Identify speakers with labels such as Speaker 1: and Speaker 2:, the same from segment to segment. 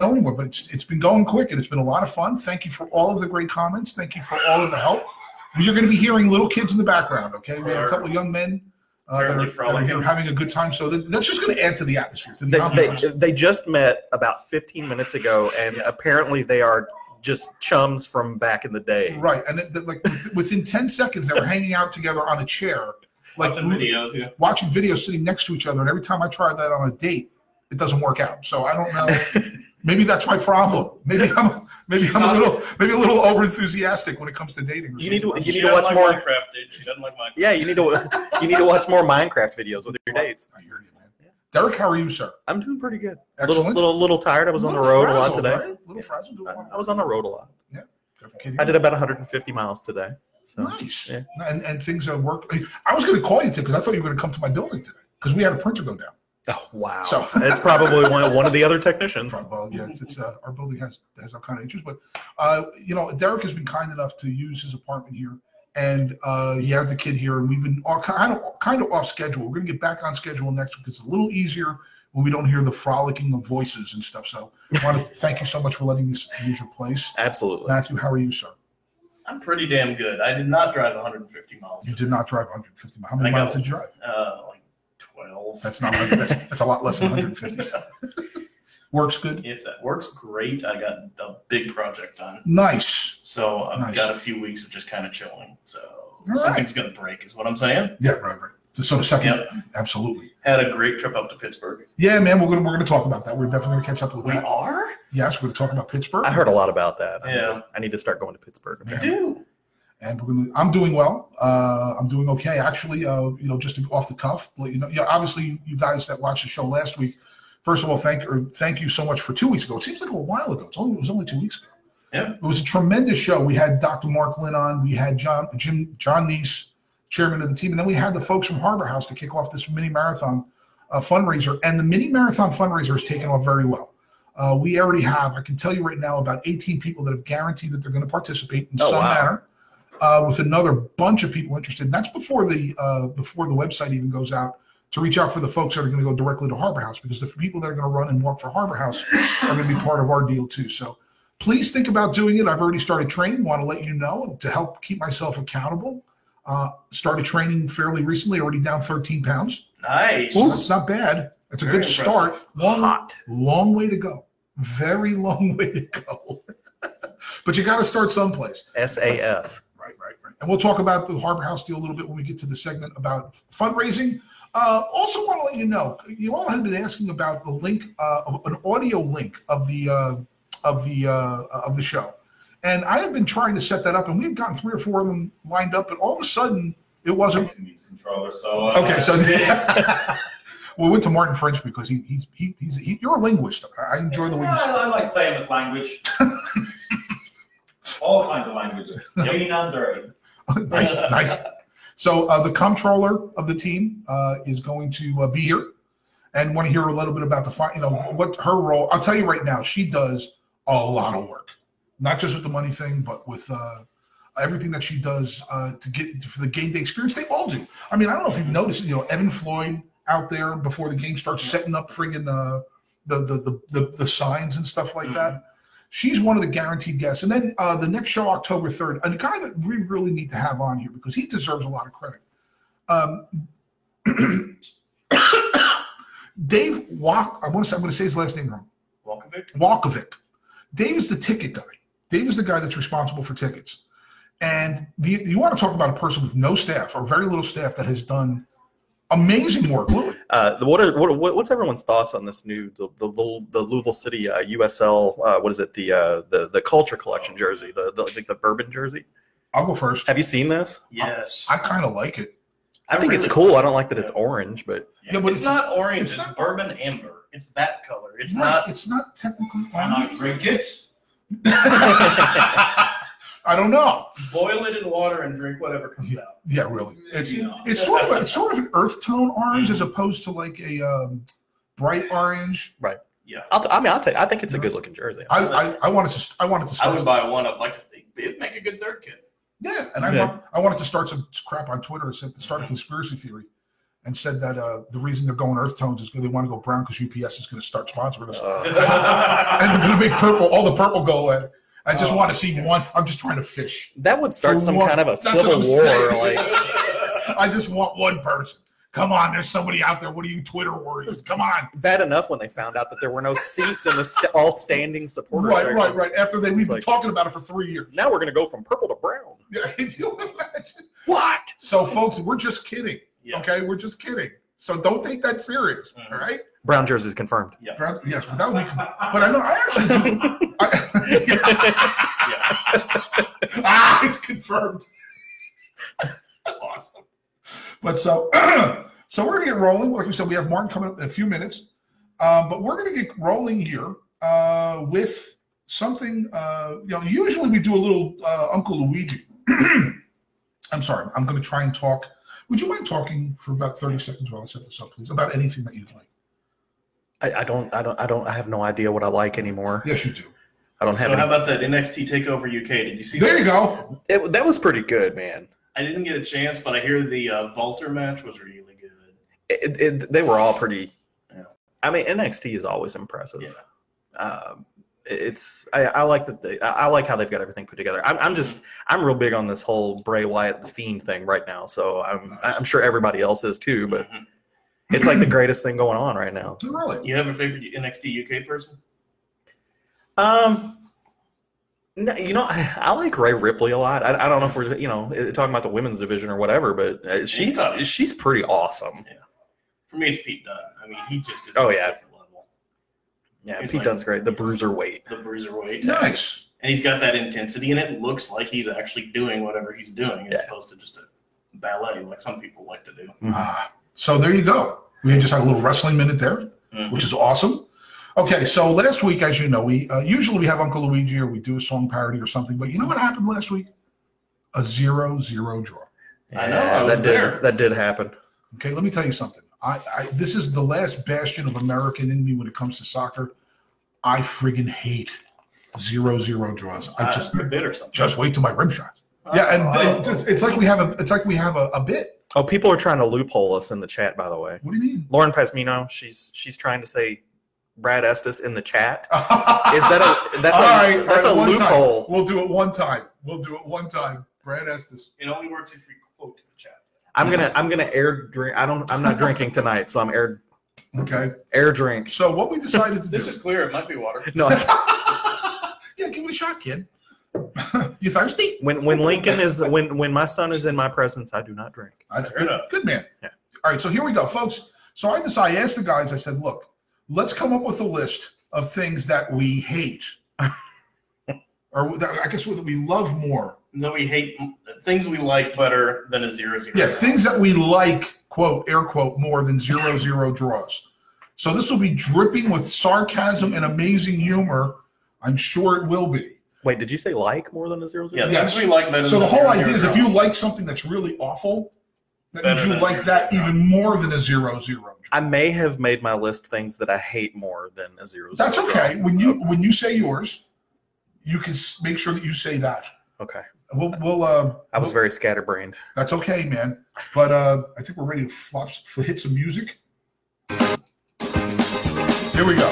Speaker 1: go anywhere, but it's, it's been going quick and it's been a lot of fun. Thank you for all of the great comments. Thank you for all of the help. You're going to be hearing little kids in the background, okay? We have a couple of young men uh, that, are,
Speaker 2: Apparently
Speaker 1: that are here
Speaker 2: frolicking.
Speaker 1: having a good time, so that, that's just going to add to the atmosphere. To the
Speaker 3: They,
Speaker 1: ambiance.
Speaker 3: they, they just met about 15 minutes ago, and apparently they are just chums from back in the day.
Speaker 1: right, and it, that, like within 10 seconds, they were hanging out together on a chair, like
Speaker 2: Watching videos, yeah.
Speaker 1: watching videos sitting next to each other. And every time I try that on a date, it doesn't work out. So I don't know. maybe that's my problem. Maybe I'm maybe I'm a little maybe a little over enthusiastic when it comes to dating. or
Speaker 3: You need to-
Speaker 1: something.
Speaker 3: you
Speaker 2: She
Speaker 3: need to
Speaker 2: doesn't like
Speaker 3: watch more-
Speaker 2: Minecraft, dude. She doesn't like Minecraft.
Speaker 3: Yeah, you need to you need to watch more Minecraft videos with your dates.
Speaker 1: I hear you, man. Derek, how are you, sir?
Speaker 3: I'm doing pretty good. Little
Speaker 1: Excellent.
Speaker 3: little little tired. I was on the road a lot today.
Speaker 1: Little frazzled. doing well.
Speaker 3: I was on the road a lot.
Speaker 1: Got the kid here.
Speaker 3: I did about 150 miles today. So
Speaker 1: Nice.
Speaker 3: yeah.
Speaker 1: And and things are work. I was going to call you today because I thought you were going to come to my building today because we had a printer go down.
Speaker 3: oh, wow,
Speaker 1: So-
Speaker 3: it's probably one, one of the other technicians.
Speaker 1: Well, yeah, it's, it's, uh, our building has, has all kind of issues, but, uh, you know, Derek has been kind enough to use his apartment here. And, uh, he had the kid here and we've been all kind of, kind of off schedule. We're gonna get back on schedule next week. It's a little easier when we don't hear the frolicking of voices and stuff. So I want to thank you so much for letting us use your place.
Speaker 3: Absolutely.
Speaker 1: Matthew, how are you, sir?
Speaker 2: I'm pretty damn good. I did not drive 150 miles.
Speaker 1: You did not drive 150 miles. How
Speaker 2: I
Speaker 1: many
Speaker 2: got
Speaker 1: miles did you drive?
Speaker 2: Uh, like 12.
Speaker 1: That's not, that's, that's a lot less than 150. Works good.
Speaker 2: if that works, great. I got a big project done.
Speaker 1: Nice.
Speaker 2: So I've
Speaker 1: Nice.
Speaker 2: got a few weeks of just kind of chilling. So
Speaker 1: right.
Speaker 2: something's going to break, is what I'm saying.
Speaker 1: Yeah, right, right. So- So the second,
Speaker 2: Yep.
Speaker 1: absolutely.
Speaker 2: Had a great trip up to Pittsburgh.
Speaker 1: Yeah, man, we're gonna, we're gonna talk about that. We're definitely gonna catch up with
Speaker 2: We
Speaker 1: that.
Speaker 2: are?
Speaker 1: Yes, we're going to talk about Pittsburgh.
Speaker 3: I heard a lot about that. I need-
Speaker 2: Yeah.
Speaker 3: I need to start going to Pittsburgh.
Speaker 1: Yeah.
Speaker 2: do.
Speaker 1: And we're going to, I'm doing well. Uh, I'm doing okay, actually. Uh, you know, just to go off the cuff, but, you know, yeah, obviously, you guys that watched the show last week, first of all, thank or thank you so much for two weeks ago. It seems like a while ago. It's only it was only two weeks ago.
Speaker 2: Yeah.
Speaker 1: It was a tremendous show. We had Dr. Mark Lynn on. We had John Jim John Neese, chairman of the team, and then we had the folks from Harbor House to kick off this mini marathon uh, fundraiser. And the mini marathon fundraiser has taken off very well. Uh, we already have, I can tell you right now, about 18 people that have guaranteed that they're going to participate in
Speaker 3: Oh,
Speaker 1: some
Speaker 3: wow.
Speaker 1: manner, uh, with another bunch of people interested. And that's before the uh, before the website even goes out to reach out for the folks that are going to go directly to Harbor House, because the people that are going to run and walk for Harbor House are going to be part of our deal too. So please think about doing it. I've already started training. Want to let you know to help keep myself accountable. Uh, started training fairly recently. Already down 13 pounds.
Speaker 2: Nice.
Speaker 1: So that's not bad. That's a
Speaker 2: Very
Speaker 1: good start. Long,
Speaker 3: Hot.
Speaker 1: long way to go. Very long way to go. but you got to start someplace.
Speaker 3: SAF.
Speaker 1: Right, right, right. And we'll talk about the Harbor House deal a little bit when we get to the segment about fundraising. Uh, also, want to let you know, you all had been asking about the link, uh, of- an audio link of the uh, of the uh, of the show, and I have been trying to set that up, and we had gotten three or four of them lined up, but all of a sudden it wasn't
Speaker 2: Controller, so. uh,
Speaker 1: Okay, so we went to Martin French because he, he's he, he's he, you're a linguist. I I enjoy the way you
Speaker 4: I,
Speaker 1: speak.
Speaker 4: I like playing with language. All kinds of languages. Green and dirty.
Speaker 1: nice, nice. So uh, the comptroller of the team uh, is going to uh, be here, and want to hear a little bit about the fi- you know what her role. I'll tell you right now, she does a lot of work, not just with the money thing, but with uh, everything that she does uh, to get for the game day experience. They all do. I mean, I don't know if you've noticed, you know, Evan Floyd out there before the game starts setting up friggin' uh, the, the the the the signs and stuff like that. She's one of the guaranteed guests. And then uh, the next show, October 3rd, a guy that we really need to have on here because he deserves a lot of credit. Um, Dave Walk, I want to say, I'm going to say his last name wrong.
Speaker 2: Walkovic?
Speaker 1: Walkovic. Dave is the ticket guy. Dave is the guy that's responsible for tickets. And the, you want to talk about a person with no staff or very little staff that has done amazing work, Louis.
Speaker 3: Uh, what are what, what- what's everyone's thoughts on this new the the, Lou- the Louisville City uh, USL uh, what is it the uh, the the Culture Collection jersey the the, like the bourbon jersey?
Speaker 1: I'll go first.
Speaker 3: Have you seen this?
Speaker 2: Yes.
Speaker 1: I kind of like it.
Speaker 3: I
Speaker 2: I
Speaker 3: think it's
Speaker 2: really-
Speaker 3: cool. I don't like that it's orange, but
Speaker 1: Yeah, but
Speaker 2: it's,
Speaker 1: it's-
Speaker 2: not orange.
Speaker 1: it's
Speaker 2: It's,
Speaker 1: not-
Speaker 2: bourbon amber. It's that color. It's
Speaker 1: No,
Speaker 2: not. uh,
Speaker 1: It's not technically.
Speaker 4: Can I drink it?
Speaker 1: I don't know.
Speaker 2: Boil it in water and drink whatever comes out.
Speaker 1: Yeah, really. It's
Speaker 4: Maybe not.
Speaker 1: it's sort of a, it's sort of an earth tone orange as opposed to like a um, bright orange.
Speaker 2: Yeah.
Speaker 3: I'll t- I mean I'll take I think it's a good looking jersey.
Speaker 1: I, I, I wanted to I wanted to
Speaker 2: I
Speaker 1: start.
Speaker 2: would buy one. I'd like to. It'd make a good third kit.
Speaker 1: yeah, and I
Speaker 3: Yeah.
Speaker 1: want, I wanted to start some crap on Twitter and said- start a conspiracy theory, and said that uh, the reason they're going earth tones is because they want to go brown because UPS is going to start sponsoring us.
Speaker 3: Uh,
Speaker 1: and they're going to make purple, all the purple go away. I just
Speaker 2: Oh,
Speaker 1: want to see
Speaker 2: okay.
Speaker 1: one. I'm just trying to fish.
Speaker 3: that would start some
Speaker 1: Well,
Speaker 3: kind of a
Speaker 1: that's what
Speaker 3: civil
Speaker 1: I'm
Speaker 3: war.
Speaker 1: saying.
Speaker 3: Like,
Speaker 1: I just want one person. Come on, there's somebody out there. What are you Twitter warriors? Come on.
Speaker 3: bad enough when they found out that there were no seats in the st- all standing supporters.
Speaker 1: Right,
Speaker 3: section.
Speaker 1: right, right. After they we've
Speaker 3: It's
Speaker 1: been
Speaker 3: like-
Speaker 1: talking about it for three years.
Speaker 3: Now we're going to go from purple to brown.
Speaker 1: Yeah, can you imagine?
Speaker 3: What?
Speaker 1: So, folks, we're just kidding.
Speaker 2: Yeah.
Speaker 1: Okay, we're just kidding. So don't take that serious.
Speaker 3: Uh-huh.
Speaker 2: Mhm.
Speaker 1: All right.
Speaker 3: Brown jerseys confirmed.
Speaker 1: Brad- Yes, that would be. But I know I actually do. I,
Speaker 2: Yeah.
Speaker 1: ah, it's confirmed. awesome. But so, so we're gonna get rolling. Like we said, we have Martin coming up in a few minutes, um, but we're gonna get rolling here uh, with something. Uh, you know, usually we do a little uh, Uncle Luigi. I'm sorry. I'm gonna try and talk. Would you mind talking for about 30 seconds while I set this up, please, about anything that you'd like?
Speaker 3: I, I don't. I don't. I don't. I have no idea what I like anymore.
Speaker 1: Yes, you do.
Speaker 3: I don't have.
Speaker 2: So how
Speaker 3: Any,
Speaker 2: about that NXT Takeover UK? Did you see
Speaker 1: There
Speaker 2: that?
Speaker 1: you go.
Speaker 3: it, that was pretty good, man.
Speaker 2: I didn't get a chance, but I hear the uh, Volter match was really good.
Speaker 3: It, it, they were all pretty.
Speaker 2: Yeah.
Speaker 3: I mean, NXT is always impressive.
Speaker 2: Yeah.
Speaker 3: Um, it- it's. I, I like that. They, I I like how they've got everything put together. I'm, I'm just. I'm real big on this whole Bray Wyatt the Fiend thing right now. So I'm. I'm sure everybody else is too. But
Speaker 2: Mhm.
Speaker 3: it's like the greatest thing going on right now.
Speaker 1: Really.
Speaker 2: you have a favorite NXT UK person?
Speaker 3: Um, no, you know, I, I like Ray Ripley a lot. I, I don't know if we're, you know, eh, talking about the women's division or whatever, but uh, she's
Speaker 2: Yeah.
Speaker 3: she's pretty awesome.
Speaker 2: For me, it's Pete Dunne. I mean, he just is
Speaker 3: Oh,
Speaker 2: on a
Speaker 3: yeah.
Speaker 2: different level.
Speaker 3: Yeah,
Speaker 2: He's
Speaker 3: Pete
Speaker 2: like-
Speaker 3: Dunne's great. The bruiserweight.
Speaker 2: The bruiserweight,
Speaker 1: Nice.
Speaker 2: and he's got that intensity, and it looks like he's actually doing whatever he's doing, as
Speaker 3: Yeah.
Speaker 2: opposed to just a ballet like some people like to do.
Speaker 1: Ah, so there you go. We just had a little wrestling minute there, which is awesome. Okay, so last week, as you know, we uh, usually we have Uncle Luigi or we do a song parody or something, but you know what happened last week? A zero zero draw.
Speaker 2: I know, I was
Speaker 3: that did
Speaker 2: there.
Speaker 3: that did happen.
Speaker 1: Okay, let me tell you something. I, I this is the last bastion of American in me when it comes to soccer. I friggin' hate zero zero draws. I just
Speaker 2: you're bitter sometimes.
Speaker 1: just wait till my rim shot. Yeah, and
Speaker 2: Oh.
Speaker 1: it's, it's like we have a it's like we have a, a bit.
Speaker 3: Oh, people are trying to loophole us in the chat, by the way.
Speaker 1: What do you mean?
Speaker 3: Lauren Pasmino, she's she's trying to say Brad Estes in the chat.
Speaker 1: Is
Speaker 3: Is that a that's
Speaker 1: all
Speaker 3: a
Speaker 1: right,
Speaker 3: that's
Speaker 1: all right,
Speaker 3: a
Speaker 1: one time.
Speaker 3: loophole?
Speaker 1: We'll do it one time. We'll do it one time. Brad Estes.
Speaker 2: it only works if you quote the chat.
Speaker 3: I'm gonna I'm gonna air drink. I don't I'm not drinking tonight, so I'm air
Speaker 1: Okay.
Speaker 3: air drink.
Speaker 1: So what we decided to
Speaker 2: This
Speaker 1: do.
Speaker 2: is clear. It might be water.
Speaker 3: No, I-
Speaker 1: yeah, give it a shot, kid. you thirsty?
Speaker 3: When when Lincoln is when when my son is in my presence, I do not drink.
Speaker 1: That's
Speaker 2: Fair
Speaker 1: good.
Speaker 2: enough.
Speaker 1: Good man.
Speaker 3: Yeah.
Speaker 1: All right. So here we go, folks. So I just I asked the guys. I said, look, let's come up with a list of things that we hate, or that, I guess what we love more.
Speaker 2: That we hate things we like better than a zero zero.
Speaker 1: Yeah, things that we like, quote, air quote, more than zero zero draws. So this will be dripping with sarcasm and amazing humor. I'm sure it will be.
Speaker 3: Wait, did you say like more than a zero zero?
Speaker 2: Yeah,
Speaker 1: Yes.
Speaker 2: things we like better.
Speaker 1: So
Speaker 2: than
Speaker 1: the
Speaker 2: a
Speaker 1: whole
Speaker 2: zero,
Speaker 1: idea
Speaker 2: zero
Speaker 1: is if
Speaker 2: draw.
Speaker 1: you like something that's really awful, that means
Speaker 2: Better
Speaker 1: you
Speaker 2: than
Speaker 1: like
Speaker 2: zero
Speaker 1: that
Speaker 2: zero draw.
Speaker 1: even more than a zero zero.
Speaker 3: I may have made my list things that I hate more than a zero zero.
Speaker 1: That's
Speaker 3: draw.
Speaker 1: okay. When you when you say yours, you can s- make sure that you say that.
Speaker 3: Okay.
Speaker 1: We'll we'll uh,
Speaker 3: I was very scatterbrained.
Speaker 1: that's okay, man. But uh, I think we're ready to flop hit some music. Here we go.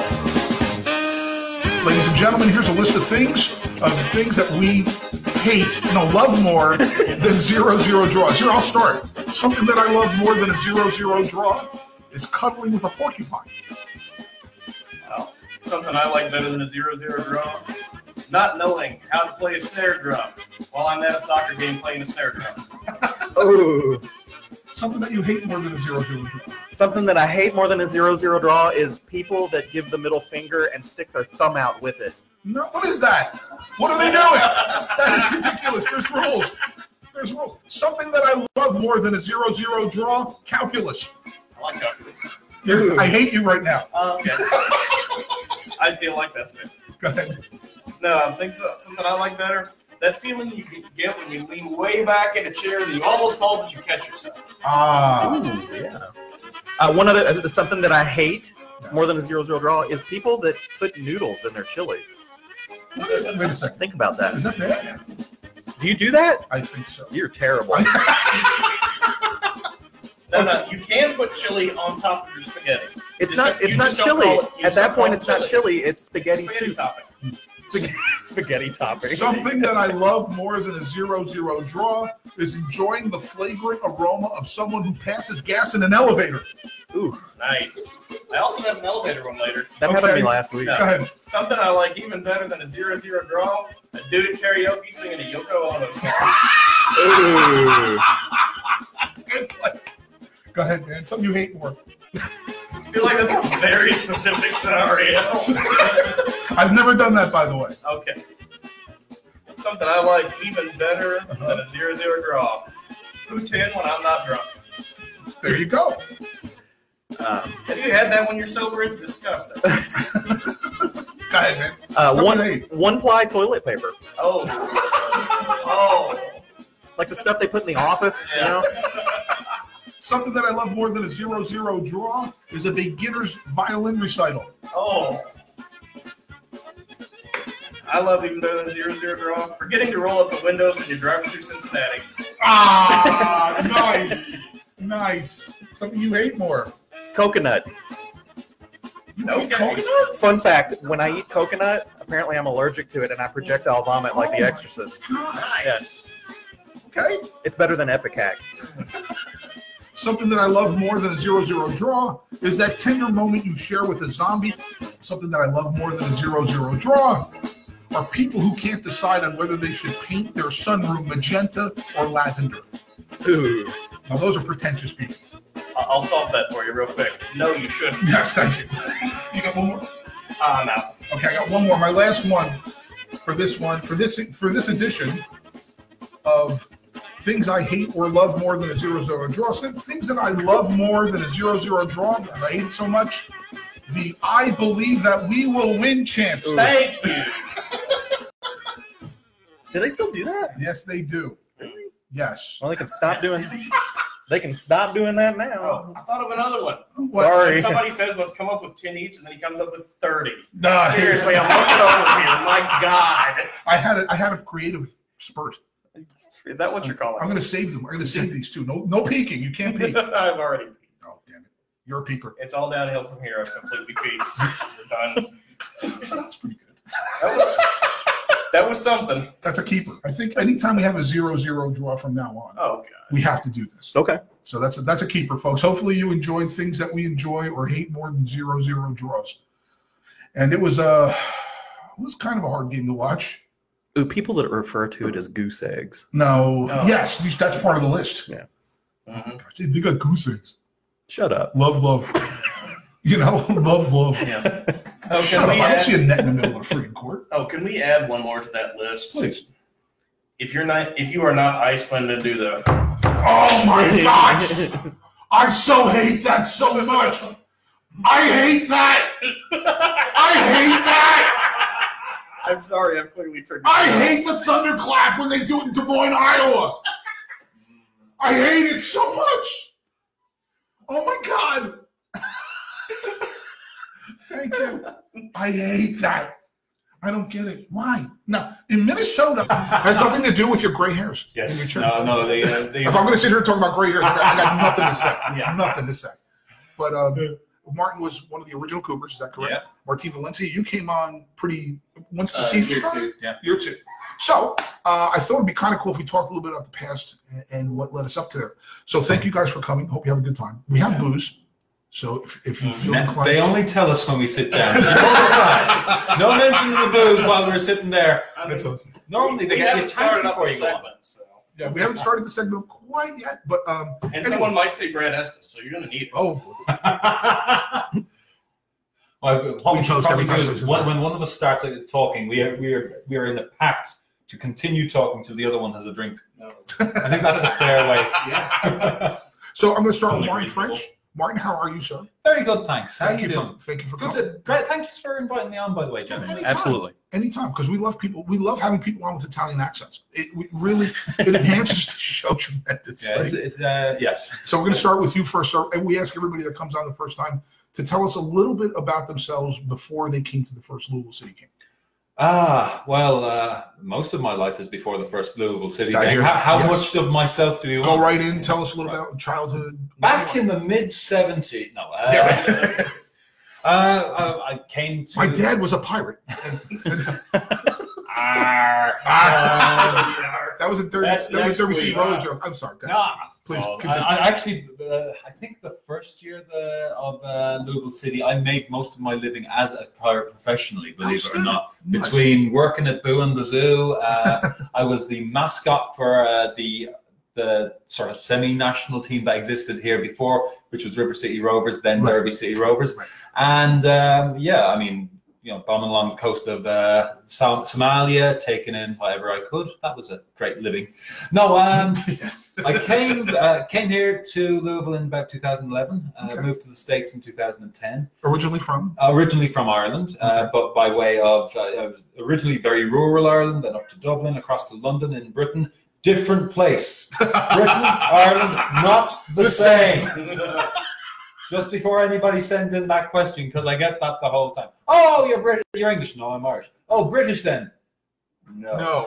Speaker 1: Ladies and gentlemen, here's a list of things of the things that we hate, no, love more than zero zero draws. Here, I'll start. Something that I love more than a zero zero draw is cuddling with a porcupine.
Speaker 2: Wow. Oh. Something I like better than a zero zero draw. Not knowing how to play a snare drum while I'm at a soccer game playing a snare drum.
Speaker 3: Oh.
Speaker 1: Something that you hate more than a zero zero draw.
Speaker 3: Something that I hate more than a zero zero draw is people that give the middle finger and stick their thumb out with it.
Speaker 1: No, what is that? What are they doing? That is ridiculous. There's rules. There's rules. Something that I love more than a zero zero draw, calculus.
Speaker 2: I like calculus.
Speaker 1: You're- I hate you right now.
Speaker 2: Uh, okay. I feel like that's fair.
Speaker 1: Go ahead.
Speaker 2: No, I think so. Something I like better. That feeling you get when you lean way back in a chair and you almost fall, but you catch yourself.
Speaker 1: Ah.
Speaker 3: Ooh, yeah. Uh, one other uh, something that I hate more than a zero zero draw is people that put noodles in their chili.
Speaker 1: What is that? Wait a second.
Speaker 3: Think about
Speaker 1: Is that
Speaker 3: that.
Speaker 1: bad?
Speaker 3: Do you do that?
Speaker 1: I think so.
Speaker 3: You're terrible.
Speaker 2: No, no, you can put chili on top of your spaghetti.
Speaker 3: It's
Speaker 2: Just
Speaker 3: not.
Speaker 2: don't-
Speaker 3: It's
Speaker 2: you
Speaker 3: not
Speaker 2: just don't
Speaker 3: chili.
Speaker 2: call it- you
Speaker 3: At
Speaker 2: just
Speaker 3: that
Speaker 2: don't call
Speaker 3: point,
Speaker 2: it
Speaker 3: it's not
Speaker 2: chili.
Speaker 3: chili. It's spaghetti
Speaker 2: It's
Speaker 3: soup.
Speaker 2: topping.
Speaker 3: Spaghetti, spaghetti topping.
Speaker 1: Something that I love more than a zero-zero draw is enjoying the flagrant aroma of someone who passes gas in an elevator.
Speaker 3: Ooh,
Speaker 2: Nice. I also have an elevator one later.
Speaker 3: that happened to
Speaker 1: Okay.
Speaker 3: me last week.
Speaker 1: Go ahead.
Speaker 2: Something I like even better than a zero zero draw, a dude at karaoke singing a Yoko Ono song.
Speaker 3: Ooh.
Speaker 1: Good play. Go ahead, man. Something you hate in work.
Speaker 2: I feel like that's a very specific scenario.
Speaker 1: I've never done that, by the way.
Speaker 2: okay. Something I like even better than a zero zero draw. Who's in when I'm not drunk?
Speaker 1: There you go.
Speaker 3: Um,
Speaker 2: Have you had that when you're sober? It's disgusting.
Speaker 1: Go ahead, man.
Speaker 3: uh,
Speaker 1: Something
Speaker 3: one
Speaker 1: you hate.
Speaker 3: one ply toilet paper,
Speaker 2: Oh. Oh.
Speaker 3: like the stuff they put in the office. You know.
Speaker 1: Something that I love more than a zero-zero draw is a beginner's violin recital.
Speaker 2: Oh. I love even better than zero zero draw. Forgetting to roll up the windows when you're driving through Cincinnati.
Speaker 1: Ah, nice, nice. Something you hate more.
Speaker 3: Coconut.
Speaker 1: You
Speaker 2: No
Speaker 1: hate
Speaker 2: kidding.
Speaker 1: coconuts?
Speaker 3: Fun fact: When I eat coconut, apparently I'm allergic to it, and I projectile vomit like
Speaker 1: Oh
Speaker 3: The
Speaker 1: my
Speaker 3: Exorcist.
Speaker 1: gosh.
Speaker 3: Yes,
Speaker 1: Okay.
Speaker 3: it's better than Epicac.
Speaker 1: Something that I love more than a zero-zero draw is that tender moment you share with a zombie. Something that I love more than a zero-zero draw are people who can't decide on whether they should paint their sunroom magenta or lavender.
Speaker 3: Ooh.
Speaker 1: Now, those are pretentious people.
Speaker 2: I- I'll solve that for you real quick. No, you shouldn't.
Speaker 1: Yes, thank you. You got one more?
Speaker 2: Ah, no.
Speaker 1: Okay, I got one more. My last one for this one for this for this edition of things I hate or love more than a zero zero draw. So things that I love more than a zero zero draw because I hate it so much. The I believe that we will win chant.
Speaker 3: Ooh.
Speaker 2: Thank you.
Speaker 3: Do they still do that?
Speaker 1: Yes, they do. Yes.
Speaker 3: Well, they can stop doing. They can stop doing that now.
Speaker 2: Oh, I thought of another one.
Speaker 1: What?
Speaker 3: Sorry.
Speaker 2: When somebody says, let's come up with 10 each, and then he comes up with 30.
Speaker 1: Nah,
Speaker 2: Seriously, I'm looking over here. My God.
Speaker 1: I had a, I had a creative spurt.
Speaker 2: Is that what you're calling
Speaker 1: I'm gonna save them. I'm gonna save these two. No no peeking. You can't peek.
Speaker 2: it? I've already.
Speaker 1: Oh damn it. You're a peeker.
Speaker 2: It's all downhill from here. I've completely peaked. We're done.
Speaker 1: So that's pretty good.
Speaker 2: That was, that was something.
Speaker 1: That's a keeper. I think anytime we have a zero zero draw from now on,
Speaker 2: Oh, God.
Speaker 1: we have to do this.
Speaker 3: Okay.
Speaker 1: So that's a, that's a keeper, folks. Hopefully you enjoyed things that we enjoy or hate more than zero zero draws. And it was uh, it was kind of a hard game to watch.
Speaker 3: Ooh, people that refer to it as goose eggs.
Speaker 1: No,
Speaker 2: No.
Speaker 1: yes, you- that's part of the list.
Speaker 2: Mhm.
Speaker 1: Gosh, They got goose eggs.
Speaker 3: Shut up.
Speaker 1: Love, love. you know, love, love.
Speaker 2: Yeah. Oh,
Speaker 1: Shut
Speaker 2: can
Speaker 1: up!
Speaker 2: we
Speaker 1: I don't see a
Speaker 2: add,
Speaker 1: net in the middle of the freaking court.
Speaker 2: oh, can we add one more to that list?
Speaker 1: Please.
Speaker 2: If you're not, if you are not Iceland, then do the.
Speaker 1: Oh my gosh! I so hate that so much. I hate that. I hate that.
Speaker 2: I'm sorry, I'm clearly triggered.
Speaker 1: I hate the thunderclap when they do it in Des Moines, Iowa. I hate it so much. Oh my God. Thank you. I hate that. I don't get it. Why? Now, in Minnesota, it has nothing to do with your gray hairs. and your
Speaker 2: Yes.
Speaker 1: chin.
Speaker 2: No, no, they, uh, they.
Speaker 1: If I'm going to sit here and talk about gray hairs, I got, I got nothing to say.
Speaker 2: Yeah.
Speaker 1: Nothing to say. But um, Martin was one of the original Coopers. Is that correct?
Speaker 2: Yeah.
Speaker 1: Martin Valencia, you came on pretty once the
Speaker 4: Uh,
Speaker 1: season
Speaker 4: year
Speaker 1: started.
Speaker 4: two, yeah.
Speaker 1: Year two. So uh, I thought it'd be kind of cool if we talked a little bit about the past and, and what led us up to there. So thank you guys for coming. Hope you have a good time. We have
Speaker 4: Yeah.
Speaker 1: booze. So if, if you
Speaker 2: Mm,
Speaker 1: feel
Speaker 4: Now,
Speaker 1: inclined,
Speaker 4: They only tell us when we sit down. No mention of the booze while we were sitting there.
Speaker 2: I mean,
Speaker 1: that's awesome.
Speaker 4: Normally, they
Speaker 2: we
Speaker 4: have
Speaker 2: haven't
Speaker 4: you time
Speaker 2: started up
Speaker 4: before
Speaker 2: the
Speaker 4: you go on.
Speaker 2: segment, so.
Speaker 1: Yeah, we haven't started the segment quite yet, but um,
Speaker 2: And someone might say Brad Estes, so you're gonna need it.
Speaker 1: oh,
Speaker 4: well, what
Speaker 1: We
Speaker 4: we should
Speaker 1: toast every
Speaker 4: probably
Speaker 1: time
Speaker 4: do
Speaker 1: we
Speaker 4: is
Speaker 1: sit
Speaker 4: when,
Speaker 1: down.
Speaker 4: when one of us starts like, talking, we are, we are we are in the pact to continue talking till the other one has a drink. I think that's the fair way. Yeah.
Speaker 1: so I'm going to start with
Speaker 2: Totally
Speaker 1: Martin
Speaker 2: reasonable.
Speaker 1: French. Martin, how are you, sir?
Speaker 4: Very good, thanks. How
Speaker 1: Thank
Speaker 4: you
Speaker 1: you
Speaker 4: doing?
Speaker 1: for thank you for
Speaker 4: Good.
Speaker 1: coming.
Speaker 4: To, Brett, thank you for inviting me on, by the way, Jimmy.
Speaker 1: Anytime.
Speaker 3: Absolutely.
Speaker 1: anytime because we love people. We love having people on with Italian accents. It we really it enhances the show tremendously.
Speaker 4: Yeah, it's, it's, uh, yes.
Speaker 1: so we're going to start with you first, sir, and we ask everybody that comes on the first time to tell us a little bit about themselves before they came to the first Louisville City game.
Speaker 4: Ah, well, uh, most of my life is before the first Louisville City
Speaker 1: I
Speaker 4: game.
Speaker 1: hear
Speaker 4: How,
Speaker 1: that.
Speaker 4: how
Speaker 1: Yes.
Speaker 4: much of myself do you
Speaker 1: Go
Speaker 4: want?
Speaker 1: right in. Tell us a little
Speaker 4: Right.
Speaker 1: about childhood.
Speaker 4: Back in the mid 70s. No. Uh,
Speaker 1: Yeah, right.
Speaker 4: uh, I, I came to.
Speaker 1: My dad was a pirate.
Speaker 4: Oh, Arr.
Speaker 1: Ah. that was a dirty,
Speaker 2: That's-
Speaker 1: that was a
Speaker 2: that's
Speaker 1: WC
Speaker 2: weird.
Speaker 1: roller joke. I'm sorry. go ahead.
Speaker 4: No,
Speaker 1: Please,
Speaker 4: well, I,
Speaker 1: continue.
Speaker 4: I actually, uh, I think the first year the, of uh, Louisville City, I made most of my living as a pirate professionally, believe it or not.
Speaker 1: Nice.
Speaker 4: Between working at Boo and the Zoo, uh, I was the mascot for uh, the the sort of semi-national team that existed here before, which was River City Rovers, then
Speaker 1: Right.
Speaker 4: Derby City Rovers,
Speaker 1: Right.
Speaker 4: and um, yeah, I mean. You know, bombing along the coast of uh, Som- Somalia, taking in whatever I could. That was a great living. No, um, I came uh, came here to Louisville in about 2011. Uh,
Speaker 1: Okay.
Speaker 4: Moved to the states in 2010.
Speaker 1: Originally from.
Speaker 4: Uh, Originally from Ireland, uh,
Speaker 1: Okay.
Speaker 4: but by way of uh, I was originally very rural Ireland, then up to Dublin, across to London in Britain. Different place. Britain, Ireland, not the,
Speaker 1: The
Speaker 4: same.
Speaker 1: same.
Speaker 4: Just before anybody sends in that question, because I get that the whole time. Oh, you're British. You're English. No, I'm Irish. Oh, British then.
Speaker 1: No.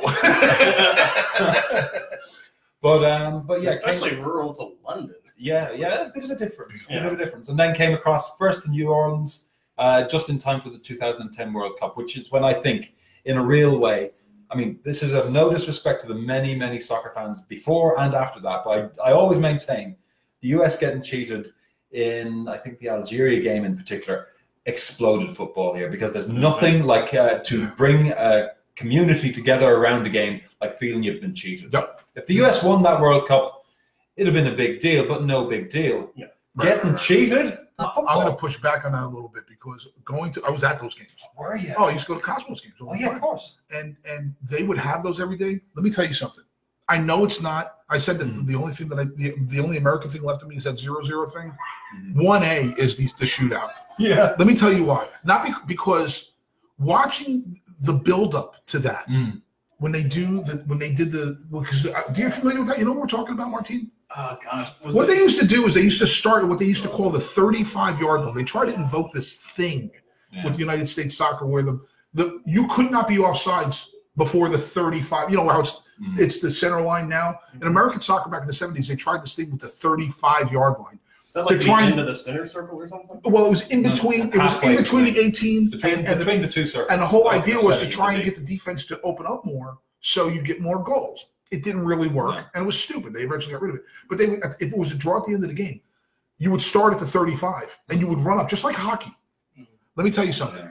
Speaker 4: But um, but yeah, came-
Speaker 2: Especially rural to London.
Speaker 4: Yeah, yeah, there's a difference. There's
Speaker 2: Yeah.
Speaker 4: a difference. And then came across first in New Orleans, uh, just in time for the 2010 World Cup, which is when I think, in a real way, I mean, this is of no disrespect to the many, many soccer fans before and after that, but I, I always maintain the US getting cheated in, I think, the Algeria game in particular, exploded football here because there's nothing like uh, to bring a community together around a game like feeling you've been cheated.
Speaker 1: Yeah.
Speaker 4: If the US won that World Cup, it'd have been a big deal, but no big deal.
Speaker 2: Yeah.
Speaker 4: Getting cheated?
Speaker 1: I'm going to push back on that a little bit because going to, I was at those games.
Speaker 4: Were you?
Speaker 1: Oh, I used to go to Cosmos games. all
Speaker 4: Oh,
Speaker 1: the
Speaker 4: yeah,
Speaker 1: time.
Speaker 4: of course.
Speaker 1: and and they would have those every day. Let me tell you something. I know it's not. I said that
Speaker 4: Mhm.
Speaker 1: the only thing that I the, the only American thing left of me is that zero zero thing.
Speaker 4: Mhm.
Speaker 1: One A is the, the shootout.
Speaker 4: Yeah.
Speaker 1: Let me tell you why. Not bec because watching the build up to that
Speaker 4: Mm.
Speaker 1: when they do the when they did the because uh, do you familiar with that? You know what we're talking about, Martine?
Speaker 2: Oh gosh. Was
Speaker 1: What
Speaker 2: the-
Speaker 1: they used to do is they used to start at what they used to call the 35 yard line. They tried to invoke this thing
Speaker 4: Yeah.
Speaker 1: with the United States soccer where the, the you could not be offsides before the 35. You know how it's
Speaker 4: Mm.
Speaker 1: it's the center line now. In American soccer back in the 70s, they tried this thing with the 35 yard line.
Speaker 2: Is that like
Speaker 1: to
Speaker 2: the
Speaker 1: try and-
Speaker 2: end of the center circle or something?
Speaker 1: Well, it was in
Speaker 4: No,
Speaker 1: between. It was in
Speaker 4: halfway
Speaker 1: between the
Speaker 4: between.
Speaker 1: 18
Speaker 4: Between,
Speaker 1: and, and the,
Speaker 4: between the two circles.
Speaker 1: and the whole
Speaker 4: Like
Speaker 1: idea
Speaker 4: you
Speaker 1: was
Speaker 4: said,
Speaker 1: to
Speaker 4: you
Speaker 1: try and
Speaker 4: could
Speaker 1: get the defense to open up more so you get more goals. It didn't really work,
Speaker 4: No.
Speaker 1: and it was stupid. They eventually got rid of it. But they, if it was a draw at the end of the game, you would start at the 35 and you would run up just like hockey.
Speaker 4: Mm-hmm.
Speaker 1: Let me tell you something.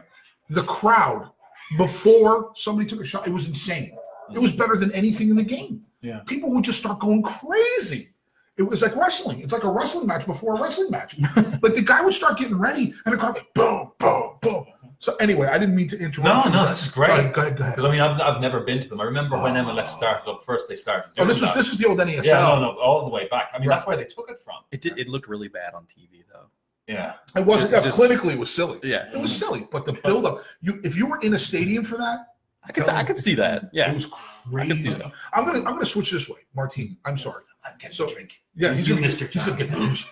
Speaker 1: The crowd before somebody took a shot, it was insane. It was better than anything in the game.
Speaker 4: Yeah.
Speaker 1: People would just start going crazy. It was like wrestling. It's like a wrestling match before a wrestling match. like the guy would start getting ready, and the crowd would boom, boom, boom. So anyway, I didn't mean to interrupt. you,
Speaker 4: No, no,
Speaker 1: but-
Speaker 4: this is great.
Speaker 1: Go ahead, go ahead, go ahead.
Speaker 4: Because I mean, I've, I've never been to them. I remember when MLS started up first, they started.
Speaker 1: Oh,
Speaker 4: doing
Speaker 1: this was
Speaker 4: that.
Speaker 1: this was the old NESL.
Speaker 4: Yeah, no, no, all the way back. I mean,
Speaker 1: Right.
Speaker 4: that's where they took it from.
Speaker 3: It did. It looked really bad on TV though.
Speaker 4: Yeah.
Speaker 1: It wasn't
Speaker 3: It just-
Speaker 1: clinically. It was silly.
Speaker 3: Yeah,
Speaker 1: It was silly, but the buildup. You, if you were in a stadium for that,
Speaker 3: I could. I could see that.
Speaker 1: it
Speaker 3: Yeah.
Speaker 1: was
Speaker 3: I can see
Speaker 1: crazy.
Speaker 3: that.
Speaker 1: I'm gonna, I'm gonna switch this way, Martine. I'm sorry.
Speaker 4: I'm getting
Speaker 1: So-
Speaker 4: a drink.
Speaker 1: Yeah, he's
Speaker 4: You
Speaker 1: gonna,
Speaker 4: missed your
Speaker 1: he's gonna get
Speaker 4: chance.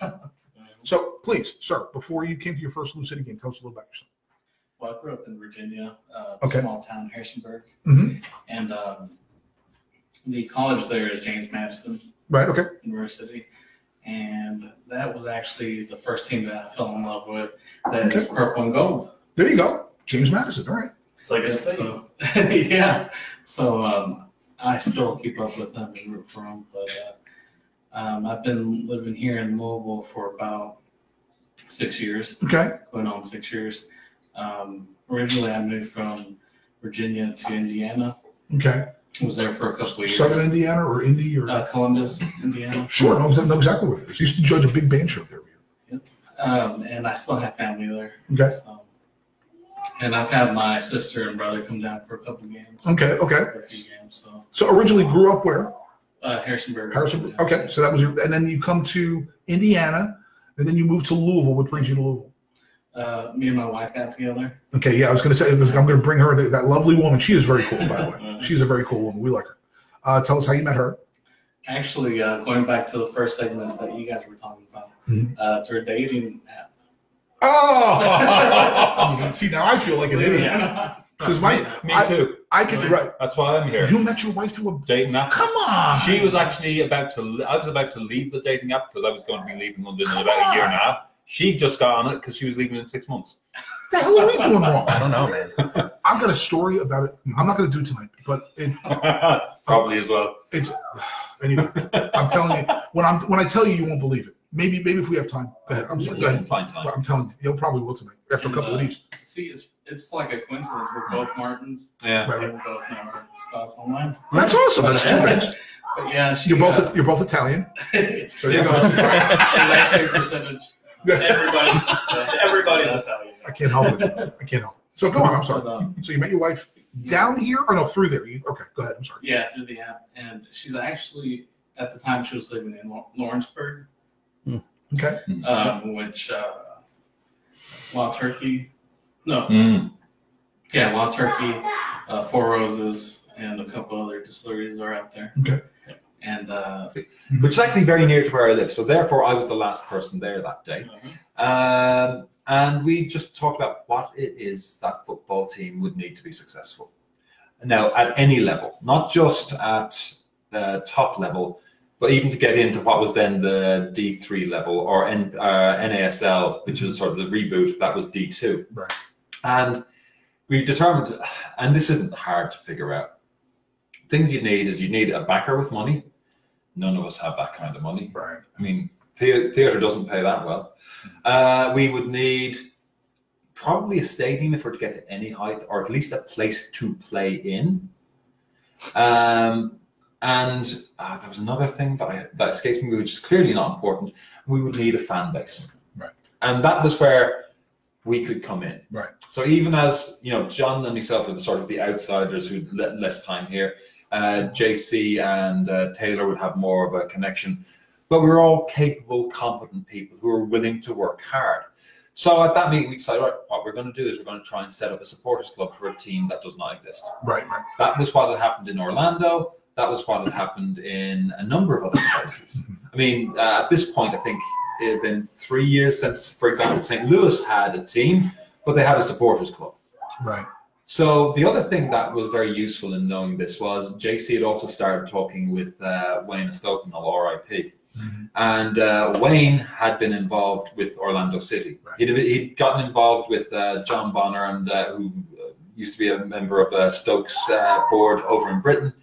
Speaker 1: So please, sir, before you came to your first Lou City game, tell us a little about yourself.
Speaker 5: Well, I grew up in Virginia, uh,
Speaker 1: Okay.
Speaker 5: small town Harrisonburg,
Speaker 1: Mhm.
Speaker 5: and um, the college there is James Madison
Speaker 1: Right. Okay.
Speaker 5: University, and that was actually the first team that I fell in love with. That is
Speaker 1: Okay.
Speaker 5: purple and gold.
Speaker 1: There you go. James Madison. All right.
Speaker 2: It's like a thing.
Speaker 5: So, yeah. So um, I still keep up with them and root for them, but uh, um, I've been living here in Louisville for about six years.
Speaker 1: Okay.
Speaker 5: going on six years. Um, originally, I moved from Virginia to Indiana.
Speaker 1: Okay.
Speaker 5: Was there for a couple of years.
Speaker 1: Southern Indiana or Indy or
Speaker 5: Uh, Columbus, Indiana.
Speaker 1: sure. I know exactly where it is. You used to judge a big band show there.
Speaker 5: Um, and I still have family there.
Speaker 1: Okay.
Speaker 5: So. And I've had my sister and brother come down for a couple of games.
Speaker 1: Okay. Okay.
Speaker 5: For a few games. So
Speaker 1: So originally grew up where?
Speaker 5: uh, Harrisonburg.
Speaker 1: Harrison. Okay. So that was your, and then you come to Indiana, and then you move to Louisville. What brings you to Louisville?
Speaker 5: Uh, me and my wife got together.
Speaker 1: Okay. Yeah, I was gonna say because I'm gonna bring her that, that lovely woman. She is very cool, by the way.
Speaker 5: Mhm.
Speaker 1: She's a very cool woman. We like her. Uh, tell us how you met her.
Speaker 5: Actually, uh, going back to the first segment that you guys were talking about,
Speaker 1: Mhm.
Speaker 5: uh, through a dating app.
Speaker 1: Oh. See, now I feel like an idiot.
Speaker 2: Yeah.
Speaker 1: Because my,
Speaker 4: me
Speaker 1: I-
Speaker 4: too.
Speaker 1: I could, right.
Speaker 4: That's why I'm here.
Speaker 1: You met your wife through
Speaker 4: dating
Speaker 1: a.
Speaker 4: app.
Speaker 1: Come on.
Speaker 4: She was actually about to. le- I was about to leave the dating app because I was going to be leaving London in about a year and a half. She just got on it because she was leaving in six months.
Speaker 1: The hell are we doing wrong?
Speaker 3: I don't know, man.
Speaker 1: I've got a story about it. I'm not going to do it tonight, but it,
Speaker 4: Probably as well.
Speaker 1: it's anyway. I'm telling you, when I'm when I tell you, you won't believe it. Maybe maybe if we have time. Go ahead. I'm sorry. Go
Speaker 4: We can
Speaker 1: ahead.
Speaker 4: find time.
Speaker 1: But I'm telling you, you'll probably will tonight after a couple of these.
Speaker 5: See, it's it's like a coincidence. We're both Martins.
Speaker 4: Yeah.
Speaker 1: Right, right.
Speaker 5: We're both now our spouse online.
Speaker 1: That's awesome. That's two things.
Speaker 5: But yeah, she,
Speaker 1: You're
Speaker 5: uh,
Speaker 1: both you're both Italian. So there you go.
Speaker 5: And my favorite percentage.
Speaker 2: Everybody's, everybody's Italian.
Speaker 1: I can't help it. I can't help. It. So go on. I'm sorry.
Speaker 5: But, um,
Speaker 1: So you met your wife down here, or no, through there? You, okay, go ahead. I'm sorry.
Speaker 5: Yeah, through the app, and she's actually at the time she was living in Law- Lawrenceburg,
Speaker 1: Hmm. Okay.
Speaker 5: um, which uh, Wild Turkey, no,
Speaker 4: Mm.
Speaker 5: yeah, Wild Turkey, uh, Four Roses, and a couple other distilleries are out there.
Speaker 1: Okay.
Speaker 5: And uh,
Speaker 4: Which is actually very near to where I live. So therefore, I was the last person there that day. Um, and we just talked about what it is that football team would need to be successful. Now, at any level, not just at uh, top level, but even to get into what was then the D3 level or N, uh, NASL, which was sort of the reboot, that was D2.
Speaker 1: Right.
Speaker 4: And we've determined, and this isn't hard to figure out, things you need is you need a backer with money. None of us have that kind of money.
Speaker 1: Right.
Speaker 4: I mean, the- theatre doesn't pay that well. Uh, we would need probably a stadium if we're to get to any height, or at least a place to play in. Um, and uh, there was another thing that, I, that escaped me, which is clearly not important. We would need a fan base,
Speaker 1: Right.
Speaker 4: and that was where we could come in.
Speaker 1: Right.
Speaker 4: So even as you know, John and myself are the sort of the outsiders who let less time here. Uh, JC and uh, Taylor would have more of a connection, but we were all capable, competent people who are willing to work hard. So at that meeting, we decided right, what we're going to do is we're going to try and set up a supporters club for a team that does not exist.
Speaker 1: Right. Right.
Speaker 4: That was what had happened in Orlando. That was what had happened in a number of other places. I mean, uh, at this point, I think it had been three years since, for example, St. Louis had a team, but they had a supporters club.
Speaker 1: Right.
Speaker 4: So the other thing that was very useful in knowing this was JC had also started talking with uh, Wayne Stokenall, RIP,
Speaker 1: Mhm.
Speaker 4: and uh, Wayne had been involved with Orlando City.
Speaker 1: Right.
Speaker 4: He'd, he'd gotten involved with uh, John Bonner, and uh, who uh, used to be a member of the Stokes uh, board over in Britain,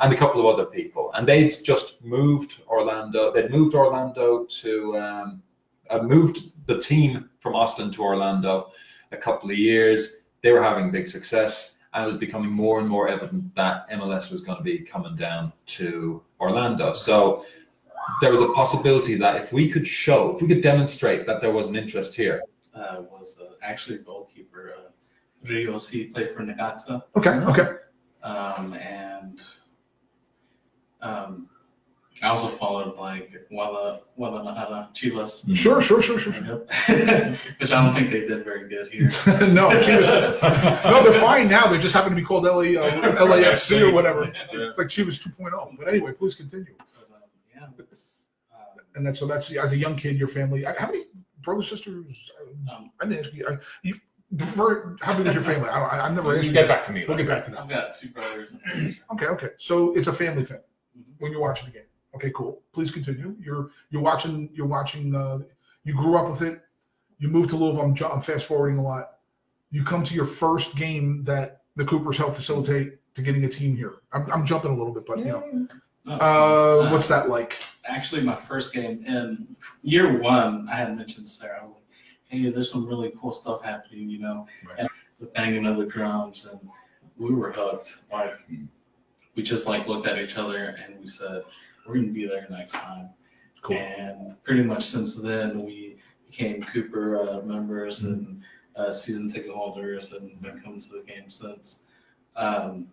Speaker 4: and a couple of other people. And they'd just moved Orlando. They'd moved Orlando to um, uh, moved the team from Austin to Orlando a couple of years they were having big success, and it was becoming more and more evident that MLS was going to be coming down to Orlando. So there was a possibility that if we could show, if we could demonstrate that there was an interest here,
Speaker 5: uh, was uh, actually a goalkeeper. Uh, Rio C played for Necaxa,
Speaker 1: Okay. Okay.
Speaker 5: um, and um, I also followed like Wala Guadalajara Chivas.
Speaker 1: Sure. Sure. Sure. Sure. Sure.
Speaker 5: Yep. Which I don't think they did very good here. um,
Speaker 1: no. She was, no, they're fine now. They just happen to be called LA, uh, LAFC or whatever. It's like she was 2.0. But anyway, please continue.
Speaker 5: But, um, yeah, it's, um,
Speaker 1: And that's so that's as a young kid, your family. How many brothers, sisters? uh,
Speaker 5: um,
Speaker 1: I didn't ask you. I, you before, how big is your family? I don't, I, I've never asked
Speaker 4: you
Speaker 1: you.
Speaker 4: get
Speaker 1: this.
Speaker 4: back to me.
Speaker 1: We'll get
Speaker 4: later.
Speaker 1: back to that.
Speaker 5: I've got two brothers and a sister.
Speaker 1: Okay, okay. So it's a family thing
Speaker 5: Mhm.
Speaker 1: when you're watching the game. Okay, cool. Please continue. You're you're watching you're watching. Uh, you grew up with it. You moved to Louisville. I'm, ju- I'm fast forwarding a lot. You come to your first game that the Coopers helped facilitate to getting a team here. I'm, I'm jumping a little bit, but you know,
Speaker 5: No,
Speaker 1: uh, what's
Speaker 5: um,
Speaker 1: that like?
Speaker 5: Actually, my first game in year one, I had mentioned to Sarah. I was like, "Hey, there's some really cool stuff happening," you know,
Speaker 1: Right.
Speaker 5: and the banging of the drums, and we were hooked. Like, we just like looked at each other and we said, "We're gonna be there next time."
Speaker 1: Cool.
Speaker 5: And pretty much since then, we became Cooper uh, members and uh, season ticket holders and been coming to the game since. Um,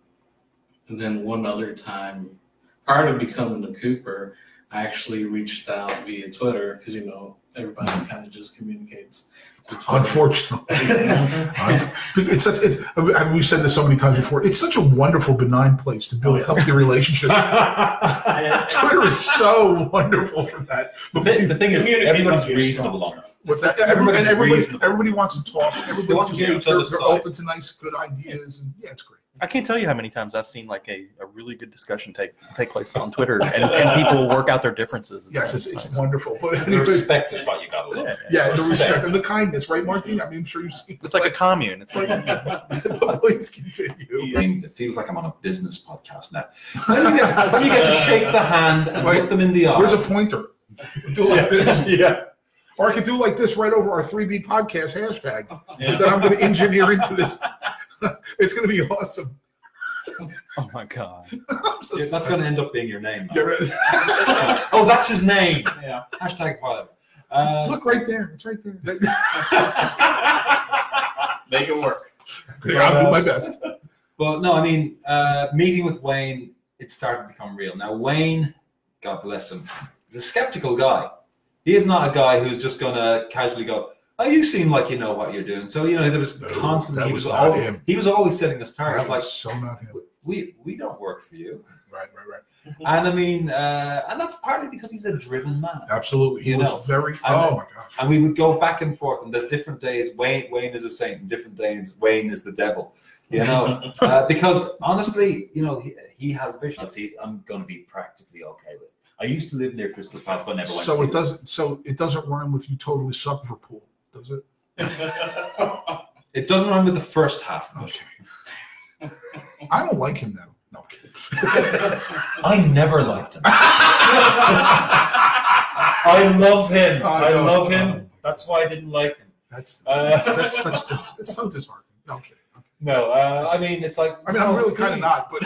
Speaker 5: and then one other time, prior to becoming a Cooper, I actually reached out via Twitter because, you know, everybody kind of just communicates.
Speaker 1: Unfortunately. I've- it's such, it's, and we've said this so many times before. It's such a wonderful, benign place to build healthy relationships. Twitter is so wonderful for that.
Speaker 4: The thing, the thing is,
Speaker 2: Communicate
Speaker 4: everybody's
Speaker 2: about your
Speaker 4: reasonable on it.
Speaker 1: What's that? Everybody,
Speaker 4: Everybody's
Speaker 1: everybody,
Speaker 4: reasonable.
Speaker 1: everybody wants to talk. Everybody
Speaker 4: want to
Speaker 1: just-
Speaker 4: hear each
Speaker 1: they're,
Speaker 4: other's
Speaker 1: they're
Speaker 4: side.
Speaker 1: open to nice, good ideas, and yeah, it's great.
Speaker 3: I can't tell you how many times I've seen like a, a really good discussion take take place on Twitter, and, and people work out their differences. and
Speaker 1: Yes,
Speaker 3: stuff.
Speaker 1: it's, it's wonderful. But
Speaker 4: The
Speaker 1: anyway,
Speaker 4: respect is what you got to
Speaker 3: Yeah,
Speaker 4: love.
Speaker 1: yeah, the respect and the kindness, right, Martine? I mean, I'm sure you've seen.
Speaker 3: It's like a commune. It's like
Speaker 1: but please continue.
Speaker 4: I mean, it feels like I'm on a business podcast now. When you get, when you get to shake the hand and
Speaker 1: Wait,
Speaker 4: look them in the eye.
Speaker 1: Where's a pointer? Do it like this,
Speaker 4: yeah.
Speaker 1: or I could do like this right over our 3B podcast hashtag.
Speaker 2: Yeah.
Speaker 1: that I'm going to engineer into this. it's going to be awesome.
Speaker 3: oh my god.
Speaker 1: I'm so
Speaker 4: That's
Speaker 1: sorry.
Speaker 4: going to end up being your name.
Speaker 1: Get
Speaker 4: man.
Speaker 1: rid-
Speaker 4: Oh, that's his name. Yeah. Hashtag whatever. Uh,
Speaker 1: Look right there. It's right there.
Speaker 2: Make it work.
Speaker 1: Okay, I'll do my best.
Speaker 4: But no, I mean, uh, meeting with Wayne, it started to become real. Now, Wayne, God bless him, is a skeptical guy. He is not a guy who's just going to casually go, Oh, you seem like you know what you're doing. So, you know, there was
Speaker 1: No,
Speaker 4: constantly,
Speaker 1: that
Speaker 4: he
Speaker 1: was
Speaker 4: was,
Speaker 1: not
Speaker 4: al-
Speaker 1: him.
Speaker 4: he was always setting this
Speaker 1: That
Speaker 4: target. It's like,
Speaker 1: was so not him.
Speaker 4: we, we don't work for you.
Speaker 1: Right, right, right.
Speaker 4: And I mean, uh, and that's partly because he's a driven man.
Speaker 1: Absolutely. He
Speaker 4: You
Speaker 1: was
Speaker 4: know,
Speaker 1: very.
Speaker 4: I'm-
Speaker 1: oh my gosh.
Speaker 4: And we would go back and forth, and there's different days. Wayne, Wayne is a saint, and different days Wayne is the devil. You know, uh, because honestly, you know, he, he has visions. He, I'm going to be practically okay with. I used to live near Crystal Palace, but I never went.
Speaker 1: So
Speaker 4: to
Speaker 1: it doesn't. So it doesn't rhyme with you totally suck for pool, does it?
Speaker 4: It doesn't run with the first half. of it.
Speaker 1: Okay. I don't like him though. No.
Speaker 4: I never liked him. I love him.
Speaker 1: Oh,
Speaker 4: I
Speaker 1: no.
Speaker 4: love him. That's why I didn't like him.
Speaker 1: That's
Speaker 4: Uh,
Speaker 1: that's such. dis- That's so disheartening. No, I'm kidding.
Speaker 4: No, uh, I mean, it's like.
Speaker 1: I mean, I'm
Speaker 4: no,
Speaker 1: really kind of
Speaker 4: please.
Speaker 1: not, but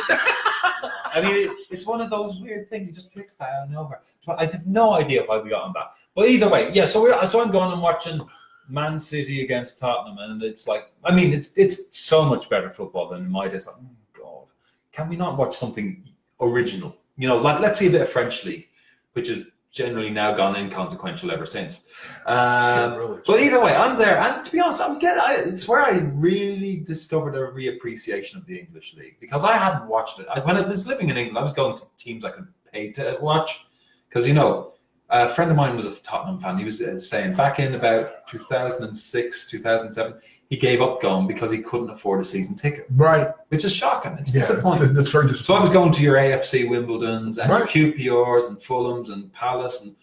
Speaker 4: I mean, it, it's one of those weird things. He just picks that and over. So I have no idea why we got on that. But either way, yeah. So we're so I'm going and watching Man City against Tottenham, and it's like, I mean, it's it's so much better football than my days. Like, oh, God, can we not watch something original? You know, like let's see a bit of French league, which has generally now gone inconsequential ever since. Um,
Speaker 1: Shit, really.
Speaker 4: but either way, I'm there, and to be honest, I'm getting. I, it's where I really discovered a reappreciation of the English league because I hadn't watched it. I, when I was living in England, I was going to teams I could pay to watch because you know a friend of mine was a Tottenham fan. He was uh, saying back in about 2006, 2007, he gave up going because he couldn't afford a season ticket,
Speaker 1: right.
Speaker 4: which is shocking. It's
Speaker 1: Yeah,
Speaker 4: disappointing.
Speaker 1: that's- that's very
Speaker 4: So I
Speaker 1: disappointing.
Speaker 4: was going to your AFC Wimbledons and
Speaker 1: Right.
Speaker 4: your QPRs and Fulhams and Palace and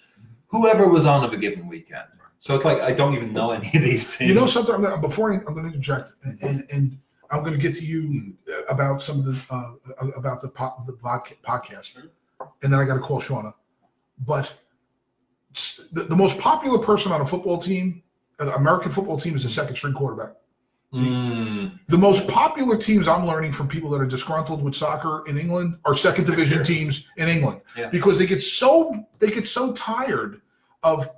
Speaker 4: whoever was on of a given weekend. So it's like I don't even know any of these teams.
Speaker 1: You know something? I'm gonna, before I, I'm going to interject, and, and, and I'm going to get to you about some of the uh, about the po- the vodca- podcast, and then I got to call Shauna. But s- the, the most popular person on a football team, an American football team, is a second string quarterback.
Speaker 4: Mm.
Speaker 1: The most popular teams I'm learning from people that are disgruntled with soccer in England are second division teams in England
Speaker 4: Yeah.
Speaker 1: because they get so they get so tired of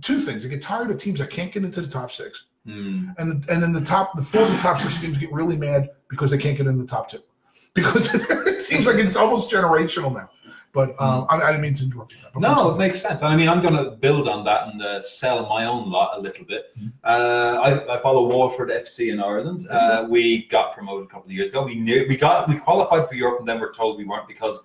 Speaker 1: two things. They get tired of teams that can't get into the top six
Speaker 4: Mm.
Speaker 1: and the, and then the top the four of the top six teams get really mad because they can't get into the top two because it seems like it's almost generational now. But um, I, I didn't mean to interrupt you. That, but
Speaker 4: Mm-hmm. No, it makes sense. And I mean, I'm going to build on that and uh, sell my own lot a little bit.
Speaker 1: Mm-hmm.
Speaker 4: Uh, I, I follow Waterford FC in Ireland. Uh,
Speaker 1: Mm-hmm.
Speaker 4: we got promoted a couple of years ago. We knew we got we qualified for Europe, and then we're told we weren't because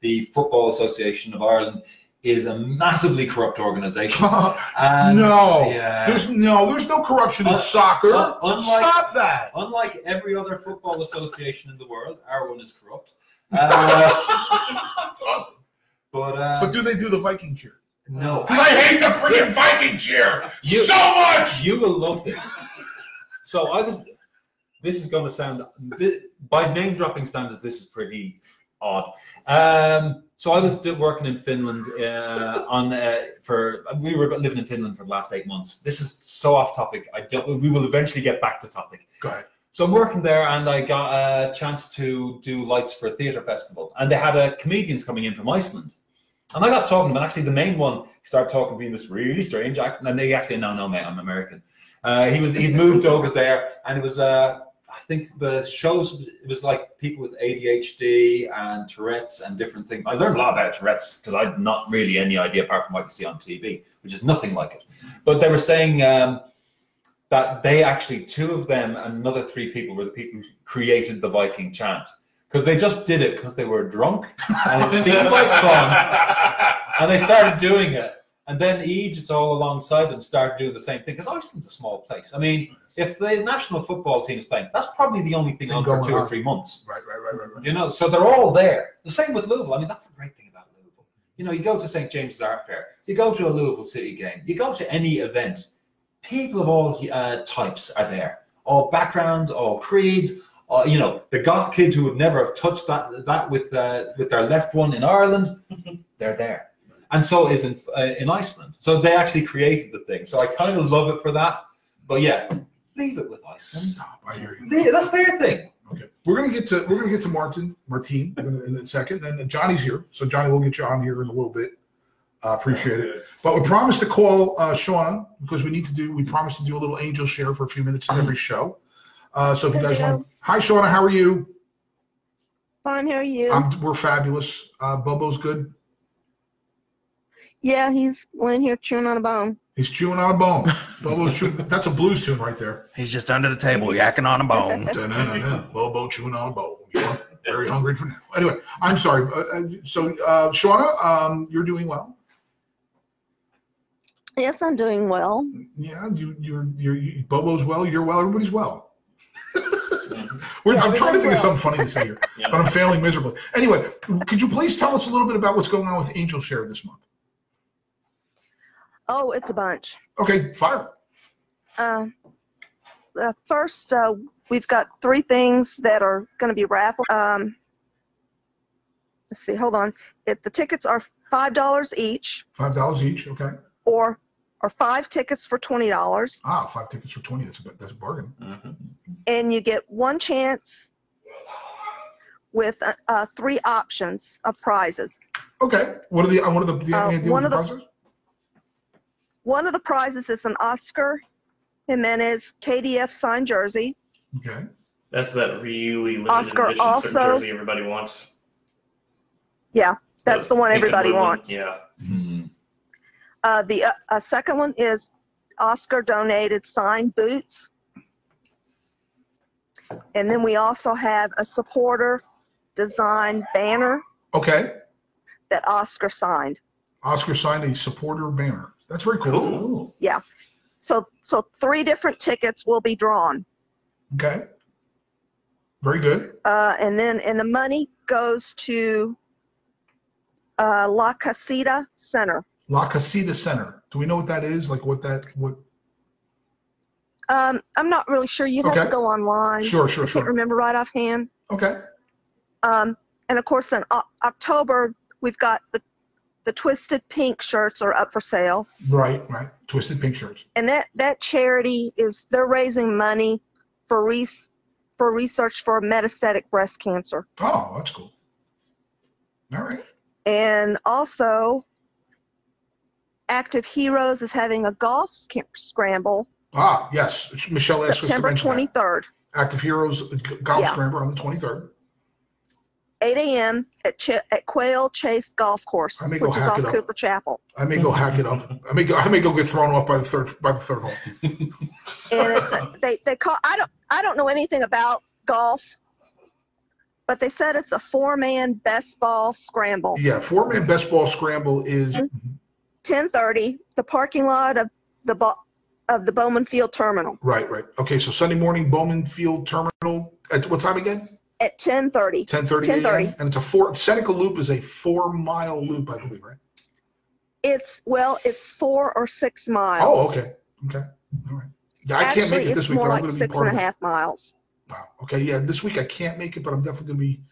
Speaker 4: the Football Association of Ireland is a massively corrupt organisation. And-
Speaker 1: no,
Speaker 4: yeah.
Speaker 1: there's no there's no corruption in
Speaker 4: Un-
Speaker 1: soccer.
Speaker 4: un- unlike-
Speaker 1: Stop that.
Speaker 4: Unlike every other football association in the world, our one is corrupt. Uh,
Speaker 1: That's awesome.
Speaker 4: but uh,
Speaker 1: But do they do the Viking cheer?
Speaker 4: no,
Speaker 1: 'Cause I hate the freaking Viking cheer
Speaker 4: You-
Speaker 1: so much.
Speaker 4: you will love this. So I was. This is going to sound thi- by name dropping standards. This is pretty odd. Um, so I was d- working in Finland uh, on uh, for we were living in Finland for the last eight months. This is so off topic. I don't. We will eventually get back to topic.
Speaker 1: Go ahead.
Speaker 4: So I'm working there, and I got a chance to do lights for a theatre festival, and they had uh, comedians coming in from Iceland, and I got talking to them. And actually, the main one started talking to me in this really strange accent, and they actually, no, no, mate, I'm American. Uh, he was he'd moved over there, and it was uh, I think the shows it was like people with ADHD and Tourette's and different things. I learned a lot about Tourette's because I'd not really any idea apart from what you see on TV, which is nothing like it. But they were saying um, that they actually two of them and another three people were the people who created the Viking chant because they just did it because they were drunk and it seemed like fun and they started doing it. And then Egypt all alongside them started doing the same thing because Iceland's a small place. I mean, if the national football team is playing, that's probably the only thing
Speaker 1: Thing
Speaker 4: on for
Speaker 1: going
Speaker 4: two or
Speaker 1: on.
Speaker 4: three months.
Speaker 1: Right, right, right, right, right.
Speaker 4: You know, so they're all there. The same with Louisville. I mean, that's the great thing about Louisville. You know, you go to St James's Art Fair, you go to a Louisville City game, you go to any event. People of all uh, types are there, all backgrounds, all creeds. all you know, the goth kids who would never have touched that that with uh, with their left one in Ireland, they're there. And so is in uh, in Iceland. So they actually created the thing. So I kind of love it for that. But yeah, leave it with Iceland.
Speaker 1: Stop. I hear you.
Speaker 4: They- That's their thing.
Speaker 1: Okay, we're gonna get to we're gonna get to Martin Martine in a- in a second. Then Johnny's here, so Johnny, we'll get you on here in a little bit. I appreciate it. But we promised to call uh, Shauna because we need to do we promised to do a little angel share for a few minutes in every show. Uh, so if you guys want, hi Shauna, how are you?
Speaker 6: Fine, how are you?
Speaker 1: I'm, we're fabulous. Uh, Bobo's good.
Speaker 6: yeah, he's laying here chewing on a bone.
Speaker 1: He's chewing on a bone. Bobo's chewing. That's a blues tune right there.
Speaker 7: He's just under the table yakking on a bone.
Speaker 1: Da-na-na-na. Bobo chewing on a bone. You are very hungry for now. Anyway, I'm sorry. Uh, uh, so uh, Shauna, um, you're doing well.
Speaker 6: Yes, I'm doing well.
Speaker 1: Yeah, you, you're, you're, you, Bobo's well, you're well, everybody's well. We're, I'm trying to think of
Speaker 6: everybody's well.
Speaker 1: something funny to say here, but I'm failing miserably. Anyway, could you please tell us a little bit about what's going on with Angel Share this month?
Speaker 6: Oh, it's a bunch.
Speaker 1: Okay, fire.
Speaker 6: Uh, uh, first, uh, we've got three things that are going to be raffled. Um, let's see, hold on. If the tickets are five dollars each,
Speaker 1: Five dollars each. Okay.
Speaker 6: or or five tickets for twenty dollars,
Speaker 1: Ah, five tickets for twenty. That's a that's a bargain.
Speaker 3: Mm-hmm.
Speaker 6: and you get one chance with uh, uh, three options of prizes.
Speaker 1: Okay. What are the uh, what are the, do you have
Speaker 6: Uh,
Speaker 1: any idea
Speaker 6: one
Speaker 1: what the
Speaker 6: of
Speaker 1: prizes?
Speaker 6: One of the prizes is an Oscar Jimenez KDF signed jersey.
Speaker 1: Okay.
Speaker 2: That's that really limited
Speaker 6: Oscar
Speaker 2: edition
Speaker 6: also-
Speaker 2: certain jersey everybody wants.
Speaker 6: That's the one
Speaker 2: Pink and
Speaker 6: everybody
Speaker 2: blue one.
Speaker 6: wants.
Speaker 2: Yeah.
Speaker 6: Uh, the uh, uh, second one is Oscar donated signed boots. And then we also have a supporter design banner
Speaker 1: Okay.
Speaker 6: that Oscar signed.
Speaker 1: Oscar signed a supporter banner. That's very cool.
Speaker 2: Cool.
Speaker 6: So, so three different tickets will be drawn.
Speaker 1: Okay. Very good.
Speaker 6: Uh, and then, and the money goes to uh, La Casita Center.
Speaker 1: La Casita Center. Do we know what that is? Like what that what?
Speaker 6: Um, I'm not really sure. You'd have
Speaker 1: Okay.
Speaker 6: to go online.
Speaker 1: Sure, sure,
Speaker 6: I can't
Speaker 1: sure.
Speaker 6: remember right offhand.
Speaker 1: Okay.
Speaker 6: Um, and of course, in o- October, we've got the, the Twisted Pink shirts are up for sale.
Speaker 1: Right, right. Twisted Pink shirts.
Speaker 6: And that, that charity is, they're raising money for, res, for research for metastatic breast cancer.
Speaker 1: Oh, that's cool. All right.
Speaker 6: And also, Active Heroes is having a golf sc- scramble
Speaker 1: Ah, yes. Michelle asked us to
Speaker 6: September
Speaker 1: mention
Speaker 6: 23rd,
Speaker 1: that. Active Heroes uh, Golf
Speaker 6: Yeah.
Speaker 1: Scramble on the 23rd.
Speaker 6: 8 a.m. At, Ch- at Quail Chase Golf Course,
Speaker 1: I may
Speaker 6: which
Speaker 1: go
Speaker 6: is
Speaker 1: hack
Speaker 6: off
Speaker 1: it up.
Speaker 6: Cooper Chapel.
Speaker 1: I may
Speaker 6: Mm-hmm.
Speaker 1: go hack it up. I may go. I may go get thrown off by the third by the third hole.
Speaker 6: and it's a, they they call I don't I don't know anything about golf, but they said it's a four man best ball scramble.
Speaker 1: Yeah, four man best ball scramble is.
Speaker 6: Mm-hmm. Ten thirty, the parking lot of the bo- of the Bowman Field Terminal
Speaker 1: Right, right. Okay, so Sunday morning, Bowman Field Terminal. At what time again?
Speaker 6: at ten thirty.
Speaker 1: 10:30 a.m.
Speaker 6: 10:30.
Speaker 1: And it's a four. Seneca Loop is a four mile loop, I believe, right?
Speaker 6: It's well, it's four or six miles.
Speaker 1: Oh, okay, okay, all right. Yeah, Oh, I
Speaker 6: Actually,
Speaker 1: can't make it this
Speaker 6: it's
Speaker 1: week,
Speaker 6: more
Speaker 1: but I'm
Speaker 6: like
Speaker 1: going to be
Speaker 6: six
Speaker 1: part
Speaker 6: and
Speaker 1: of it.
Speaker 6: a half miles.
Speaker 1: Wow. Okay. Yeah. This week I can't make it, but I'm definitely going to be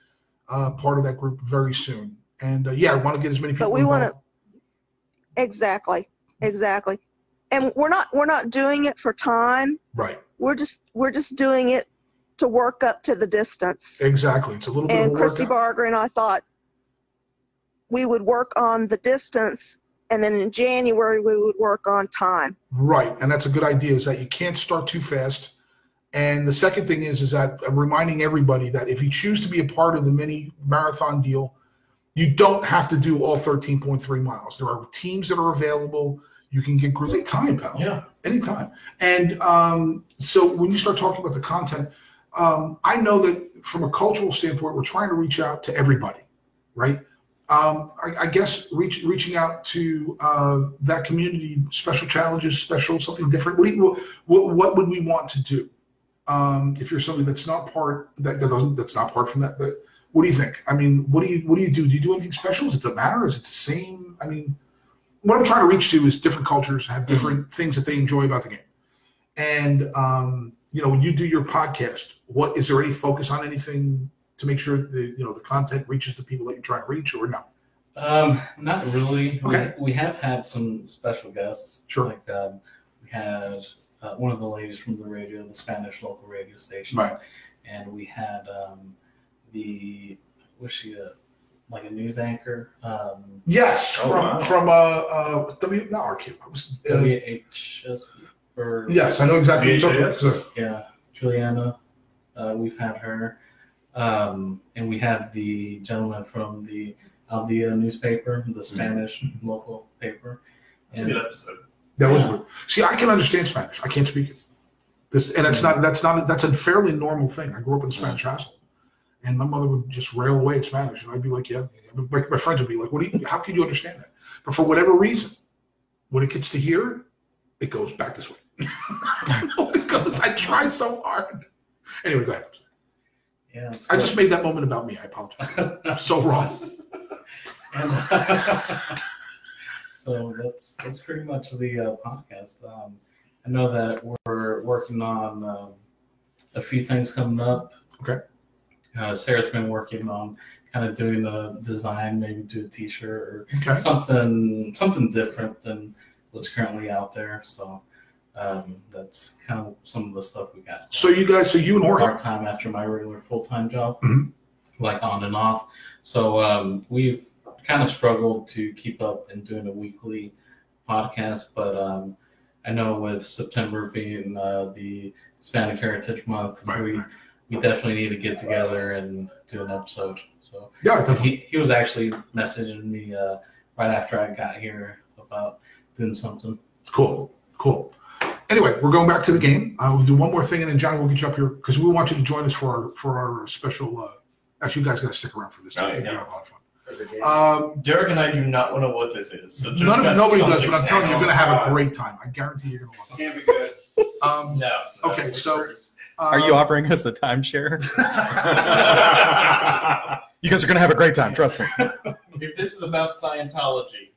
Speaker 1: uh, part of that group very soon. And uh, yeah, I want to get as many people.
Speaker 6: But we wanna-
Speaker 1: involved.
Speaker 6: Exactly, exactly. And we're not we're not doing it for time.
Speaker 1: Right.
Speaker 6: We're just we're just doing it to work up to the distance.
Speaker 1: Exactly. It's a little bit
Speaker 6: and
Speaker 1: of a
Speaker 6: Christy
Speaker 1: workout.
Speaker 6: Barger and I thought we would work on the distance, and then in January we would work on time.
Speaker 1: right. And that's a good idea. Is that you can't start too fast, And the second thing is, is that I'm reminding everybody that if you choose to be a part of the mini marathon deal, you don't have to do all 13.3 miles. There are teams that are available. You can get groups anytime, pal.
Speaker 2: Yeah.
Speaker 1: Anytime. And um, so when you start talking about the content, um, I know that from a cultural standpoint, we're trying to reach out to everybody, right? Um, I, I guess reach, reaching out to uh, that community, special challenges, special something different. What, do you, what, what would we want to do? Um, if you're somebody that's not part that, that doesn't that's not part from that, that, what do you think? I mean, what do you what do you do? Do you do anything special? Does it matter? Is it the same? I mean, what I'm trying to reach to is different cultures have different things that they enjoy about the game. And um, you know, when you do your podcast, what is there any focus on anything to make sure the you know the content reaches the people that you're trying to reach or no?
Speaker 5: Um, not really. We-
Speaker 1: Okay.
Speaker 5: We, have had some special guests.
Speaker 1: Sure.
Speaker 5: Like um, we had uh, one of the ladies from the radio, the Spanish local radio station.
Speaker 1: Right.
Speaker 5: And we had um, the was she a like a news anchor? Um,
Speaker 1: Yes,
Speaker 2: Oh,
Speaker 1: from
Speaker 2: wow. E
Speaker 1: from uh, uh W not RQ. I was, uh,
Speaker 5: WHS or
Speaker 1: yes, I know exactly what you're talking about.
Speaker 5: yeah, Juliana. Uh, we've had her, um, and we had the gentleman from the Aldea newspaper,
Speaker 1: Mm-hmm.
Speaker 5: the Spanish local paper.
Speaker 2: It's a good episode.
Speaker 1: That was
Speaker 5: Yeah.
Speaker 1: weird. See, I can understand Spanish. I can't speak it. This and
Speaker 2: Hmm.
Speaker 1: it's not that's not that's a fairly normal thing. I grew up in a Spanish household, and my mother would just rail away at Spanish, and I'd be like, yeah. yeah. My, my friends would be like, what do you? How can you understand that? But for whatever reason, when it gets to here, it goes back this way. it goes. I try so hard. Anyway, go ahead.
Speaker 5: Yeah, it's
Speaker 1: I
Speaker 5: like-
Speaker 1: just made that moment about me. I apologize. I'm so wrong.
Speaker 5: And- so that's that's pretty much the uh, podcast. Um, I know that we're working on um, a few things coming up.
Speaker 1: Okay.
Speaker 5: Uh, Sarah's been working on kind of doing a design, maybe do a T-shirt or
Speaker 1: Okay.
Speaker 5: something something different than what's currently out there. So um, that's kind of some of the stuff we got.
Speaker 1: So you guys, so you and Jorge.
Speaker 5: part time after my regular full time job,
Speaker 1: Mhm.
Speaker 5: like on and off. So um, we've kind of struggled to keep up and doing a weekly podcast, but um, I know with September being uh, the Hispanic Heritage Month,
Speaker 1: Right,
Speaker 5: we
Speaker 1: right.
Speaker 5: we definitely need to get together and do an episode. So
Speaker 1: Yeah, definitely.
Speaker 5: he, he was actually messaging me uh, right after I got here about doing something.
Speaker 1: Cool, cool. Anyway, we're going back to the game. Uh, we'll do one more thing, and then Johnny will get you up here because we want you to join us for our for our special. Uh, actually, you guys got to stick around for this.
Speaker 2: Oh,
Speaker 1: too.
Speaker 2: yeah.
Speaker 1: You're gonna have a lot of fun. Um,
Speaker 2: Derek and I do not want to know what this is. So just
Speaker 1: none
Speaker 2: got
Speaker 1: of, nobody does,
Speaker 2: something
Speaker 1: but I'm telling you, you're gonna have a
Speaker 2: on.
Speaker 1: great time. I guarantee you're gonna love it.
Speaker 2: Can't be good.
Speaker 1: Um,
Speaker 2: No.
Speaker 1: Okay, so-
Speaker 3: Are you
Speaker 1: um,
Speaker 3: offering us a timeshare?
Speaker 2: off?
Speaker 7: You guys are gonna have a great time, trust me.
Speaker 2: if this is about Scientology.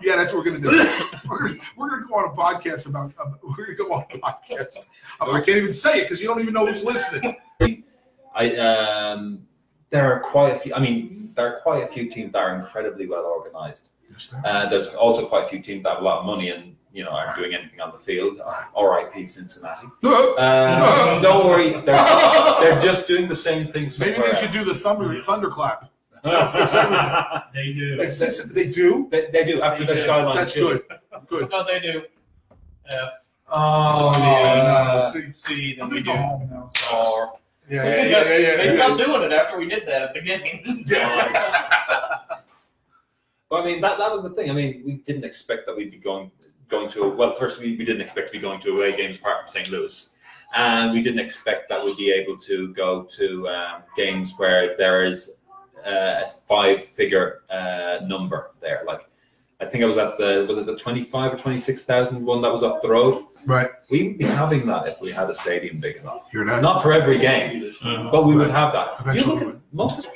Speaker 1: Yeah, that's what we're gonna do. We're gonna, we're gonna go on a podcast about. Um, we're gonna go on a podcast. I can't even say it because you don't even know who's listening.
Speaker 4: I um, there are quite a few. I mean, there are quite a few teams that are incredibly well organised.
Speaker 1: Just that.
Speaker 4: Uh, there's also quite a few teams that have a lot of money and you know aren't doing anything on the field. Uh, R.I.P. Cincinnati.
Speaker 1: No,
Speaker 4: Um, don't worry, they're, they're just doing the same thing.
Speaker 1: Maybe
Speaker 4: somewhere
Speaker 1: they should do the thunder thunderclap.
Speaker 2: they do.
Speaker 1: If since they do,
Speaker 4: They, they do after their
Speaker 2: Yeah,
Speaker 4: skyline.
Speaker 1: that's
Speaker 4: too.
Speaker 1: good. Good.
Speaker 2: No, they do. Yeah.
Speaker 4: Oh,
Speaker 1: yeah,
Speaker 4: yeah.
Speaker 1: no, uh, see,
Speaker 2: See, then
Speaker 1: I'm
Speaker 2: we
Speaker 1: gonna
Speaker 2: do.
Speaker 1: go home now.
Speaker 2: Or-
Speaker 1: Yeah,
Speaker 2: They
Speaker 1: yeah, yeah, yeah, yeah.
Speaker 2: they
Speaker 1: yeah.
Speaker 2: stopped doing it after we did that at the game.
Speaker 1: Yeah.
Speaker 4: But I mean, that, that was the thing. I mean, we didn't expect that we'd be going going to. Well, first we, we didn't expect to be going to away games apart from St. Louis, and we didn't expect that we'd be able to go to um, games where there is uh, a five-figure uh, number there. Like, I think I was at the was it the 25 or 26,000 one that was up the road.
Speaker 1: Right.
Speaker 4: We would be having that if we had a stadium big enough.
Speaker 1: Hear that?
Speaker 4: Not for every game, but we would have that. You
Speaker 1: Eventually
Speaker 4: look
Speaker 1: we
Speaker 4: at most.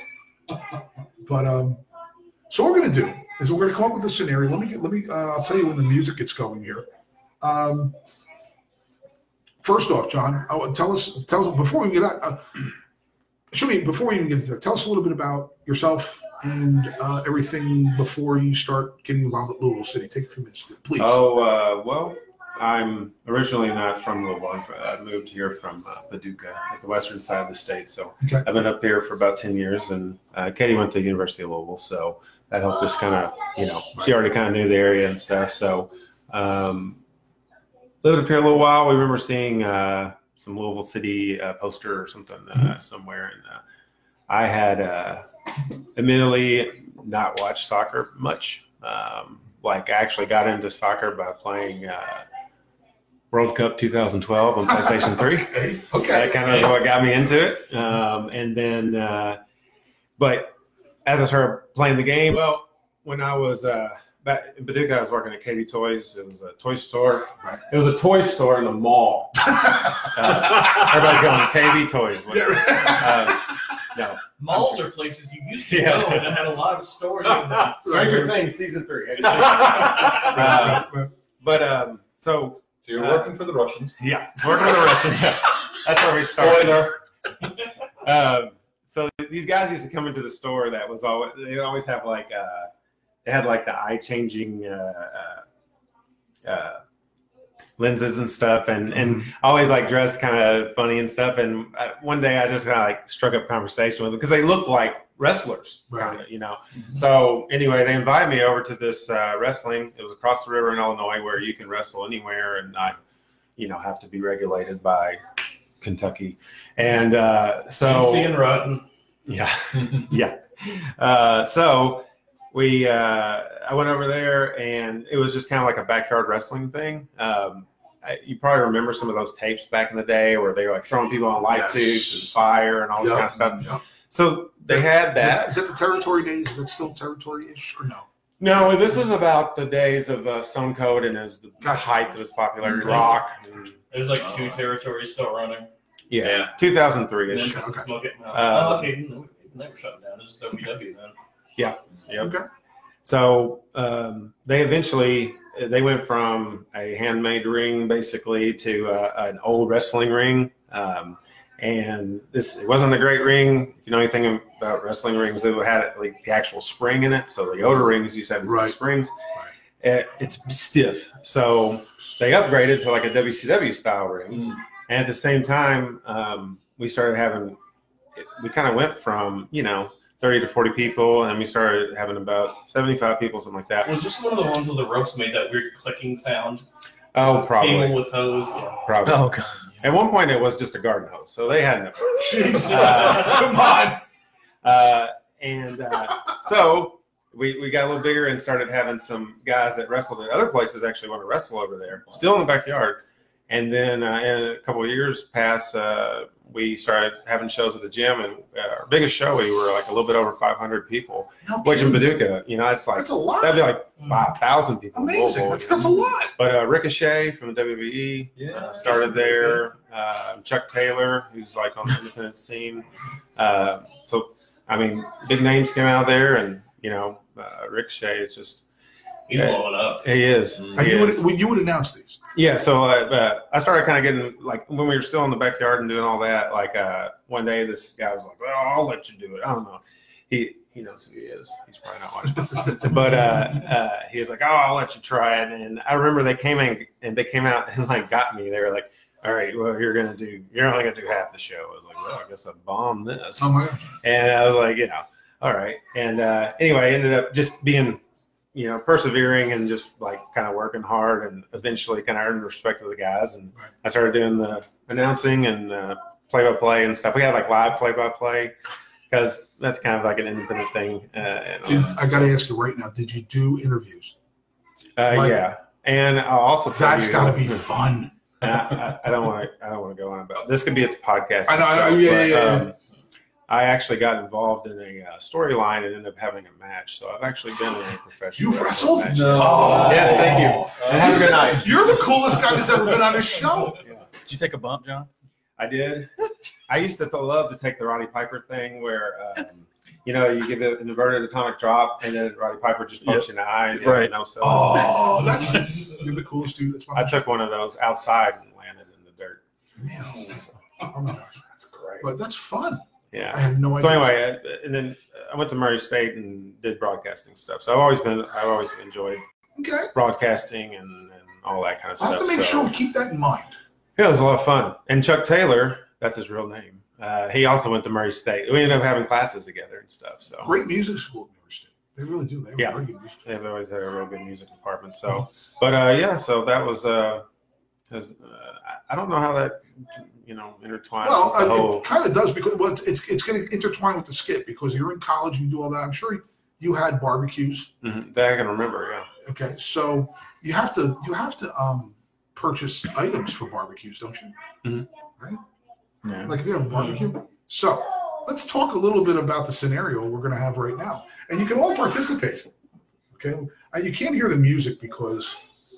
Speaker 1: But um, so what we're gonna do is we're gonna come up with a scenario. Let me let me. Uh, I'll tell you when the music gets going here. Um, first off, John, I would tell us tell us before we get out. Uh, should we before we even get into that, tell us a little bit about yourself and uh, everything before you start getting involved at Louisville City. Take a few minutes, please.
Speaker 8: Oh, uh, well, I'm originally not from Louisville. I'm fr- I moved here from uh, Paducah, like the western side of the state. So
Speaker 1: Okay.
Speaker 8: I've been up here for about 10 years, and uh, Katie went to the University of Louisville, so that helped us kind of, you know, she already kind of knew the area and stuff. So um, lived up here a little while. We remember seeing uh, some Louisville City uh, poster or something uh, somewhere, and uh, I had uh, admittedly not watched soccer much. Um, like I actually got into soccer by playing uh, World Cup 2012 on PlayStation 3.
Speaker 1: Okay.
Speaker 8: That kind of what got me into it. Um, and then, uh, but as I started playing the game, well, when I was uh, back in Paducah, I was working at KB Toys. It was a toy store.
Speaker 1: Right.
Speaker 8: It was a toy store in the mall. Uh, everybody's going KB Toys. Whatever. Um, no.
Speaker 2: Malls are places you used to
Speaker 8: Yeah.
Speaker 2: go and that had a lot of stories in them.
Speaker 8: Stranger Things season three.
Speaker 4: Uh,
Speaker 8: but um, so
Speaker 4: So you're working for the Russians.
Speaker 8: yeah, working with the Russians. That's where we started. Um, so these guys used to come into the store that was always they would always have like uh, they had like the eye changing uh, uh, uh, lenses and stuff and and always like dressed kind of funny and stuff and uh one day I just kind of like struck up conversation with them because they looked like wrestlers
Speaker 1: Right.
Speaker 8: kinda, you know so anyway they invited me over to this uh, wrestling it was across the river in Illinois where you can wrestle anywhere and not you know have to be regulated by Kentucky and uh, so
Speaker 2: Seeing rotten.
Speaker 8: yeah, yeah. Uh, so we, uh, I went over there, and it was just kind of like a backyard wrestling thing. Um, I, you probably remember some of those tapes back in the day where they were like throwing people on light
Speaker 1: Yes.
Speaker 8: tubes and fire and all this
Speaker 1: Yep.
Speaker 8: kind of stuff.
Speaker 1: Yep.
Speaker 8: So they had that.
Speaker 1: Is that the territory days? Is that still territory ish or no?
Speaker 8: No, this is about the days of uh, Stone Cold and his the
Speaker 1: Gotcha.
Speaker 8: height of his popularity,
Speaker 2: Mhm.
Speaker 8: Rock. and-
Speaker 2: There's like two territories still running.
Speaker 8: yeah,
Speaker 2: Yeah.
Speaker 8: 2003
Speaker 2: And
Speaker 8: ish.
Speaker 2: then
Speaker 1: okay.
Speaker 2: smoke it. No.
Speaker 8: Uh,
Speaker 2: oh, okay. They were shutting down. This is WW then.
Speaker 8: Yep.
Speaker 1: Okay.
Speaker 8: So um, they eventually they went from a handmade ring basically to uh, an old wrestling ring, um, and this it wasn't a great ring. If you know anything about wrestling rings, it had like the actual spring in it. So the older rings used to have these
Speaker 1: Right.
Speaker 8: springs. It, it's stiff. So they upgraded to like a WCW style ring. And at the same time, um, we started having, we kind of went from, you know, 30 to 40 people, and we started having about 75 people, something like that.
Speaker 2: Was this one of the ones where the ropes made that weird clicking sound?
Speaker 8: Oh,
Speaker 2: This Cable
Speaker 8: probably.
Speaker 2: with hose.
Speaker 8: Probably.
Speaker 7: Oh god.
Speaker 8: At one point, it was just a garden hose, so they had no.
Speaker 2: Jeez.
Speaker 8: Uh,
Speaker 2: Come on.
Speaker 8: Uh, and uh, so we, we got a little bigger and started having some guys that wrestled at other places actually want to wrestle over there, still in the backyard. And then uh, in a couple of years past, uh, we started having shows at the gym, and uh, our biggest show we were like a little bit over 500 people, which in Paducah, you know, it's like
Speaker 1: That's a lot.
Speaker 8: that'd be like 5,000 people. in Louisville,
Speaker 1: Amazing.
Speaker 8: you
Speaker 1: That's,
Speaker 8: know.
Speaker 1: that's a lot.
Speaker 8: But uh, Ricochet from the WWE uh, started there. Uh, Chuck Taylor, who's like on the independent scene. Uh, so, I mean, big names came out of there, and you know, uh, Ricochet is just
Speaker 2: He's blowing up.
Speaker 8: he is. He
Speaker 1: And you
Speaker 8: is.
Speaker 1: would, would- you would announce these.
Speaker 8: Yeah, so uh, uh, I started kind of getting like when we were still in the backyard and doing all that. Like uh, one day, this guy was like, "Well, I'll let you do it." I don't know. He he knows who he is. He's probably not watching, but uh, uh, he was like, "Oh, I'll let you try it." And I remember they came in and they came out and like got me. They were like, "All right, well, you're gonna do. You're only gonna do half the show." I was like, "Well, I guess I bombed this."
Speaker 1: Oh my gosh.
Speaker 8: And I was like, you know, all right. And uh, anyway, I ended up just being, you know, persevering and just like kind of working hard and eventually kind of earned the respect of the guys. And
Speaker 1: Right.
Speaker 8: I started doing the announcing and uh, play-by-play and stuff. We had like live play-by-play because that's kind of like an independent thing. Uh, and all
Speaker 1: Did,
Speaker 8: that.
Speaker 1: I got to ask you right now. Did you do interviews?
Speaker 8: uh,
Speaker 1: like-
Speaker 8: yeah. And I'll also tell
Speaker 1: That's
Speaker 8: you-
Speaker 1: got to be fun.
Speaker 8: and I, I, I don't want to. I don't want to go on about this. Could be at the podcast.
Speaker 1: I know, I know,
Speaker 8: itself,
Speaker 1: yeah, yeah, yeah.
Speaker 8: um, I actually got involved in a uh, storyline and ended up having a match. So I've actually been in a professional.
Speaker 1: You
Speaker 8: wrestling
Speaker 1: wrestled?
Speaker 8: match.
Speaker 4: No.
Speaker 1: Oh.
Speaker 8: Yes, thank you.
Speaker 4: Uh,
Speaker 8: And have a good night.
Speaker 1: You're the coolest guy that's ever been on this show.
Speaker 8: Yeah,
Speaker 7: Did you take a bump, John?
Speaker 8: I did. I used to love to take the Roddy Piper thing where. Um, you know, you give it an inverted atomic drop, and then Roddy Piper just punches you in the eye. And you have
Speaker 7: Right.
Speaker 8: No sell.
Speaker 1: Oh, that's you're the coolest dude. That's
Speaker 8: I
Speaker 1: why.
Speaker 8: took one of those outside and landed in the dirt.
Speaker 1: Man, oh my gosh,
Speaker 8: That's great.
Speaker 1: but that's fun.
Speaker 8: Yeah.
Speaker 1: I had no idea.
Speaker 8: So anyway, I, and then uh, I went to Murray State and did broadcasting stuff. So I've always been, I've always enjoyed
Speaker 1: okay,
Speaker 8: broadcasting and, and all that kind of
Speaker 1: I'll have
Speaker 8: stuff.
Speaker 1: to make
Speaker 8: so-
Speaker 1: sure we keep that in mind.
Speaker 8: Yeah, it was a lot of fun. And Chuck Taylor, that's his real name. Uh, he also went to Murray State. We ended up having classes together and stuff. So
Speaker 1: Great music school at Murray State. They really do. They have
Speaker 8: Yeah.
Speaker 1: a very good music.
Speaker 8: they've always had a real good music department. So, but uh, yeah, so that was uh, Because uh, I- I don't know how that, you know, intertwines.
Speaker 1: Well,
Speaker 8: with the
Speaker 1: uh,
Speaker 8: whole-
Speaker 1: it kind of does because well, it's it's, it's going to intertwine with the skit because you're in college and you do all that. I'm sure you had barbecues.
Speaker 8: Mhm, that I can remember, yeah.
Speaker 1: Okay, so you have to you have to um purchase items for barbecues, don't you? Like if you have a barbecue. So let's talk a little bit about the scenario we're going to have right now, and you can all participate. Okay, Uh, you can't hear the music because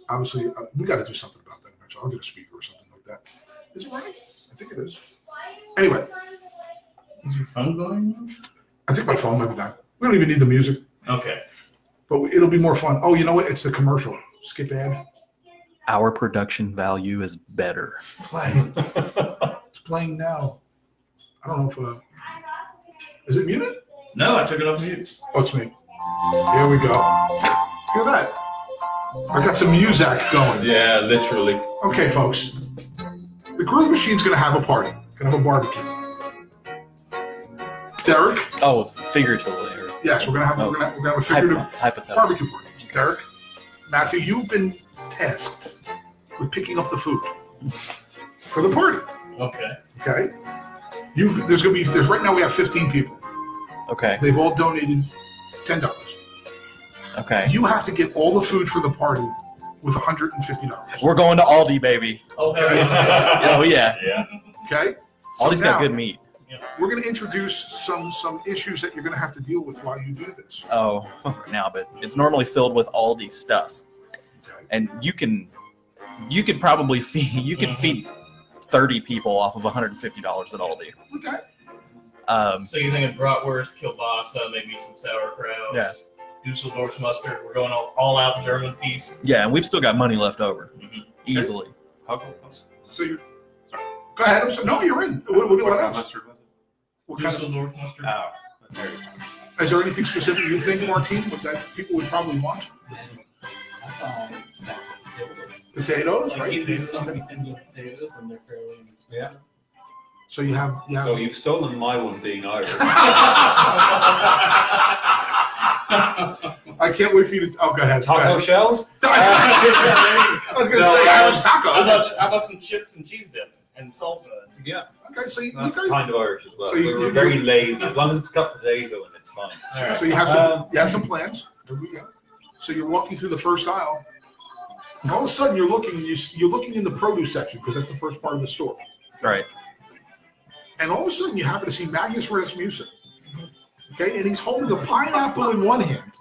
Speaker 1: obviously uh, we got to do something about that eventually. I'll get a speaker or something like that. Is it running? I think it is. Anyway,
Speaker 5: Is your phone going?
Speaker 1: I think my phone might be down. We don't even need the music.
Speaker 5: Okay.
Speaker 1: but it'll be more fun. Oh, you know what? It's the commercial. Skip ad.
Speaker 3: Our production value is better.
Speaker 1: Play. It's playing now. I don't know if uh, is it muted?
Speaker 5: No, I took it off mute.
Speaker 1: Oh, it's me. Here we go. Hear that? I got some music going.
Speaker 5: Yeah, literally.
Speaker 1: Okay, folks. The Groove Machine's gonna have a party. Gonna have a barbecue. Derek,
Speaker 3: Oh, figuratively. Or
Speaker 1: yes, we're gonna have we're gonna, we're gonna have a
Speaker 3: hypo-
Speaker 1: figurative
Speaker 3: hypothetical.
Speaker 1: barbecue party. Derek, Matthew, you've been tasked with picking up the food for the party.
Speaker 5: Okay.
Speaker 1: Okay. You there's gonna be there's right now we have 15 people.
Speaker 3: Okay.
Speaker 1: They've all donated ten dollars.
Speaker 3: Okay.
Speaker 1: You have to get all the food for the party with 150 dollars.
Speaker 3: We're going to Aldi, baby.
Speaker 5: Oh, hell yeah.
Speaker 3: Oh yeah,
Speaker 5: yeah.
Speaker 1: Okay. So
Speaker 3: Aldi's
Speaker 1: now,
Speaker 3: got good meat.
Speaker 1: We're gonna introduce some some issues that you're gonna have to deal with while you do this.
Speaker 3: Oh, right now, but it's normally filled with Aldi stuff,
Speaker 1: Okay.
Speaker 3: and you can, you could probably feed, you could
Speaker 5: Mm-hmm.
Speaker 3: feed 30 people off of 150 dollars at Aldi.
Speaker 1: Okay.
Speaker 3: Um,
Speaker 5: So you think of bratwurst, kielbasa, maybe some sauerkraut,
Speaker 3: Yeah.
Speaker 5: Dusseldorf's mustard. We're going all, all out German feast.
Speaker 3: yeah, and we've still got money left over,
Speaker 5: Mhm.
Speaker 3: easily.
Speaker 8: Hufflepuffs?
Speaker 1: So you. Go ahead. I'm sorry. No, you're in. What, what, what
Speaker 8: kind of
Speaker 1: else?
Speaker 8: mustard was it?
Speaker 1: What kind of,
Speaker 5: Dusseldorf mustard.
Speaker 8: Oh, there you go.
Speaker 1: is there anything specific you think, Martine, would- that people would probably want?
Speaker 5: Um, sack of potatoes.
Speaker 1: Potatoes,
Speaker 5: Like you do
Speaker 1: right?
Speaker 5: something with potatoes and they're fairly inexpensive.
Speaker 1: So you have you have
Speaker 4: So you've stolen my one being Irish.
Speaker 1: I can't wait for you to. Oh, go ahead. Go
Speaker 4: Taco
Speaker 1: ahead.
Speaker 4: shells?
Speaker 1: I was going to
Speaker 5: No,
Speaker 1: say
Speaker 5: um,
Speaker 1: Irish
Speaker 5: How
Speaker 1: tacos.
Speaker 5: about, how about some chips and cheese dip and salsa?
Speaker 4: Yeah,
Speaker 1: Okay, so you, you
Speaker 4: that's
Speaker 1: guys,
Speaker 4: kind of Irish as well.
Speaker 1: So you-
Speaker 4: we're,
Speaker 1: you-
Speaker 4: we're very lazy. As long as it's got potato in it, it's fine.
Speaker 1: so you have some
Speaker 4: Um,
Speaker 1: you have some plans. There we go. So you're walking through the first aisle. All of a sudden, you're looking you, s- you're looking in the produce section because that's the first part of the store.
Speaker 3: Right.
Speaker 1: And all of a sudden, you happen to see Magnus Rasmussen. Okay, and he's holding a pineapple in one hand,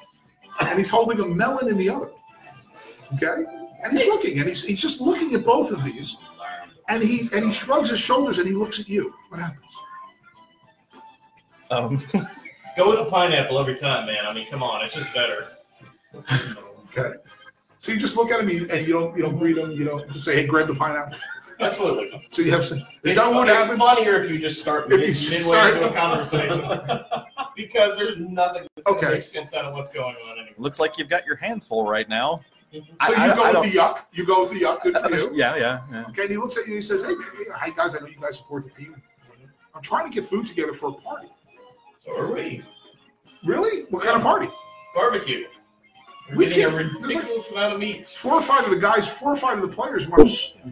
Speaker 1: and he's holding a melon in the other. Okay, and he's looking, and he's, he's just looking at both of these, and he and he shrugs his shoulders and he looks at you. What happens?
Speaker 3: Um,
Speaker 5: Go with a pineapple every time, man. I mean, come on, it's just better.
Speaker 1: Okay. So you just look at him you- and you don't you don't greet him. You don't just say, "Hey, grab the pineapple."
Speaker 5: Absolutely.
Speaker 1: So you have some. Is
Speaker 5: It's,
Speaker 1: that what would
Speaker 5: it's
Speaker 1: happen?
Speaker 5: funnier if you just start
Speaker 1: If
Speaker 5: mid,
Speaker 1: you just
Speaker 5: midway
Speaker 1: start-
Speaker 5: into a conversation because there's nothing that's gonna
Speaker 1: Okay.
Speaker 5: make sense out of what's going on anymore.
Speaker 3: looks like you've got your hands full right now.
Speaker 5: Mm-hmm.
Speaker 1: So
Speaker 3: I-
Speaker 1: you
Speaker 3: I- I
Speaker 1: go
Speaker 3: don't-
Speaker 1: with the yuck. You go with the yuck. Good for you.
Speaker 3: Yeah, yeah, yeah.
Speaker 1: Okay. And he looks at you and he says, "Hey, hey, hi guys. I know you guys support the team. I'm trying to get food together for a party.
Speaker 5: So are we.
Speaker 1: Really? What kind of party?
Speaker 5: Barbecue. We're
Speaker 1: We
Speaker 5: getting a
Speaker 1: can't-
Speaker 5: ridiculous amount of meat.
Speaker 1: Four or five of the guys, four or five of the players. Want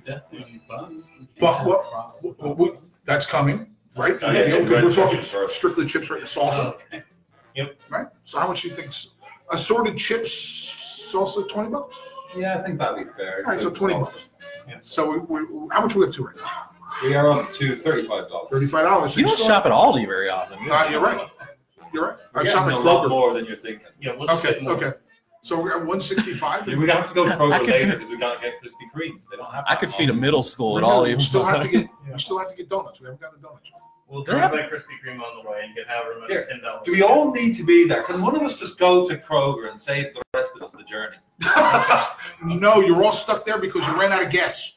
Speaker 5: Definitely buns.
Speaker 1: But what- what- what- that's coming, right?
Speaker 5: Oh, yeah, yeah,
Speaker 1: You know, 'cause
Speaker 5: red
Speaker 1: we're talking
Speaker 5: chips first. Oh,
Speaker 1: strictly chips, right? Salsa, right? So how much do you think? Assorted chips, salsa, twenty bucks.
Speaker 4: Yeah, I think that'd be fair.
Speaker 1: All right, so 20 bucks. So we, we, how much are we up to right now?
Speaker 4: We are up to thirty-five dollars.
Speaker 1: Thirty-five dollars.
Speaker 3: You don't shop at Aldi very often.
Speaker 1: Uh, you're right. You're right. I shop at
Speaker 4: a lot
Speaker 1: Kroger.
Speaker 4: more than you're thinking.
Speaker 5: Yeah, we'll just
Speaker 1: Okay,
Speaker 5: get more.
Speaker 1: okay. So we're at one sixty-five.
Speaker 4: We're gonna have to go Kroger
Speaker 3: could-
Speaker 4: later because we gotta get Krispy Kremes. They don't have.
Speaker 3: I could feed a middle school at Aldi.
Speaker 1: We still have to get, we still have to get donuts. We haven't got the donuts.
Speaker 5: We'll drive by Krispy Kreme on the way and get however much
Speaker 4: Here.
Speaker 5: ten dollars.
Speaker 4: Do we all need to be there? Can one of us just go to Kroger and save the rest of us the journey?
Speaker 1: No, you're all stuck there because you ran out of gas.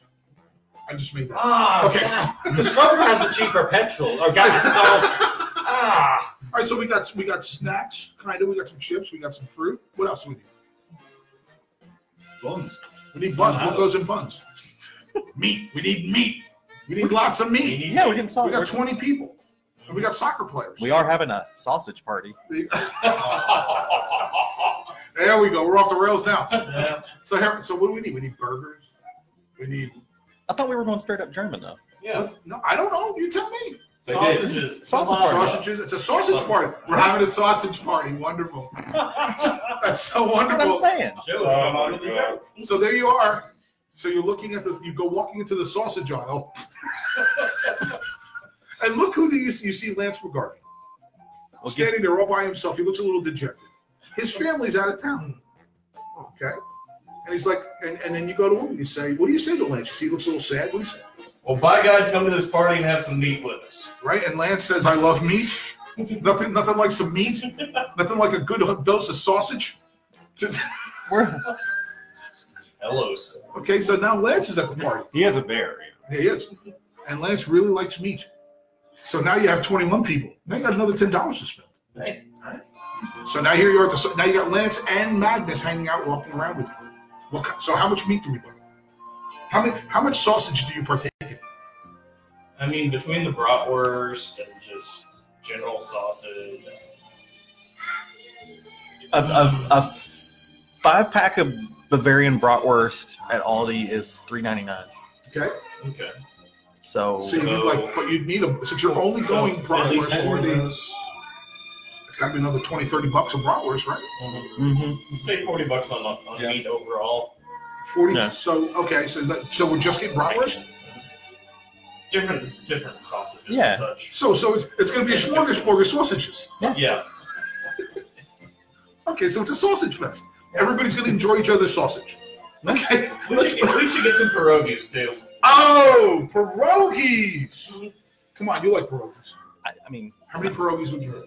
Speaker 1: I just made that.
Speaker 4: Ah,
Speaker 1: Okay.
Speaker 4: Because Kroger has the cheaper petrol or gas. So ah,
Speaker 1: All right, so we got, we got snacks, kind of. We got some chips. We got some fruit. What else do we need?
Speaker 4: buns.
Speaker 1: We need buns. What goes in buns? Meat. We need meat. We need lots of
Speaker 5: We
Speaker 1: meat.
Speaker 5: need-
Speaker 3: Yeah, we can
Speaker 1: We
Speaker 3: solve
Speaker 1: got
Speaker 3: it.
Speaker 1: twenty people. And we got soccer players.
Speaker 3: We are having a sausage party.
Speaker 1: There we go. We're off the rails now.
Speaker 5: Yeah.
Speaker 1: So, here, so what do we need? We need burgers. We need
Speaker 3: I thought we were going straight up German though.
Speaker 2: Yeah.
Speaker 1: What? No, I don't know. You tell me.
Speaker 4: They did.
Speaker 2: Sausages.
Speaker 4: Sausage
Speaker 1: Sausages. It's a sausage party. We're having a sausage party. Wonderful. That's so
Speaker 3: That's what I'm
Speaker 1: wonderful.
Speaker 3: saying.
Speaker 4: Uh,
Speaker 2: Joe's
Speaker 8: Oh,
Speaker 2: going on
Speaker 8: my
Speaker 2: to the
Speaker 8: God.
Speaker 2: joke.
Speaker 1: So there you are. So you're looking at the. You go walking into the sausage aisle, and look who do you see? You see Lance McGarvey
Speaker 3: Well, give-
Speaker 1: standing there all by himself. He looks a little dejected. His family's out of town.
Speaker 3: Hmm.
Speaker 1: Okay. And he's like, and, and then you go to him and you say, what do you say to Lance? You see, he looks a little sad. What do you say?
Speaker 2: Well, by God, come to this party and have some meat with us.
Speaker 1: right? And Lance says, "I love meat. nothing, nothing like some meat. Nothing like a good dose of sausage."
Speaker 3: we're-
Speaker 2: Hello, sir.
Speaker 1: okay, so now Lance is at the party.
Speaker 8: He has a bear.
Speaker 1: There he is, and Lance really likes meat. So now you have 21 people. Now you got another ten dollars to spend.
Speaker 2: Hey,
Speaker 1: So now here you are at the. Now you got Lance and Magnus hanging out, walking around with you. What, ki- so how much meat do we buy? How many? How much sausage do you partake in?
Speaker 2: I mean, between the bratwurst and just general sausage,
Speaker 3: a, a, a five pack of Bavarian bratwurst at Aldi is three ninety nine.
Speaker 1: Okay,
Speaker 2: okay.
Speaker 3: So
Speaker 1: so you'd like, but you'd need a since you're only
Speaker 2: So,
Speaker 1: going
Speaker 2: at least
Speaker 1: bratwurst
Speaker 2: four
Speaker 1: or
Speaker 2: of
Speaker 1: the.
Speaker 2: those.
Speaker 1: It's got to be another 20, 30 bucks of bratwurst, right?
Speaker 3: Mhm.
Speaker 2: Say forty bucks on, on
Speaker 4: Yeah.
Speaker 2: meat overall.
Speaker 1: Forty.
Speaker 3: Yeah.
Speaker 1: So okay, so that, so we're just getting bratwurst.
Speaker 2: Different different sausages
Speaker 3: Yeah.
Speaker 2: and such.
Speaker 1: So so it's it's gonna be a smorgasbord of sausages.
Speaker 2: Yeah.
Speaker 1: Okay, so it's a sausage fest. Everybody's gonna enjoy each other's sausage. Okay.
Speaker 2: We should, get, we should get some pierogies too.
Speaker 1: Oh, pierogies! Come on, you like pierogies.
Speaker 3: I, I mean,
Speaker 1: How many pierogies would you? Have?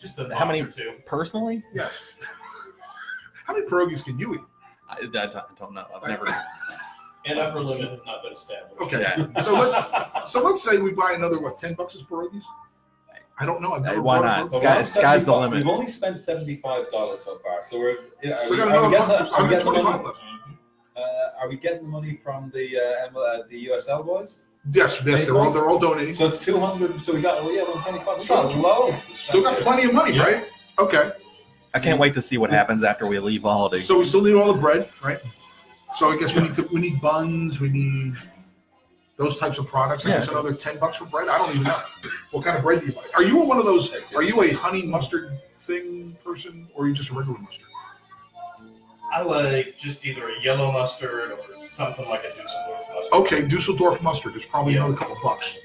Speaker 2: Just a
Speaker 3: How many-
Speaker 2: box or two.
Speaker 3: personally,
Speaker 1: Yes. How many pierogies can you eat?
Speaker 3: I, I don't I don't know. I've never.
Speaker 2: An upper limit has not been established.
Speaker 1: Okay. So let's so let's say we buy another what, ten bucks of pierogies? I don't know. I've
Speaker 3: Hey,
Speaker 1: never
Speaker 3: why
Speaker 1: bought a
Speaker 3: not?
Speaker 1: pierogi.
Speaker 3: Sky- sky's the limit.
Speaker 4: We've only spent seventy-five dollars so far, so we're. are
Speaker 1: So we
Speaker 4: are
Speaker 1: got another
Speaker 4: getting the-
Speaker 1: one. Hundred
Speaker 4: are we getting the
Speaker 1: twenty-five
Speaker 4: money-
Speaker 1: left.
Speaker 4: uh, Are we getting the money from the uh, M- uh, the USL boys?
Speaker 1: Yes, yes, they're all they're all donating.
Speaker 4: So it's two hundred. So we got oh yeah, one twenty-five. We got loads.
Speaker 1: Still got plenty of money,
Speaker 2: Yeah.
Speaker 1: right? Okay.
Speaker 3: I can't wait to see what happens after we leave Aldi.
Speaker 1: So we still need all the bread, right? So I guess we need to, we need buns, we need those types of products. I guess
Speaker 3: Yeah.
Speaker 1: another ten bucks for bread. I don't even know. What kind of bread do you buy? Are you one of those? Are you a honey mustard thing person, or are you just a regular mustard?
Speaker 2: I like just either a yellow mustard or something like a Dusseldorf mustard.
Speaker 1: Okay, Dusseldorf mustard is probably
Speaker 2: Yeah.
Speaker 1: another couple bucks.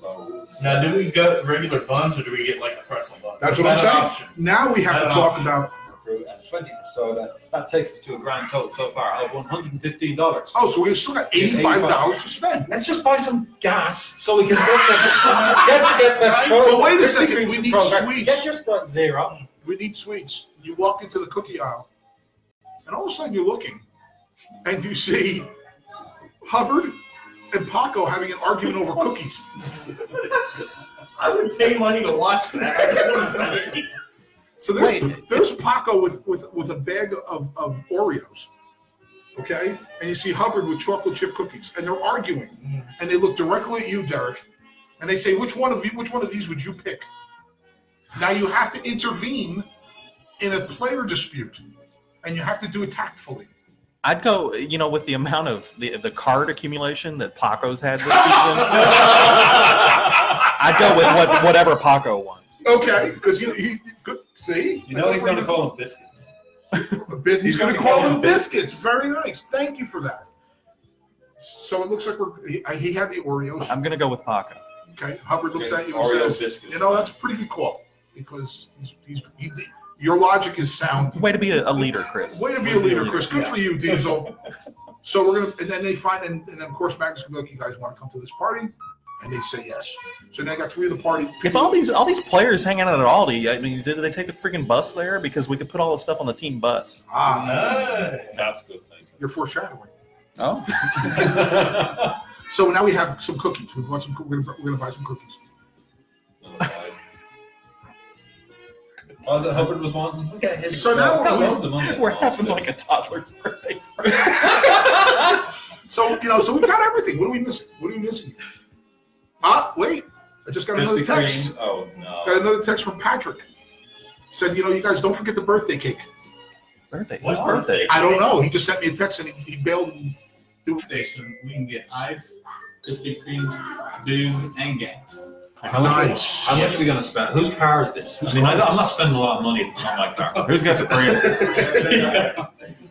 Speaker 4: So
Speaker 2: Now, do we get regular buns or do we get like a pretzel bun?
Speaker 1: That's
Speaker 2: Is
Speaker 1: what I'm
Speaker 2: that
Speaker 1: saying.
Speaker 2: an option?
Speaker 1: Now we have
Speaker 2: Not
Speaker 1: to
Speaker 2: an
Speaker 1: talk
Speaker 2: option.
Speaker 1: about.
Speaker 4: fruit and twenty from soda. That takes us to a grand total so far of one hundred and fifteen dollars.
Speaker 1: Oh, so we still got eighty-five dollars to spend.
Speaker 4: Let's just buy some gas so we can get the let's get the
Speaker 2: Right?
Speaker 4: full
Speaker 1: But wait a
Speaker 4: 50
Speaker 1: second,
Speaker 4: degrees
Speaker 1: we
Speaker 4: of
Speaker 1: need
Speaker 4: program.
Speaker 1: sweets.
Speaker 4: Get your Sprite Zero.
Speaker 1: We need sweets. You walk into the cookie aisle, and all of a sudden you're looking, and you see Hubbard and Paco having an argument over cookies.
Speaker 2: I would pay money to watch that. I just want to say.
Speaker 1: So there's,
Speaker 3: Wait.
Speaker 1: there's Paco with, with, with a bag of, of Oreos, okay? And you see Hubbard with chocolate chip cookies, and they're arguing, and they look directly at you, Derek, and they say, "Which one of you, which one of these would you pick?" Now you have to intervene in a player dispute, and you have to do it tactfully.
Speaker 3: I'd go, you know, with the amount of the the card accumulation that Paco's had this season. I'd go with what whatever Paco wants.
Speaker 1: Okay, because you know, he good. See,
Speaker 4: You know he's going to
Speaker 1: call
Speaker 4: call them biscuits.
Speaker 1: He's,
Speaker 4: he's
Speaker 1: going to
Speaker 4: gonna
Speaker 1: call
Speaker 4: call
Speaker 1: them
Speaker 4: them
Speaker 1: biscuits. Very nice. Thank you for that. So it looks like we're he, he had the Oreos.
Speaker 3: I'm gonna go with Paco.
Speaker 1: Okay, Hubbard looks
Speaker 4: Okay,
Speaker 1: at you and
Speaker 4: Oreo
Speaker 1: says,
Speaker 4: biscuits.
Speaker 1: "You know that's a pretty good call because he's, he's he, your logic is sound.
Speaker 3: Way to be a, a leader, Chris.
Speaker 1: Way to be a leader, Chris. Good for you, Diesel." so we're gonna, and then they find, and, and then of course Magnus can be like, "You guys want to come to this party?" And they say yes. So now I got three of the party.
Speaker 3: If all these all these players hang out at Aldi, I mean, did they take the freaking bus there? Because we could put all the stuff on the team bus.
Speaker 1: ah,
Speaker 2: Nice.
Speaker 4: That's good. Thank
Speaker 1: you're foreshadowing.
Speaker 3: Oh,
Speaker 1: So now we have some cookies. We bought some. We're gonna, we're gonna buy some cookies.
Speaker 4: What was it Hubbard was wanting? Look at his-
Speaker 1: So now
Speaker 4: We've got
Speaker 1: we're-
Speaker 4: loads of money.
Speaker 3: we're having like a toddler's parade.
Speaker 1: So you know, so we've got everything. What are we missing? What are we missing? Ah, wait. I just got another
Speaker 4: Krispy
Speaker 1: text.
Speaker 4: Kreme. Oh
Speaker 1: Got
Speaker 4: no.
Speaker 1: another text from Patrick. Said, you know, you guys don't forget the birthday cake.
Speaker 3: Birthday.
Speaker 2: What
Speaker 3: Whose birthday?
Speaker 1: I don't know. He just sent me a text and he, he bailed and
Speaker 5: Food station, we can get ice, Krispy Kremes, booze, and gas.
Speaker 4: How much,
Speaker 1: Nice.
Speaker 4: how much are we going to spend? Whose car is this? I mean, I, I'm not spending a lot of money on my car. Who's got the brand?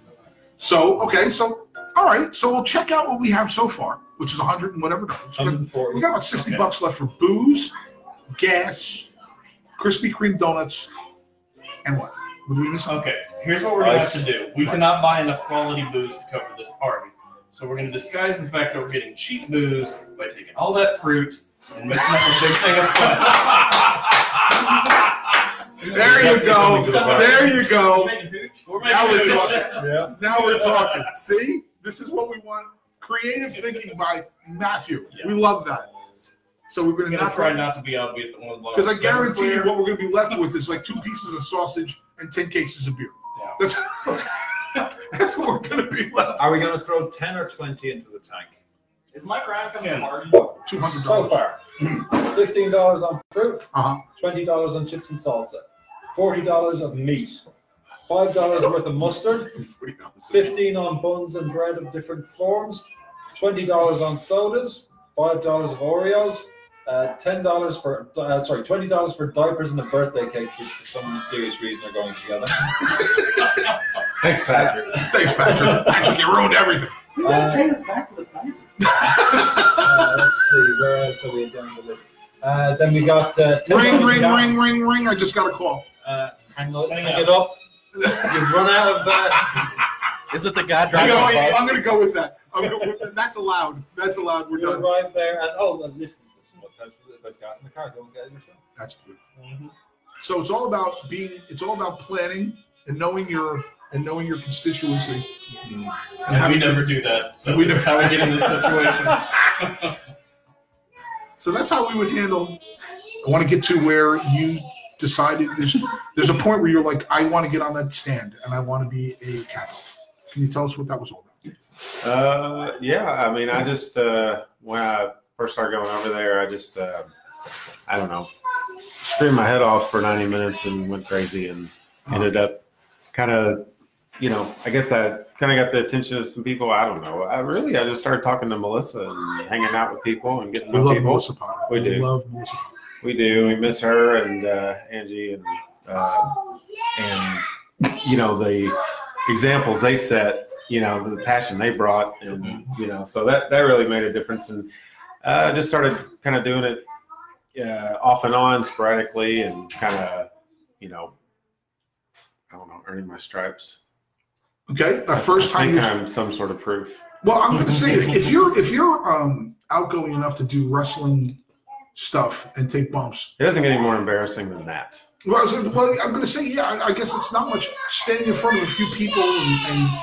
Speaker 1: So okay, so all right, so we'll check out what we have so far, which is a hundred and whatever dollars. We got-
Speaker 4: 140.
Speaker 1: We got about sixty
Speaker 4: Okay.
Speaker 1: bucks left for booze, gas, Krispy Kreme donuts, and what? What do we miss?
Speaker 2: Okay, here's what we're gonna have to do. We cannot buy enough quality booze to cover this party. So we're gonna disguise the fact that we're getting cheap booze by taking all that fruit and mixing up a big thing of fun.
Speaker 1: There you go. There you go.
Speaker 2: We're making hooch. We're making
Speaker 1: Now we're
Speaker 2: hooch.
Speaker 1: talking. Now we're talking. See, this is what we want. Creative thinking by Matthew. We love that. So we're
Speaker 2: We're
Speaker 1: gonna
Speaker 2: gonna
Speaker 1: knock
Speaker 2: try not to be obvious at one level.
Speaker 1: Because I guarantee you, what we're going to be left with is like two pieces of sausage and ten cases of beer.
Speaker 2: Yeah.
Speaker 1: That's that's what we're going to be left.
Speaker 4: Are we going to throw 10 or 20 into the tank?
Speaker 2: Is my crime coming to margin?
Speaker 1: Two hundred
Speaker 4: So
Speaker 1: dollars.
Speaker 4: far, fifteen dollars on fruit,
Speaker 1: Uh-huh.
Speaker 4: twenty dollars on chips and salsa, forty dollars of meat, five dollars worth of mustard, fifteen on buns and bread of different forms, twenty dollars on sodas, five dollars of Oreos, uh, ten dollars for uh, sorry, twenty dollars for diapers and a birthday cake, which for some mysterious reason are going together.
Speaker 8: Thanks, Patrick.
Speaker 1: Thanks, Patrick. Patrick, you ruined everything.
Speaker 5: Who's gonna pay us back for the bank?
Speaker 4: Uh, let's see, where else are we down the list? Uh, then we got uh, $10
Speaker 1: ring, ring,
Speaker 4: gas.
Speaker 1: ring, ring, ring. I just got a call.
Speaker 4: Uh, hang on, hang
Speaker 2: up.
Speaker 4: it up. You've run out of uh,
Speaker 3: Is it the guy
Speaker 1: You
Speaker 3: driving
Speaker 1: know,
Speaker 3: the
Speaker 1: I,
Speaker 3: bus?
Speaker 1: am going to go with that. I'm gonna, that's allowed. That's allowed. We're
Speaker 4: You're
Speaker 1: done.
Speaker 4: right there, and oh, and listen, listen, what comes with it, there's gas in the car, don't get it yourself.
Speaker 1: That's good.
Speaker 4: Mm-hmm.
Speaker 1: So it's all about being. It's all about planning and knowing your and knowing your constituency. And
Speaker 2: And we
Speaker 1: having-
Speaker 2: never do that, so
Speaker 1: We
Speaker 2: we
Speaker 1: never-
Speaker 2: never how we get in this situation.
Speaker 1: So that's how we would handle. I want to get to where you decided there's there's a point where you're like, I want to get on that stand and I want to be a captain. Can you tell us what that was all about?
Speaker 8: Uh, yeah, I mean, I just uh, when I first started going over there, I just uh, I don't know, screamed my head off for 90 minutes and went crazy and ended up kind of, you know, I guess I kind of got the attention of some people. I don't know. I really I just started talking to Melissa and hanging out with people and getting to
Speaker 1: We
Speaker 8: know
Speaker 1: love
Speaker 8: people.
Speaker 1: Melissa Potter.
Speaker 8: We do.
Speaker 1: love Melissa. Potter.
Speaker 8: We do. We miss her and uh, Angie and uh, and you know the examples they set. You know the passion they brought, and you know so that that really made a difference. And uh, I just started kind of doing it uh, off and on sporadically, and kind of you know I don't know earning my stripes.
Speaker 1: Okay, the first
Speaker 8: I
Speaker 1: time.
Speaker 8: think
Speaker 1: You,
Speaker 8: I'm some sort of proof.
Speaker 1: well, I'm going to say if, if you're if you're um, outgoing enough to do wrestling stuff and take bumps.
Speaker 8: It doesn't get any more embarrassing than that.
Speaker 1: Well, I was- well I'm going to say yeah. I, I guess it's not much standing in front of a few people and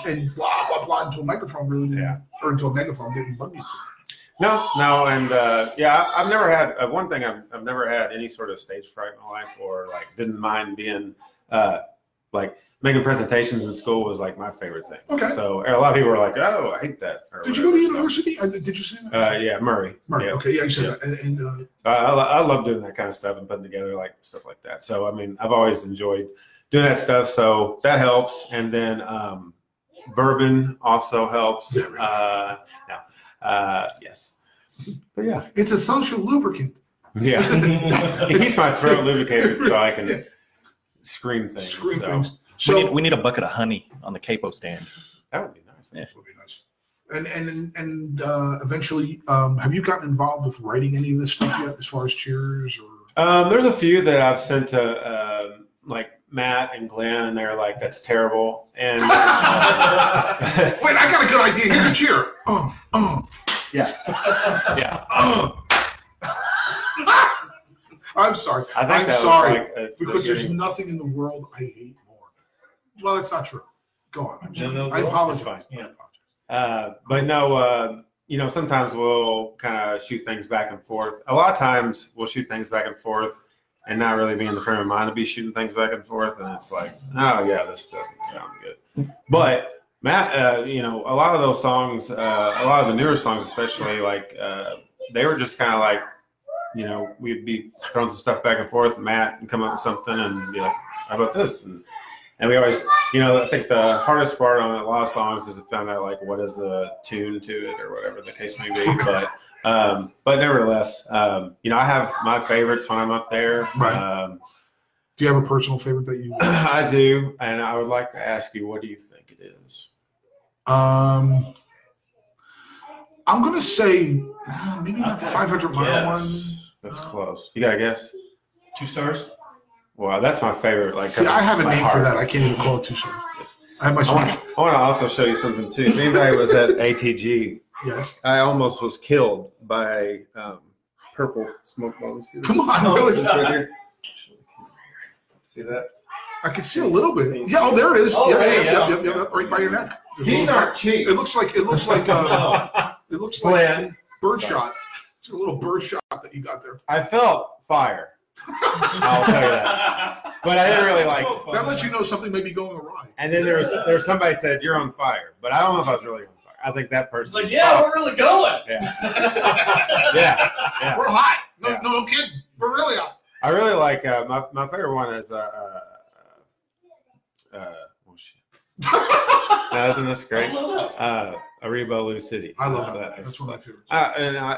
Speaker 1: and, and blah blah blah into a microphone really didn't,
Speaker 8: Yeah.
Speaker 1: or into a megaphone didn't bug you. Too.
Speaker 8: No, no, and uh, yeah, I- I've never had uh, one thing. I've, I've never had any sort of stage fright in my life, or like didn't mind being uh, like making presentations in school was like my favorite thing.
Speaker 1: Okay.
Speaker 8: So and a lot of people were like, "Oh, I hate that." or
Speaker 1: Did you go to
Speaker 8: whatever, so.
Speaker 1: university? Uh, Did you say that?
Speaker 8: Uh, yeah, Murray.
Speaker 1: Murray.
Speaker 8: Yeah.
Speaker 1: Okay, yeah, you said
Speaker 8: Yeah.
Speaker 1: that. And, and uh,
Speaker 8: I, I, lo- I love doing that kind of stuff and putting together like stuff like that. So I mean, I've always enjoyed doing that stuff. So that helps. And then um, bourbon also helps.
Speaker 1: Yeah, right.
Speaker 8: Uh, no. Uh, yes. But yeah.
Speaker 1: it's essential lubricant.
Speaker 8: Yeah. It keeps my throat lubricated so I can scream things.
Speaker 1: Screw
Speaker 8: so
Speaker 1: things. So
Speaker 3: We need, we need a bucket of honey on the capo stand.
Speaker 8: That would be nice.
Speaker 3: Yeah.
Speaker 1: would be nice. And and and uh, eventually, um, have you gotten involved with writing any of this stuff yet, as far as cheers or?
Speaker 8: Um, there's a few that I've sent to um, like Matt and Glenn, and they're like, "That's terrible." And uh,
Speaker 1: Wait, I got a good idea. Here's a cheer. Oh, oh,
Speaker 8: yeah,
Speaker 1: oh. I'm sorry.
Speaker 8: I think
Speaker 1: I'm
Speaker 8: that
Speaker 1: sorry
Speaker 8: was like a,
Speaker 1: because there's
Speaker 8: beginning.
Speaker 1: nothing in the world I hate more. Well, that's not true. Go on. I'm sorry.
Speaker 2: No, no,
Speaker 1: I
Speaker 2: no.
Speaker 1: apologize. I
Speaker 2: Yeah.
Speaker 1: apologize.
Speaker 8: Uh, but no, uh, you know, sometimes we'll kind of shoot things back and forth. A lot of times we'll shoot things back and forth and not really be in the frame of mind to be shooting things back and forth. And it's like, oh, yeah, this doesn't sound good. But Matt, uh, you know, a lot of those songs, uh, a lot of the newer songs, especially, like, uh, they were just kind of like, you know, we'd be throwing some stuff back and forth, Matt, and come up with something and be like, how about this? And And we always, you know, I think the hardest part on a lot of songs is to find out like what is the tune to it or whatever the case may be. But um, but nevertheless, um, you know, I have my favorites when I'm up there.
Speaker 1: Right.
Speaker 8: Um,
Speaker 1: Do you have a personal favorite that you?
Speaker 8: I do, and I would like to ask you, what do you think it is?
Speaker 1: Um, I'm gonna say uh, maybe not the
Speaker 2: Okay.
Speaker 1: 500 mile
Speaker 2: Yes.
Speaker 8: That's close. You got a guess?
Speaker 2: Two stars.
Speaker 8: Wow, that's my favorite.
Speaker 1: one.
Speaker 8: Like, uh,
Speaker 1: See, I have a
Speaker 8: my
Speaker 1: name for
Speaker 8: heart.
Speaker 1: that. I can't even call it too soon.
Speaker 8: Yes.
Speaker 1: I have my
Speaker 8: I want, I want to also show you something too. If anybody was at ATG,
Speaker 1: yes.
Speaker 8: I almost was killed by um, purple smoke bombs.
Speaker 1: Come on, really?
Speaker 8: It's right here. See that?
Speaker 1: I can see a little bit. Yeah. Oh, there it is.
Speaker 2: Oh,
Speaker 1: yeah,
Speaker 2: right,
Speaker 1: yeah, yeah,
Speaker 2: yeah.
Speaker 1: Yep, yep, yep, right by your neck. There's a
Speaker 2: These
Speaker 1: little-
Speaker 2: aren't cheap.
Speaker 1: It looks like it looks like uh, it looks like
Speaker 8: Plan.
Speaker 1: bird shot. It's a little bird shot that you got there.
Speaker 8: I felt fire, I'll tell you
Speaker 2: that.
Speaker 8: but I didn't really like. it.
Speaker 1: That lets you know something may be going awry.
Speaker 8: And then there was there was somebody said you're on fire, but I don't know if I was really on fire. I think that
Speaker 2: It's
Speaker 8: person.
Speaker 2: like, yeah, we're really going.
Speaker 8: yeah. Yeah.
Speaker 1: We're hot. No,
Speaker 8: Yeah.
Speaker 1: no, no kidding. We're really hot.
Speaker 8: I really like uh, my my favorite one is uh, uh, uh, uh oh shit. Now, isn't this
Speaker 2: I
Speaker 8: great?
Speaker 2: don't know that.
Speaker 8: Uh, Ariba Lou City.
Speaker 1: I love
Speaker 8: That's-
Speaker 1: that.
Speaker 8: is-
Speaker 1: That's one of my favorites.
Speaker 8: Uh, and I, I,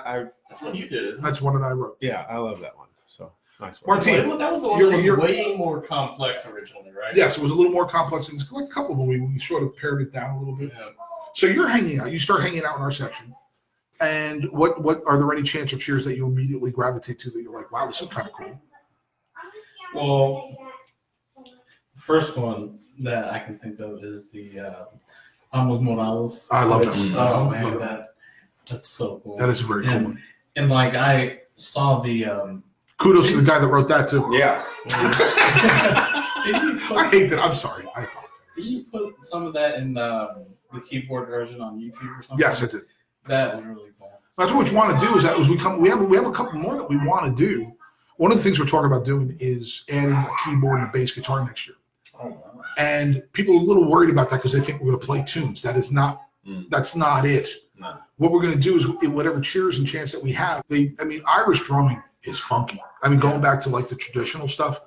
Speaker 2: That's what you did, isn't it?
Speaker 1: That's one that I wrote.
Speaker 8: yeah, I love that one. So nice.
Speaker 1: Or
Speaker 8: one.
Speaker 1: Martin,
Speaker 2: Wait, well, that was the one
Speaker 1: you're-
Speaker 2: that was
Speaker 1: you're-
Speaker 2: way more complex originally, right?
Speaker 1: Yes, it was a little more complex. It was like a couple of them. We, we sort of pared it down a little bit.
Speaker 2: Yeah.
Speaker 1: So you're hanging out. You start hanging out in our section. And what what are there any chants or cheers that you immediately gravitate to that you're like, wow, this is kind of cool?
Speaker 5: Well, first one that I can think of is the uh, Amos Morales.
Speaker 1: I love that.
Speaker 5: Which-
Speaker 1: one.
Speaker 5: Oh
Speaker 1: I
Speaker 5: man,
Speaker 1: love that.
Speaker 5: that that's so cool.
Speaker 1: That is a very cool
Speaker 5: And-
Speaker 1: one.
Speaker 5: And like I saw the um,
Speaker 1: Kudos to the guy that wrote that too.
Speaker 8: Yeah.
Speaker 5: did you
Speaker 1: I
Speaker 5: put
Speaker 1: hate that. I'm sorry. I apologize.
Speaker 5: did you put some of that in um, the keyboard version on YouTube or something?
Speaker 1: Yes, I did.
Speaker 5: That was really cool.
Speaker 1: That's what we want to do is that is we come we have we have a couple more that we want to do. One of the things we're talking about doing is adding a keyboard and a bass guitar next year.
Speaker 4: Oh,
Speaker 1: And people are a little worried about that because they think we're going to play tunes. That is not
Speaker 4: Mm.
Speaker 1: that's not it.
Speaker 4: No.
Speaker 1: What we're going to do is in whatever cheers and chants that we have. They I mean Irish drumming is funky. I mean going back to like the traditional stuff,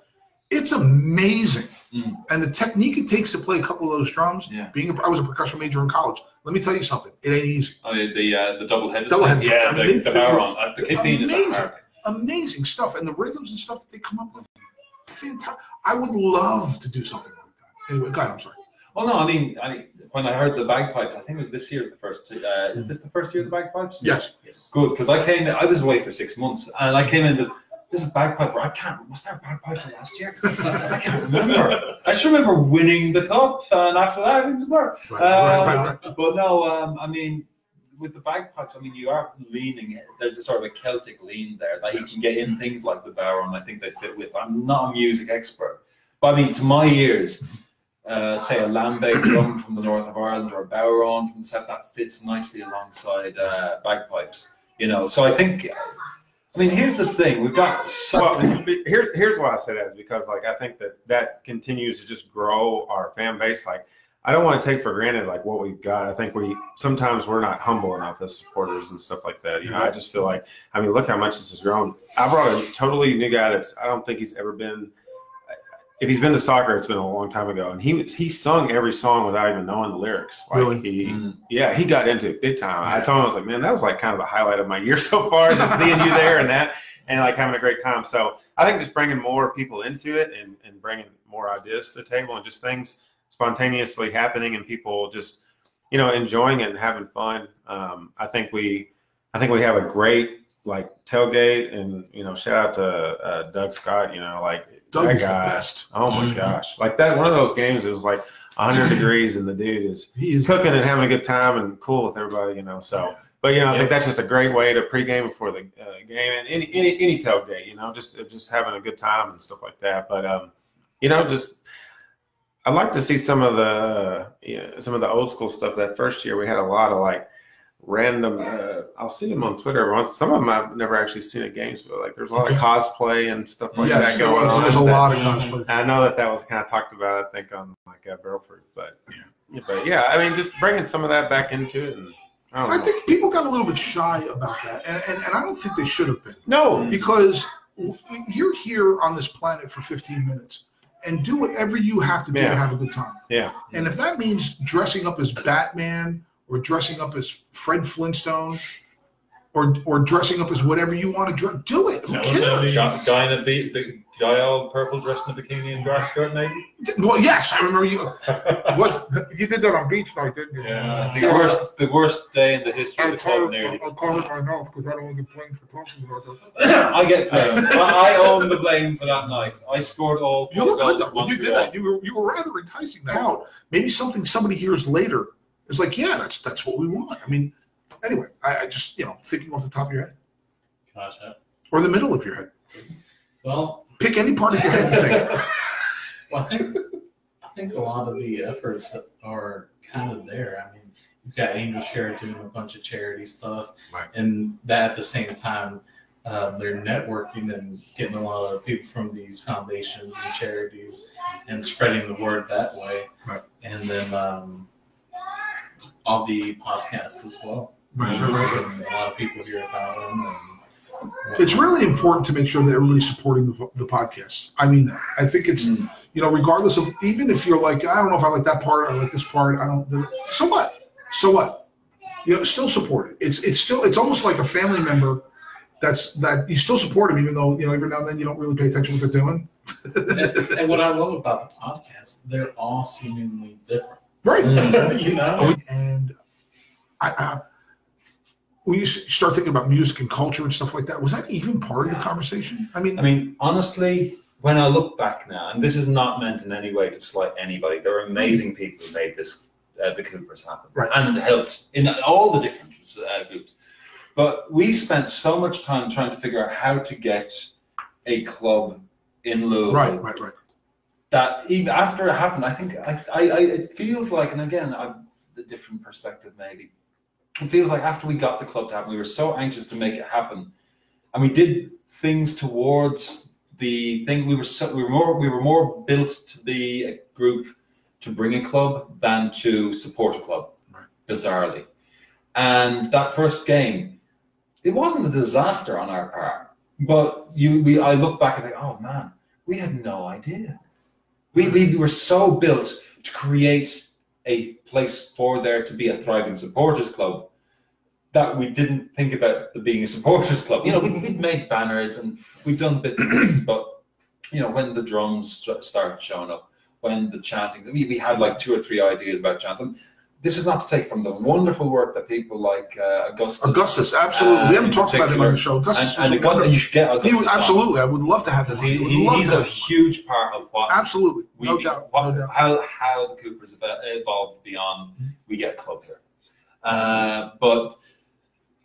Speaker 1: it's amazing.
Speaker 4: Mm.
Speaker 1: And the technique it takes to play a couple of those drums.
Speaker 4: Yeah.
Speaker 1: Being a, I was a percussion major in college. Let me tell you something. It ain't easy.
Speaker 4: Oh, the the, uh, the double headed.
Speaker 1: Double-headed.
Speaker 4: Yeah,
Speaker 1: I mean,
Speaker 4: the,
Speaker 1: they-
Speaker 4: the
Speaker 1: they-
Speaker 4: Baron. Uh, the
Speaker 1: they're
Speaker 4: caffeine is
Speaker 1: amazing.
Speaker 4: unbearable.
Speaker 1: amazing stuff and the rhythms and stuff that they come up with fantastic i would love to do something like that anyway god i'm sorry
Speaker 4: Well, Oh, no, I mean, I mean, when I heard the bagpipes, I think it was this year's the first. Uh, is this the first year of the bagpipes?
Speaker 1: yes
Speaker 5: Yes.
Speaker 4: Good, because I came. I was away for six months, and I came in. with, This is bagpiper. I can't. Was there a bagpiper last year? I can't remember. I just remember winning the cup, and after that, everything's work.
Speaker 1: right, right, right,
Speaker 8: Uh,
Speaker 1: right.
Speaker 4: But no, um, I mean, with the bagpipes, I mean, you are leaning. There's a sort of a Celtic lean there that you can get in things like the baron. I think they fit with. I'm not a music expert, but I mean, to my ears, uh, say a lambic drum from the north of Ireland or a baron from the south, that fits nicely alongside uh, bagpipes. You know, so I think. I mean, here's the thing. We've got
Speaker 8: Well,
Speaker 4: so.
Speaker 8: here, here's why I say that is because like I think that that continues to just grow our fan base. Like I don't want to take for granted like what we've got. I think we sometimes we're not humble enough as supporters and stuff like that. You know, I just feel like I mean look how much this has grown. I brought a totally new guy that's I don't think he's ever been. If he's been to soccer, it's been a long time ago, and he was- he sung every song without even knowing the lyrics. Like
Speaker 1: Really?
Speaker 8: he
Speaker 3: Mm.
Speaker 8: yeah, he got into it big time. I told him, I was like, man, that was like kind of the highlight of my year so far, just seeing you there and that, and like having a great time. So I think just bringing more people into it and, and bringing more ideas to the table and just things spontaneously happening and people just, you know, enjoying it and having fun. Um, I think we, I think we have a great like tailgate and you know, shout out to uh, Doug Scott. You know, like
Speaker 1: doug
Speaker 8: that
Speaker 1: is the
Speaker 8: guy.
Speaker 1: best Mm-hmm.
Speaker 8: Oh my
Speaker 2: Mhm.
Speaker 8: gosh, like that one of those games. It was like 100 degrees and the dude is
Speaker 1: he is
Speaker 8: cooking and having a good time and cool with everybody, you know. So, but you know, I think that's just a great way to pregame before the uh, game and any, any any tailgate, you know, just just having a good time and stuff like that. But um, you know, just I'd like to see some of the yeah, some of the old school stuff. That first year we had a lot of like random. Uh, I'll see them on Twitter every once. Some of them I've never actually seen at games, but like there's a lot of cosplay and stuff like
Speaker 1: yes
Speaker 8: that
Speaker 1: there
Speaker 8: going
Speaker 1: was,
Speaker 8: on.
Speaker 1: there's a
Speaker 8: that-
Speaker 1: lot of
Speaker 2: Mhm.
Speaker 1: cosplay
Speaker 8: I know that that was kind of talked about, I think, on like uh, Barrelford, but yeah. but yeah, I mean, just bringing some of that back into it. And, I don't
Speaker 1: i
Speaker 8: know.
Speaker 1: think people got a little bit shy about that and, and, and i don't think they
Speaker 4: Mm.
Speaker 1: should have been
Speaker 8: no,
Speaker 1: because you're here on this planet for 15 minutes and do whatever you have to do
Speaker 8: Yeah.
Speaker 1: to have a good time.
Speaker 8: Yeah.
Speaker 1: And if that means dressing up as Batman or dressing up as Fred Flintstone or or dressing up as whatever you want to dress, do it. Who
Speaker 2: Tell
Speaker 1: cares?
Speaker 2: them
Speaker 4: Guy guy in a be- the guy all purple dressed in a bikini and grass skirt, maybe.
Speaker 1: Well, yes, I remember you. Was you did that on beach night, didn't you?
Speaker 4: Yeah, the worst, the worst day in the history of the club, nearly.
Speaker 1: covered my mouth because I don't want to get blamed for talking about that.
Speaker 4: I get blamed. I, I own the blame for that night. I scored all
Speaker 1: You
Speaker 4: four
Speaker 1: look
Speaker 4: goals
Speaker 1: good though.
Speaker 4: at
Speaker 1: When you did
Speaker 4: Montreal.
Speaker 1: that, you were you were rather enticing that out. Maybe something somebody hears later is like, yeah, that's that's what we want. I mean, anyway, I, I just you know thinking off the top of your head
Speaker 5: Gosh, I-
Speaker 1: or the middle of your head.
Speaker 5: well,
Speaker 1: Pick any part of your head you think.
Speaker 5: well, I think I think a lot of the efforts are kind of there. I mean, you've got Angel Share doing a bunch of charity stuff,
Speaker 1: Right.
Speaker 5: and that at the same time, uh, they're networking and getting a lot of people from these foundations and charities and spreading the word that way.
Speaker 1: Right.
Speaker 5: And then um, all the podcasts as well.
Speaker 1: Right,
Speaker 5: a
Speaker 1: right, right, right.
Speaker 5: lot of people hear about them. And
Speaker 1: It's really important to make sure that everybody's supporting the, the podcast. I mean, that. I think it's
Speaker 5: Mm.
Speaker 1: you know regardless of even if you're like I don't know if I like that part, I like this part, I don't. So what? So what? You know, still support it. It's it's still it's almost like a family member. That's that you still support them even though you know every now and then you don't really pay attention to what they're doing.
Speaker 5: and, and what I love about the podcast, they're all seemingly different.
Speaker 1: right.
Speaker 5: you know?
Speaker 1: Mm. We- and I, I when you s- start thinking about music and culture and stuff like that, was that even part of the conversation? I mean,
Speaker 4: I mean, honestly, when I look back now, and this is not meant in any way to slight anybody, there are amazing people who made this, uh, the Coopers happen,
Speaker 1: Right.
Speaker 4: and helped in all the different uh, groups. But we spent so much time trying to figure out how to get a club in Louisville
Speaker 1: right, right, right.
Speaker 4: that even after it happened, I think I, I, I it feels like, and again, I'm a different perspective maybe. It feels like after we got the club to happen, we were so anxious to make it happen, and we did things towards the thing. We were so, we were more we were more built to be a group to bring a club than to support a club,
Speaker 1: Right.
Speaker 4: bizarrely. And that first game, it wasn't a disaster on our part, but you we I look back and think, oh man, we had no idea. We, we, we were so built to create a place for there to be a thriving supporters club that we didn't think about there being a supporters club. You know, we'd, we'd made banners and we'd done bits and pieces, but, you know, when the drums st- started showing up, when the chanting, we, we had like two or three ideas about chants. And this is not to take from the wonderful work that people like uh, Augustus.
Speaker 1: Augustus, absolutely.
Speaker 4: Uh,
Speaker 1: we haven't talked about him on
Speaker 4: particular.
Speaker 1: the show. Augustus
Speaker 4: And, and
Speaker 1: was
Speaker 4: Augustus,
Speaker 1: wonderful.
Speaker 4: you should get
Speaker 1: He
Speaker 4: Augustus.
Speaker 1: was, absolutely. I would love to have him.
Speaker 4: Because
Speaker 1: on. I
Speaker 4: he,
Speaker 1: would
Speaker 4: he,
Speaker 1: love
Speaker 4: he's
Speaker 1: to
Speaker 4: a
Speaker 1: have him.
Speaker 4: huge part of what
Speaker 1: absolutely,
Speaker 4: we,
Speaker 1: no doubt,
Speaker 4: what-
Speaker 1: no doubt.
Speaker 4: How, how the Coopers eva- evolved beyond we get a club here. Uh, but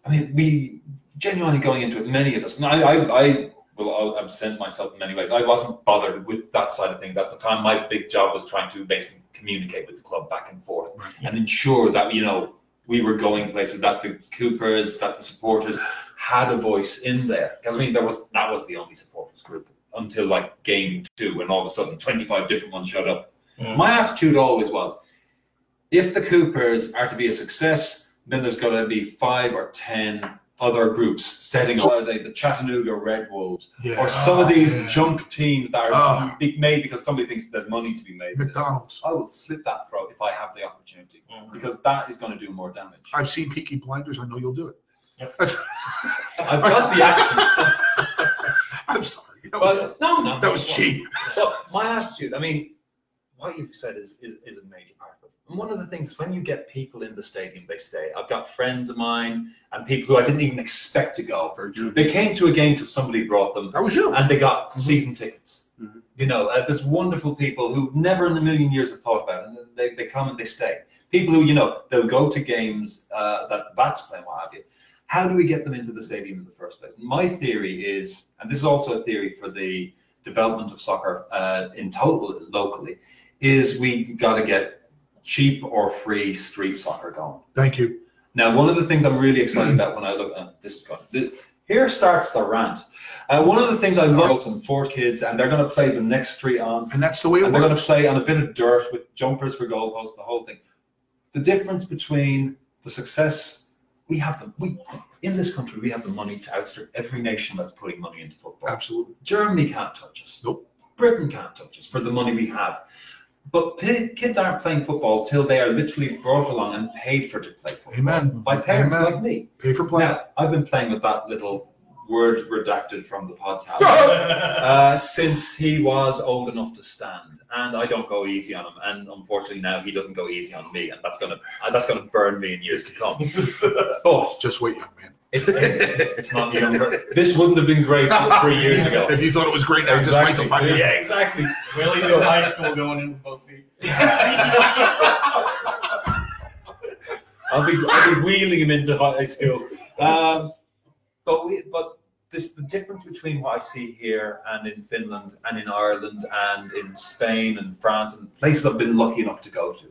Speaker 4: I mean, we genuinely going into it, many of us, and I, I, I will I'll absent myself in many ways. I wasn't bothered with that side of things at the time. My big job was trying to basically communicate with the club back and forth
Speaker 1: Right.
Speaker 4: and ensure that, you know, we were going places that the Coopers, that the supporters had a voice in there. Because I mean, there was that was the only supporters group until like game two, when all of a sudden 25 different ones showed up. My attitude always was, if the Coopers are to be a success, then there's got to be five or ten other groups setting up, like the Chattanooga Red Wolves,
Speaker 1: Yeah.
Speaker 4: or some of these
Speaker 1: Yeah.
Speaker 4: junk teams that are
Speaker 1: Ah.
Speaker 4: be- made because somebody thinks there's money to be made.
Speaker 1: McDonald's.
Speaker 4: I will slit that throat if I have the opportunity, because that is going to do more damage.
Speaker 1: I've seen Peaky Blinders. I know you'll do it.
Speaker 4: I've got the accent.
Speaker 1: I'm sorry. That was,
Speaker 4: But no, no,
Speaker 1: that was
Speaker 4: no.
Speaker 1: cheap.
Speaker 4: But my attitude, I mean, what you've said is, is, is a major part of it. And one of the things, when you get people in the stadium, they stay. I've got friends of mine and people who I didn't even expect to go. They came to a game because somebody brought them
Speaker 1: That was you.
Speaker 4: and they got season tickets. You know, uh, there's wonderful people who never in a million years have thought about it, and they, they come and they stay. People who, you know, they'll go to games uh, that the Bats play, and what have you. How do we get them into the stadium in the first place? My theory is, and this is also a theory for the development of soccer uh, in total locally, is we got to get cheap or free street soccer going.
Speaker 1: Thank you.
Speaker 4: Now, one of the things I'm really excited about when I look at this, is gone. Th- here starts the rant. Uh, one of the things I love some four kids, and they're going to play the next three on,
Speaker 1: And that's the way it
Speaker 4: and they're going to
Speaker 1: works.
Speaker 4: play on a bit of dirt with jumpers for goalposts, the whole thing. The difference between the success we have, the, we in this country, we have the money to outstrip every nation that's putting money into football.
Speaker 1: Absolutely.
Speaker 4: Germany can't touch us.
Speaker 1: Nope.
Speaker 4: Britain can't touch us for the money we have. But pi kids aren't playing football till they are literally brought along and paid for to play football
Speaker 1: Amen.
Speaker 4: by parents
Speaker 1: Amen.
Speaker 4: like me.
Speaker 1: Pay for play.
Speaker 4: Now, I've been playing with that little word redacted from the podcast
Speaker 2: Well,
Speaker 4: uh, since he was old enough to stand, and I don't go easy on him, and unfortunately now he doesn't go easy on me, and that's gonna uh, that's gonna burn me in years to come. But
Speaker 1: Just wait, young man.
Speaker 4: it's, it's not younger. This wouldn't have been great three years ago.
Speaker 1: If you thought it was great now, just wait till
Speaker 4: Exactly.
Speaker 1: five years.
Speaker 2: yeah, exactly. Willie's in high school going in with both feet.
Speaker 4: I'll be, I'll be wheeling him into high school. Um, but we, but this the difference between what I see here and in Finland and in Ireland and in Spain and France and places I've been lucky enough to go to.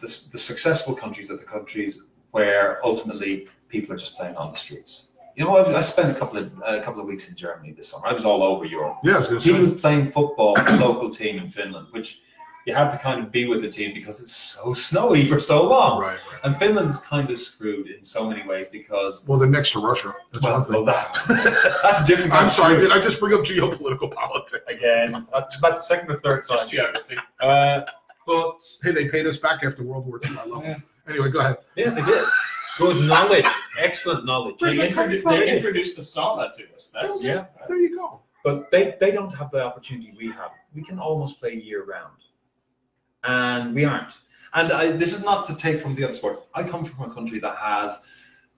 Speaker 4: The, s- the successful countries are the countries where ultimately people are just playing on the streets. You know, I, I spent a couple of a couple of weeks in Germany this summer. I was all over Europe.
Speaker 1: Yeah, I was gonna
Speaker 4: He
Speaker 1: say.
Speaker 4: was playing football for the local team in Finland, which you had to kind of be with the team because it's so snowy for so long.
Speaker 1: Right, right.
Speaker 4: And Finland's kind of screwed in so many ways because
Speaker 1: Well, they're next to Russia. That's
Speaker 4: well,
Speaker 1: one thing.
Speaker 4: well, that, that's a different. kind
Speaker 1: I'm
Speaker 4: of
Speaker 1: sorry,
Speaker 4: screw.
Speaker 1: did I just bring up geopolitical politics?
Speaker 4: Again, that's about the second or third time.
Speaker 2: Just geography.
Speaker 4: Uh, but
Speaker 1: Hey, they paid us back after World War II. I love it. Anyway, go ahead.
Speaker 4: yeah, they did. Good knowledge, excellent knowledge.
Speaker 2: They,
Speaker 4: They
Speaker 2: introdu-
Speaker 4: introdu-
Speaker 2: they
Speaker 4: they intro-
Speaker 2: introduced the sauna to us. That's
Speaker 4: Yeah.
Speaker 1: There you go.
Speaker 4: but they they don't have the opportunity we have. We can almost play year round, and we aren't. And I, this is not to take from the other sports. I come from a country that has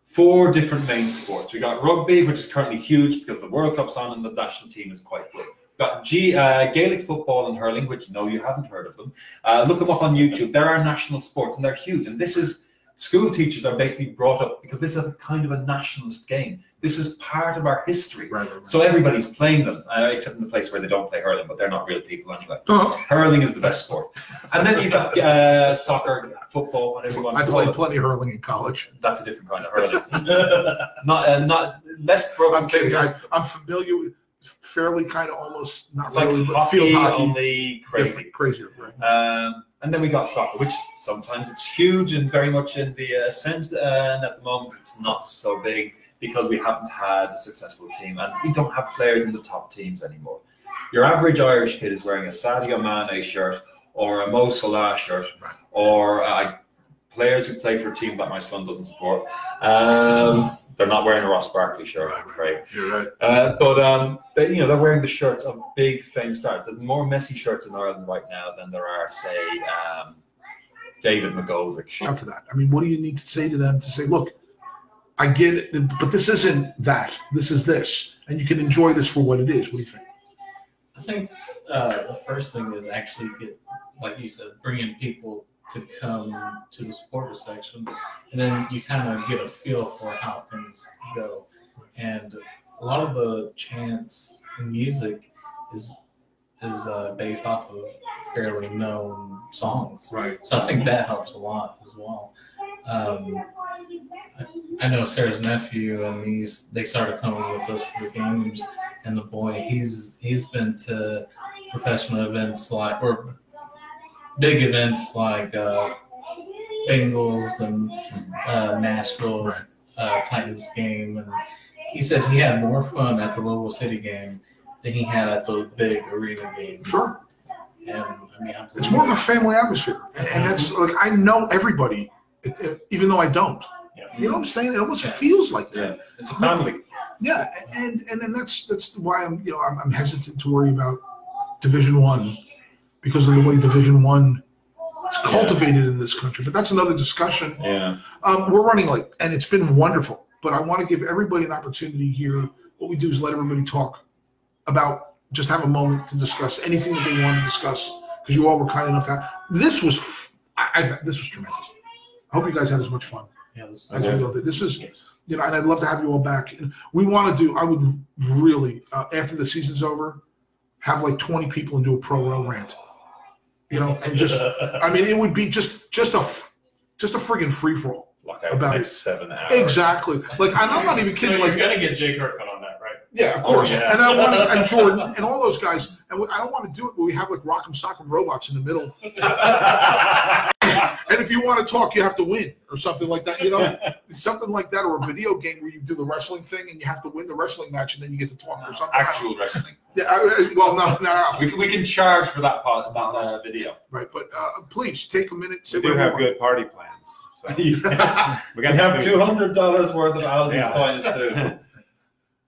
Speaker 4: four different main sports. We got rugby, which is currently huge because the World Cup's on and the national team is quite good. We've got G, uh, Gaelic football and hurling, which no, you haven't heard of them. Uh, look them up on YouTube. There are national sports and they're huge. And this is school teachers are basically brought up because this is a kind of a nationalist game. This is part of our history.
Speaker 1: Right, right, right.
Speaker 4: So everybody's playing them, uh, except in the place where they don't play hurling, but they're not real people anyway.
Speaker 1: Uh-huh.
Speaker 4: Hurling is the best sport. And then you've got uh, soccer, football, whatever you want
Speaker 1: I
Speaker 4: to call
Speaker 1: played
Speaker 4: it.
Speaker 1: plenty of hurling in college.
Speaker 4: That's a different kind of hurling.
Speaker 2: yeah.
Speaker 4: Not, uh, not less broken.
Speaker 1: I'm kidding.
Speaker 4: fingers.
Speaker 1: I, I'm familiar with fairly kind of almost not
Speaker 4: It's like
Speaker 1: really, but
Speaker 4: hockey,
Speaker 1: field hockey.
Speaker 4: only crazy.
Speaker 1: Different, crazier, right?
Speaker 4: Um, and then we got soccer, which sometimes it's huge and very much in the ascent, uh, and at the moment it's not so big because we haven't had a successful team and we don't have players in the top teams anymore. Your average Irish kid is wearing a Sadio Mane shirt or a Mo Salah shirt
Speaker 1: Right.
Speaker 4: or uh, players who play for a team that my son doesn't support. Um, they're not wearing a Ross Barkley shirt, I'm afraid.
Speaker 1: You're right.
Speaker 4: Uh, but um, they, you know they're wearing the shirts of big famous stars. There's more Messi shirts in Ireland right now than there are, say, um, David McGoldrick
Speaker 1: Shout
Speaker 4: shirts.
Speaker 1: to that. I mean, what do you need to say to them to say, look, I get it, but this isn't that. This is this, and you can enjoy this for what it is. What do you think?
Speaker 5: I think uh, the first thing is actually get, like you said, bringing people to come to the supporter section, and then you kind of get a feel for how things go. And a lot of the chants and music is is uh, based off of fairly known songs,
Speaker 1: Right.
Speaker 5: so I think that helps a lot as well. Um, I know Sarah's nephew and niece, they started coming with us to the games, and the boy, he's he's been to professional events like or big events like uh, Bengals and uh, Nashville uh, Titans game, and he said he had more fun at the Louisville City game than he had at the big arena game.
Speaker 1: Sure.
Speaker 5: And I mean, I
Speaker 1: It's more of a family atmosphere, and, and that's like I know everybody, it- it- even though I don't. You know what I'm saying? It almost
Speaker 5: Yeah.
Speaker 1: feels like that.
Speaker 4: Yeah, it's a family.
Speaker 1: Yeah, and and, and that's that's why I'm you know I'm, I'm hesitant to worry about Division One because of the way Division One is cultivated in this country. But that's another discussion.
Speaker 4: Yeah.
Speaker 1: Um, we're running late, and it's been wonderful. But I want to give everybody an opportunity here. What we do is let everybody talk about just have a moment to discuss anything that they want to discuss because you all were kind enough to. Have, this was f- I, I this was tremendous. I hope you guys had as much fun
Speaker 5: yeah, this
Speaker 1: as we all did. This is
Speaker 5: yes.
Speaker 1: you know, and I'd love to have you all back. And we want to do. I would really, uh, after the season's over, have like 20 people and do a pro row rant. You know, and just, I mean, it would be just, just a, f- just a friggin' free for all.
Speaker 4: Like out
Speaker 1: About-
Speaker 4: next seven hours.
Speaker 1: Exactly. Like, and I'm not even
Speaker 2: So
Speaker 1: kidding.
Speaker 2: you're
Speaker 1: Like,
Speaker 2: gonna get Jake Kirkman on that, right?
Speaker 1: yeah, of course.
Speaker 2: yeah.
Speaker 1: And I want to, and Jordan and all those guys. And we, I don't want to do it where we have like Rock'em Sock'em robots in the middle. And if you want to talk, you have to win or something like that. You know, something like that, or a video game where you do the wrestling thing and you have to win the wrestling match and then you get to talk or something.
Speaker 4: Actual wrestling.
Speaker 1: Yeah, I, I- well, no, not
Speaker 4: We, can- we can charge for that part, that uh, video.
Speaker 1: right, but uh, please take a minute.
Speaker 8: We
Speaker 1: sit
Speaker 8: do
Speaker 1: with
Speaker 8: have
Speaker 1: me.
Speaker 8: good party plans. So we
Speaker 4: We
Speaker 8: got
Speaker 4: have
Speaker 8: two.
Speaker 4: two hundred dollars worth of Aldi's
Speaker 8: Yeah.
Speaker 4: finest food.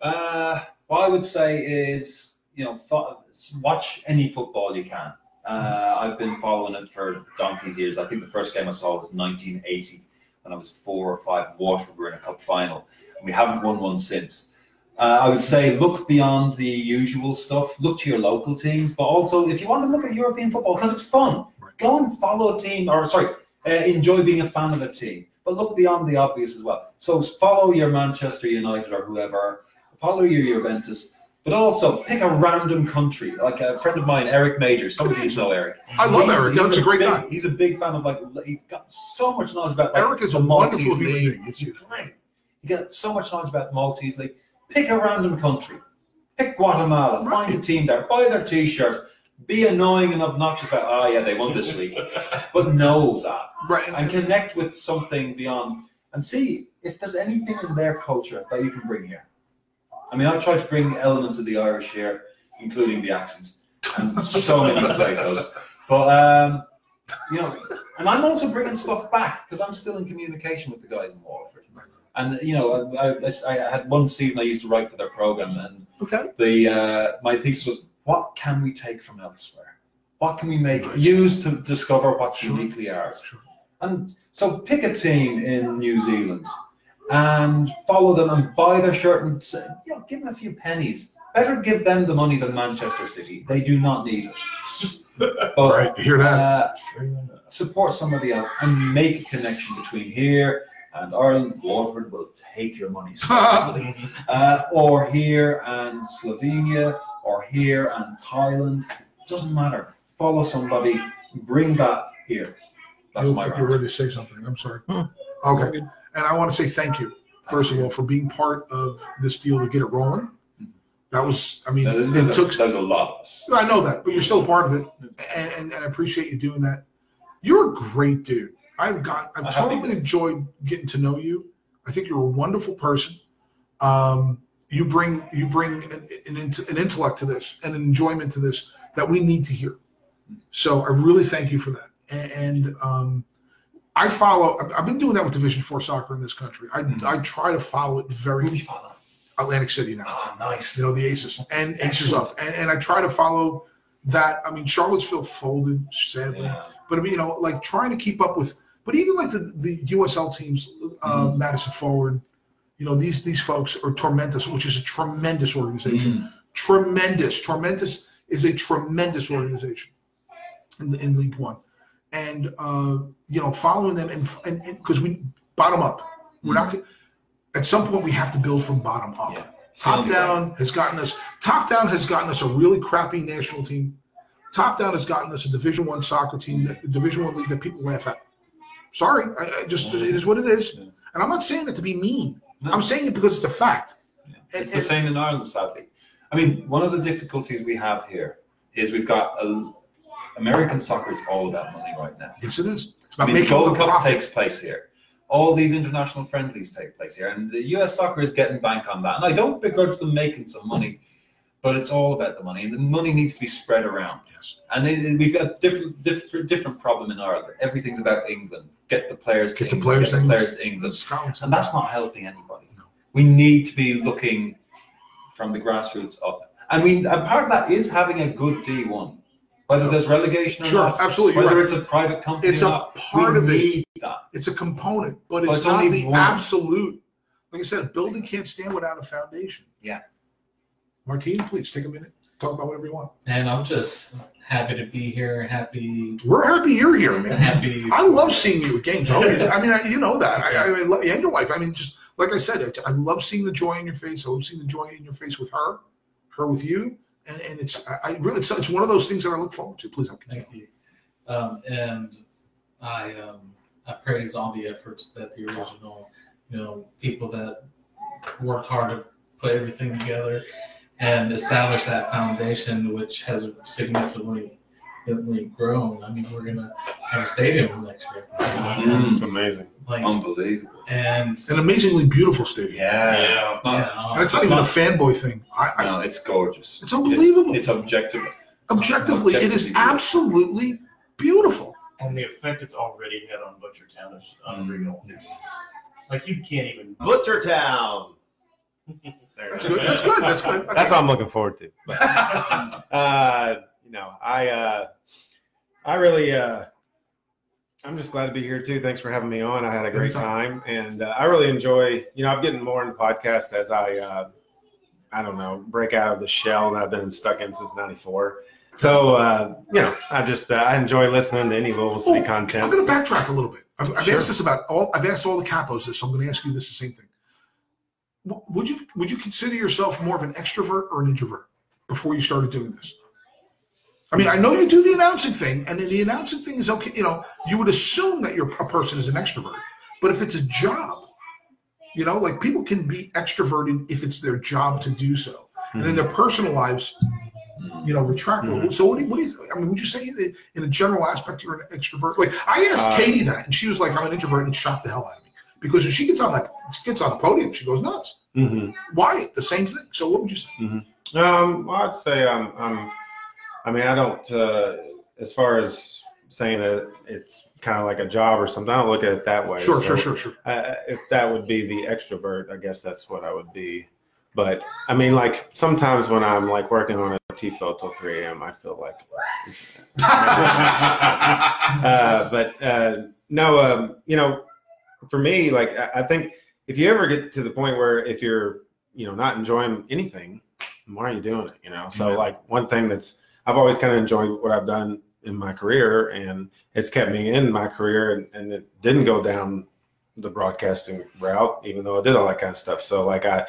Speaker 4: Uh, what I would say is, you know, fo- watch any football you can. Uh, I've been following it for donkey's years. I think the first game I saw was 1980 when I was four or five. Waterford were in a cup final. We haven't won one since. Uh, I would say look beyond the usual stuff. Look to your local teams, but also if you want to look at European football because it's fun, go and follow a team. Or sorry, uh, enjoy being a fan of a team, but look beyond the obvious as well. So follow your Manchester United or whoever, follow your Juventus, but also pick a random country. Like a friend of mine, Eric Major. Some of you know Eric.
Speaker 1: I love Eric.
Speaker 4: He's
Speaker 1: That's a great
Speaker 4: big,
Speaker 1: guy.
Speaker 4: He's a big fan of like. He's got so much knowledge about. Like,
Speaker 1: Eric is
Speaker 4: the
Speaker 1: a
Speaker 4: Maltese
Speaker 1: wonderful human
Speaker 4: League.
Speaker 1: being. It's
Speaker 4: He's great. You got so much knowledge about Maltese League. Pick a random country. Pick Guatemala. Find a team there. Buy their T-shirt. Be annoying and obnoxious about. Ah, yeah, they won this week. But know that
Speaker 1: Right, and-
Speaker 4: and connect with something beyond and see if there's anything in their culture that you can bring here. I mean, I try to bring elements of the Irish here, including the accent and so many potatoes. But um, you know, and I'm also bringing stuff back because I'm still in communication with the guys in Waterford. And you know, I, I, I had one season I used to write for their program, and
Speaker 1: okay.
Speaker 4: the uh, my thesis was what can we take from elsewhere? What can we make use to discover what's
Speaker 1: Sure.
Speaker 4: uniquely ours?
Speaker 1: Sure.
Speaker 4: And so pick a team in New Zealand and follow them and buy their shirt and say, you know, give them a few pennies. Better give them the money than Manchester City. They do not need it.
Speaker 1: All
Speaker 4: But
Speaker 1: right, you hear that?
Speaker 4: uh, support somebody else and make a connection between here and Ireland. Waterford will take your money, certainly. uh, or here and Slovenia, or here and Thailand. Doesn't matter. Follow somebody, bring that here. That's
Speaker 1: you
Speaker 4: my
Speaker 1: you were
Speaker 4: round.
Speaker 1: ready to say something. I'm sorry. Okay. And I want to say thank you, first of all, for being part of this deal to get it rolling. That was, I mean, it took.
Speaker 4: There's Mm-hmm. a lot of us.
Speaker 1: I know that, but you're still a part of it, and, and, and I appreciate you doing that. You're a great dude. I've got,
Speaker 4: I'm
Speaker 1: I've
Speaker 4: happy
Speaker 1: totally
Speaker 4: to.
Speaker 1: enjoyed getting to know you. I think you're a wonderful person. Um, you bring, you bring an, an, int- an intellect to this and an enjoyment to this that we need to hear. So I really thank you for that. And, and um, I follow. I've- I've been doing that with Division Four soccer in this country. I,
Speaker 4: Mhm.
Speaker 1: I try to follow it
Speaker 4: Who we
Speaker 1: very
Speaker 4: follow?
Speaker 1: Atlantic City now
Speaker 4: Ah, nice.
Speaker 1: you know, the Aces and Aces
Speaker 4: Excellent.
Speaker 1: up. And, and I try to follow that. I mean, Charlottesville folded, sadly.
Speaker 4: Yeah.
Speaker 1: But I mean, you know, like trying to keep up with, but even like the, the USL teams, uh,
Speaker 4: Mhm.
Speaker 1: Madison Forward, you know, these these folks are Tormentus, which is a tremendous organization.
Speaker 4: Mm.
Speaker 1: Tremendous. Tormentus is a tremendous organization in, the- in League One. And, uh, you know, following them and and because we bottom up, we're not not, at some point, we have to build from bottom up.
Speaker 4: Mm-hmm. Yeah.
Speaker 1: Top down has gotten us. Top down has gotten us a really crappy national team. Top down has gotten us a Division One soccer team, that, a Division One league that people laugh at. Sorry, I, I just it is what it is,
Speaker 4: Yeah.
Speaker 1: and I'm not saying that to be mean.
Speaker 4: No.
Speaker 1: I'm saying it because it's a fact.
Speaker 4: Yeah. It's the same in Ireland, sadly. I mean, one of the difficulties we have here is we've got a, American soccer is all about money right now.
Speaker 1: Yes, it is. It's
Speaker 4: I
Speaker 1: about
Speaker 4: mean, the
Speaker 1: making the
Speaker 4: Gold Cup
Speaker 1: profit.
Speaker 4: takes place here. All these international friendlies take place here, and the U.S. soccer is getting bank on that. And I don't begrudge them making some money, but it's all about the money, and the money needs to be spread around.
Speaker 1: Yes.
Speaker 4: And it, it- we've got different, different, different problem in Ireland. Everything's about England. Get the players to
Speaker 1: Get the
Speaker 4: England,
Speaker 1: players to
Speaker 4: get the
Speaker 1: England.
Speaker 4: players to England.
Speaker 1: That's Scotland's-
Speaker 4: And that's not helping anybody.
Speaker 1: No.
Speaker 4: We need to be looking from the grassroots up. I mean, and part of that is having a good D1, whether there's relegation or
Speaker 1: Sure,
Speaker 4: not.
Speaker 1: absolutely, you're
Speaker 4: Whether
Speaker 1: right.
Speaker 4: it's a private company
Speaker 1: It's
Speaker 4: or
Speaker 1: a
Speaker 4: not.
Speaker 1: part
Speaker 4: we
Speaker 1: of it.
Speaker 4: need that.
Speaker 1: It's a component, but
Speaker 4: But
Speaker 1: it's,
Speaker 4: it's
Speaker 1: not
Speaker 4: only
Speaker 1: the
Speaker 4: one.
Speaker 1: absolute. Like I said, a building can't stand without a foundation.
Speaker 4: Yeah.
Speaker 1: Martine, please take a minute. Talk about whatever you want.
Speaker 5: And I'm just happy to be here. Happy.
Speaker 1: We're happy you're here, man.
Speaker 5: Happy.
Speaker 1: I love seeing you at games. Oh, yeah. I mean, I, you know that. I, I, mean, lo- and your wife. I mean, just like I said, I, I love seeing the joy in your face. I love seeing the joy in your face with her, her with you, and, and it's I, I really it's, it's one of those things that I look forward to. Please, I'll continue.
Speaker 5: Thank you. Um, and I um, I praise all the efforts that the original, you know, people that worked hard to put everything together and establish that foundation, which has significantly significantly grown. I mean, we're gonna have a stadium next year.
Speaker 8: It's amazing.
Speaker 4: Um,
Speaker 5: Like,
Speaker 4: Unbelievable.
Speaker 5: and
Speaker 1: An amazingly beautiful stadium.
Speaker 5: yeah, um,
Speaker 2: Yeah.
Speaker 4: It's not,
Speaker 1: And it's not even a fanboy thing. I, I,
Speaker 4: no, it's gorgeous.
Speaker 1: It's unbelievable.
Speaker 4: It's, it's objective.
Speaker 1: objectively, it is
Speaker 4: Objectively beautiful.
Speaker 1: absolutely beautiful.
Speaker 2: And the effect it's already had on Butchertown is unreal.
Speaker 1: Yeah.
Speaker 2: Like you can't even.
Speaker 9: Butcher Town.
Speaker 1: That's good. That's good. That's good. Okay.
Speaker 8: That's what I'm looking forward to.
Speaker 2: good.
Speaker 8: Uh, you know, I uh, I really uh, I'm just glad to be here too. Thanks for having me on. I had a great time, and uh, I really enjoy. You know, I'm getting more into podcasts as I uh, I don't know break out of the shell that I've been stuck in since '94. So uh, you know, I just uh, I enjoy listening to any Louisville City
Speaker 1: Oh, I'm
Speaker 8: content.
Speaker 1: going to backtrack a little bit. I've, I've
Speaker 8: Sure.
Speaker 1: asked this about all. I've asked all the capos this, so I'm going to ask you this the same thing. W- Would you would you consider yourself more of an extrovert or an introvert before you started doing this? I mean, I know you do the announcing thing, and the announcing thing is okay. You know, you would assume that you're a person is an extrovert, but if it's a job, you know, like people can be extroverted if it's their job to do so, and in their personal lives, you know, retract.
Speaker 8: Mhm.
Speaker 1: So what do you, what is? I mean, would you say that in a general aspect you're an extrovert? Like I asked
Speaker 8: Uh,
Speaker 1: Katie that, and she was like, "I'm an introvert," and it shocked the hell out of me because if she gets on that, she gets on the podium, she goes nuts.
Speaker 8: Mm-hmm.
Speaker 1: Why? The same thing. So what would you say?
Speaker 8: Um, well, I'd say I'm, I'm. I mean, I don't. Uh, as far as saying that it's kind of like a job or something, I don't look at it that way.
Speaker 1: Sure, sure,
Speaker 8: So,
Speaker 1: sure, sure.
Speaker 8: Uh, if that would be the extrovert, I guess that's what I would be. But I mean, like sometimes when I'm like working on a TFO till 3 a.m., I feel like. uh, but uh, no, um, you know, for me, like I, I think if you ever get to the point where if you're, you know, not enjoying anything, why are you doing it? You know, so like one thing that's I've always kind of enjoyed what I've done in my career, and it's kept me in my career, and, and it didn't go down the broadcasting route, even though I did all that kind of stuff. So like I,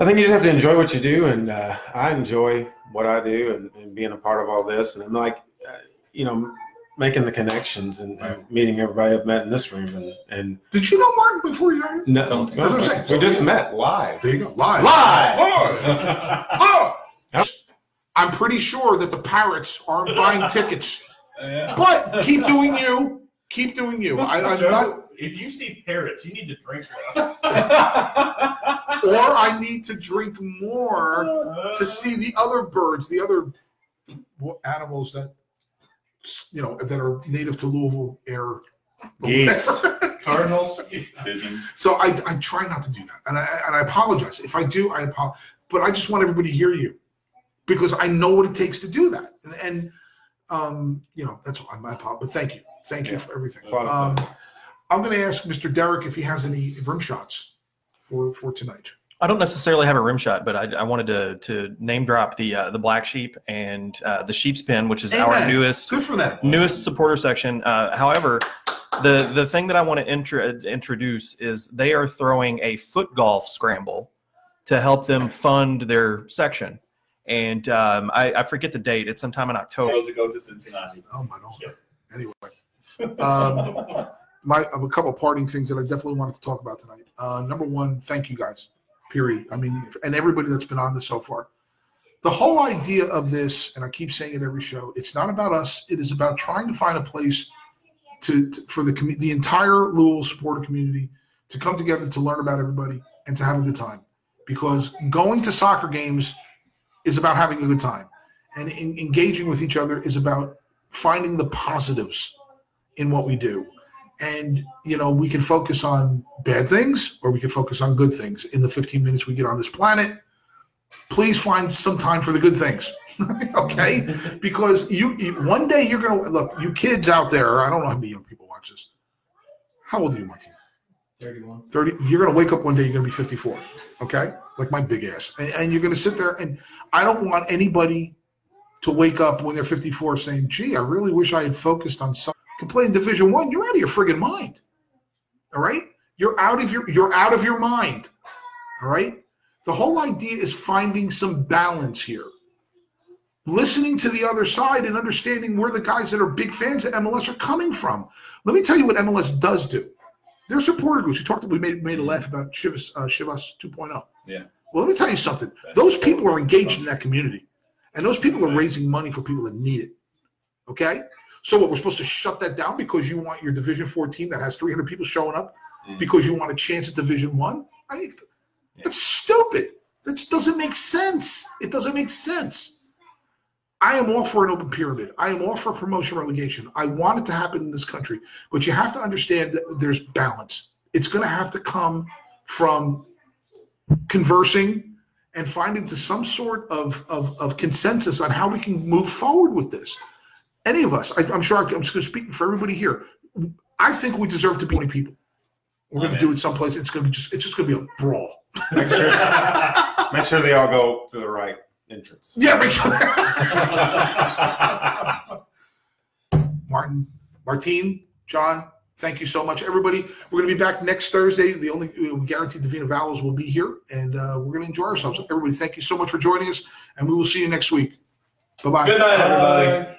Speaker 8: I think you just have to enjoy what you do, and uh, I enjoy what I do, and, and being a part of all this, and I'm like, uh, you know, making the connections and, and meeting everybody I've met in this room, and and
Speaker 1: Did you know Martin before you? hired him?
Speaker 8: no,
Speaker 4: Don't-
Speaker 1: That's what I'm saying.
Speaker 8: we just met live.
Speaker 1: There you go. Live.
Speaker 8: Live.
Speaker 1: Oh!
Speaker 8: Yep.
Speaker 1: I'm pretty sure that the Pirates aren't buying tickets,
Speaker 4: Yeah.
Speaker 1: but keep doing you. Keep doing you. I, I'm
Speaker 2: So,
Speaker 1: not.
Speaker 2: If you see parrots, you need to drink less.
Speaker 1: or I need to drink more to see the other birds, the other w- animals that you know that are native to Louisville air.
Speaker 8: Yes.
Speaker 2: Cardinals.
Speaker 1: so I, I try not to do that, and I and I apologize if I do. I apologize, but I just want everybody to hear you because I know what it takes to do that, and, and um, you know that's all, my apologies. But thank you, thank you
Speaker 8: Yeah.
Speaker 1: for everything.
Speaker 8: It's a lot
Speaker 1: Um,
Speaker 8: of
Speaker 1: I'm going to ask Mr. Derek if he has any rim shots for for tonight.
Speaker 3: I don't necessarily have a rim shot, but I, I wanted to, to name drop the uh, the black sheep and uh, the sheep's pen, which is our
Speaker 1: Amen.
Speaker 3: newest
Speaker 1: Good for them.
Speaker 3: newest supporter section. Uh, however, the the thing that I want to intro, introduce is they are throwing a foot golf scramble to help them fund their section, and um, I, I forget the date. It's sometime in October.
Speaker 2: to go to Cincinnati.
Speaker 1: Oh my lord. Anyway, um, my I have a couple of parting things that I definitely wanted to talk about tonight. Uh, number one, thank you guys. Period. I mean, and everybody that's been on this so far. The whole idea of this, and I keep saying it every show, it's not about us. It is about trying to find a place to, to- for the commu- the entire Louisville supporter community to come together to learn about everybody and to have a good time. Because going to soccer games is about having a good time, and en- engaging with each other is about finding the positives in what we do. And, you know, we can focus on bad things or we can focus on good things in the 15 minutes we get on this planet. Please find some time for the good things. okay? Because you, you one day you're going to look, you kids out there, I don't know how many young people watch this. How old are you, Martin?
Speaker 5: 31.
Speaker 1: 30 you're going to wake up one day you're going to be 54 okay like my big ass and, and you're going to sit there and i don't want anybody to wake up when they're 54 saying gee i really wish i had focused on some can play in division one you're out of your friggin' mind all right you're out of your you're out of your mind all right the whole idea is finding some balance here listening to the other side and understanding where the guys that are big fans of mls are coming from let me tell you what mls does do their supporter groups. We talked. We made made a laugh about Shivas uh, Shivas 2.0.
Speaker 4: Yeah.
Speaker 1: Well, let me tell you something.
Speaker 4: That's
Speaker 1: Those
Speaker 4: so
Speaker 1: people are engaged in that community, and those people are raising money for people that need it. Okay. So what we're supposed to shut that down because you want your Division Four team that has 300 people showing up
Speaker 4: Mm.
Speaker 1: because you want a chance at Division One? I, mean, that's stupid. That doesn't make sense. It doesn't make sense. I am all for an open pyramid. I am all for promotion relegation. I want it to happen in this country, but you have to understand that there's balance. It's going to have to come from conversing and finding to some sort of, of, of consensus on how we can move forward with this. Any of us, I, I'm sure I'm speaking for everybody here. I think we deserve to be 20 people. We're going to do it someplace. It's going to be just it's just going to be a brawl.
Speaker 8: Make sure, make sure they all go to the right entrance.
Speaker 1: Yeah, make sure. Martin, Martine, John, thank you so much, everybody. We're going to be back next Thursday. The only uh, we guarantee Davina Valles will be here, and uh, we're going to enjoy ourselves. Everybody, thank you so much for joining us, and we will see you next week. Bye bye.
Speaker 2: Good night, everybody.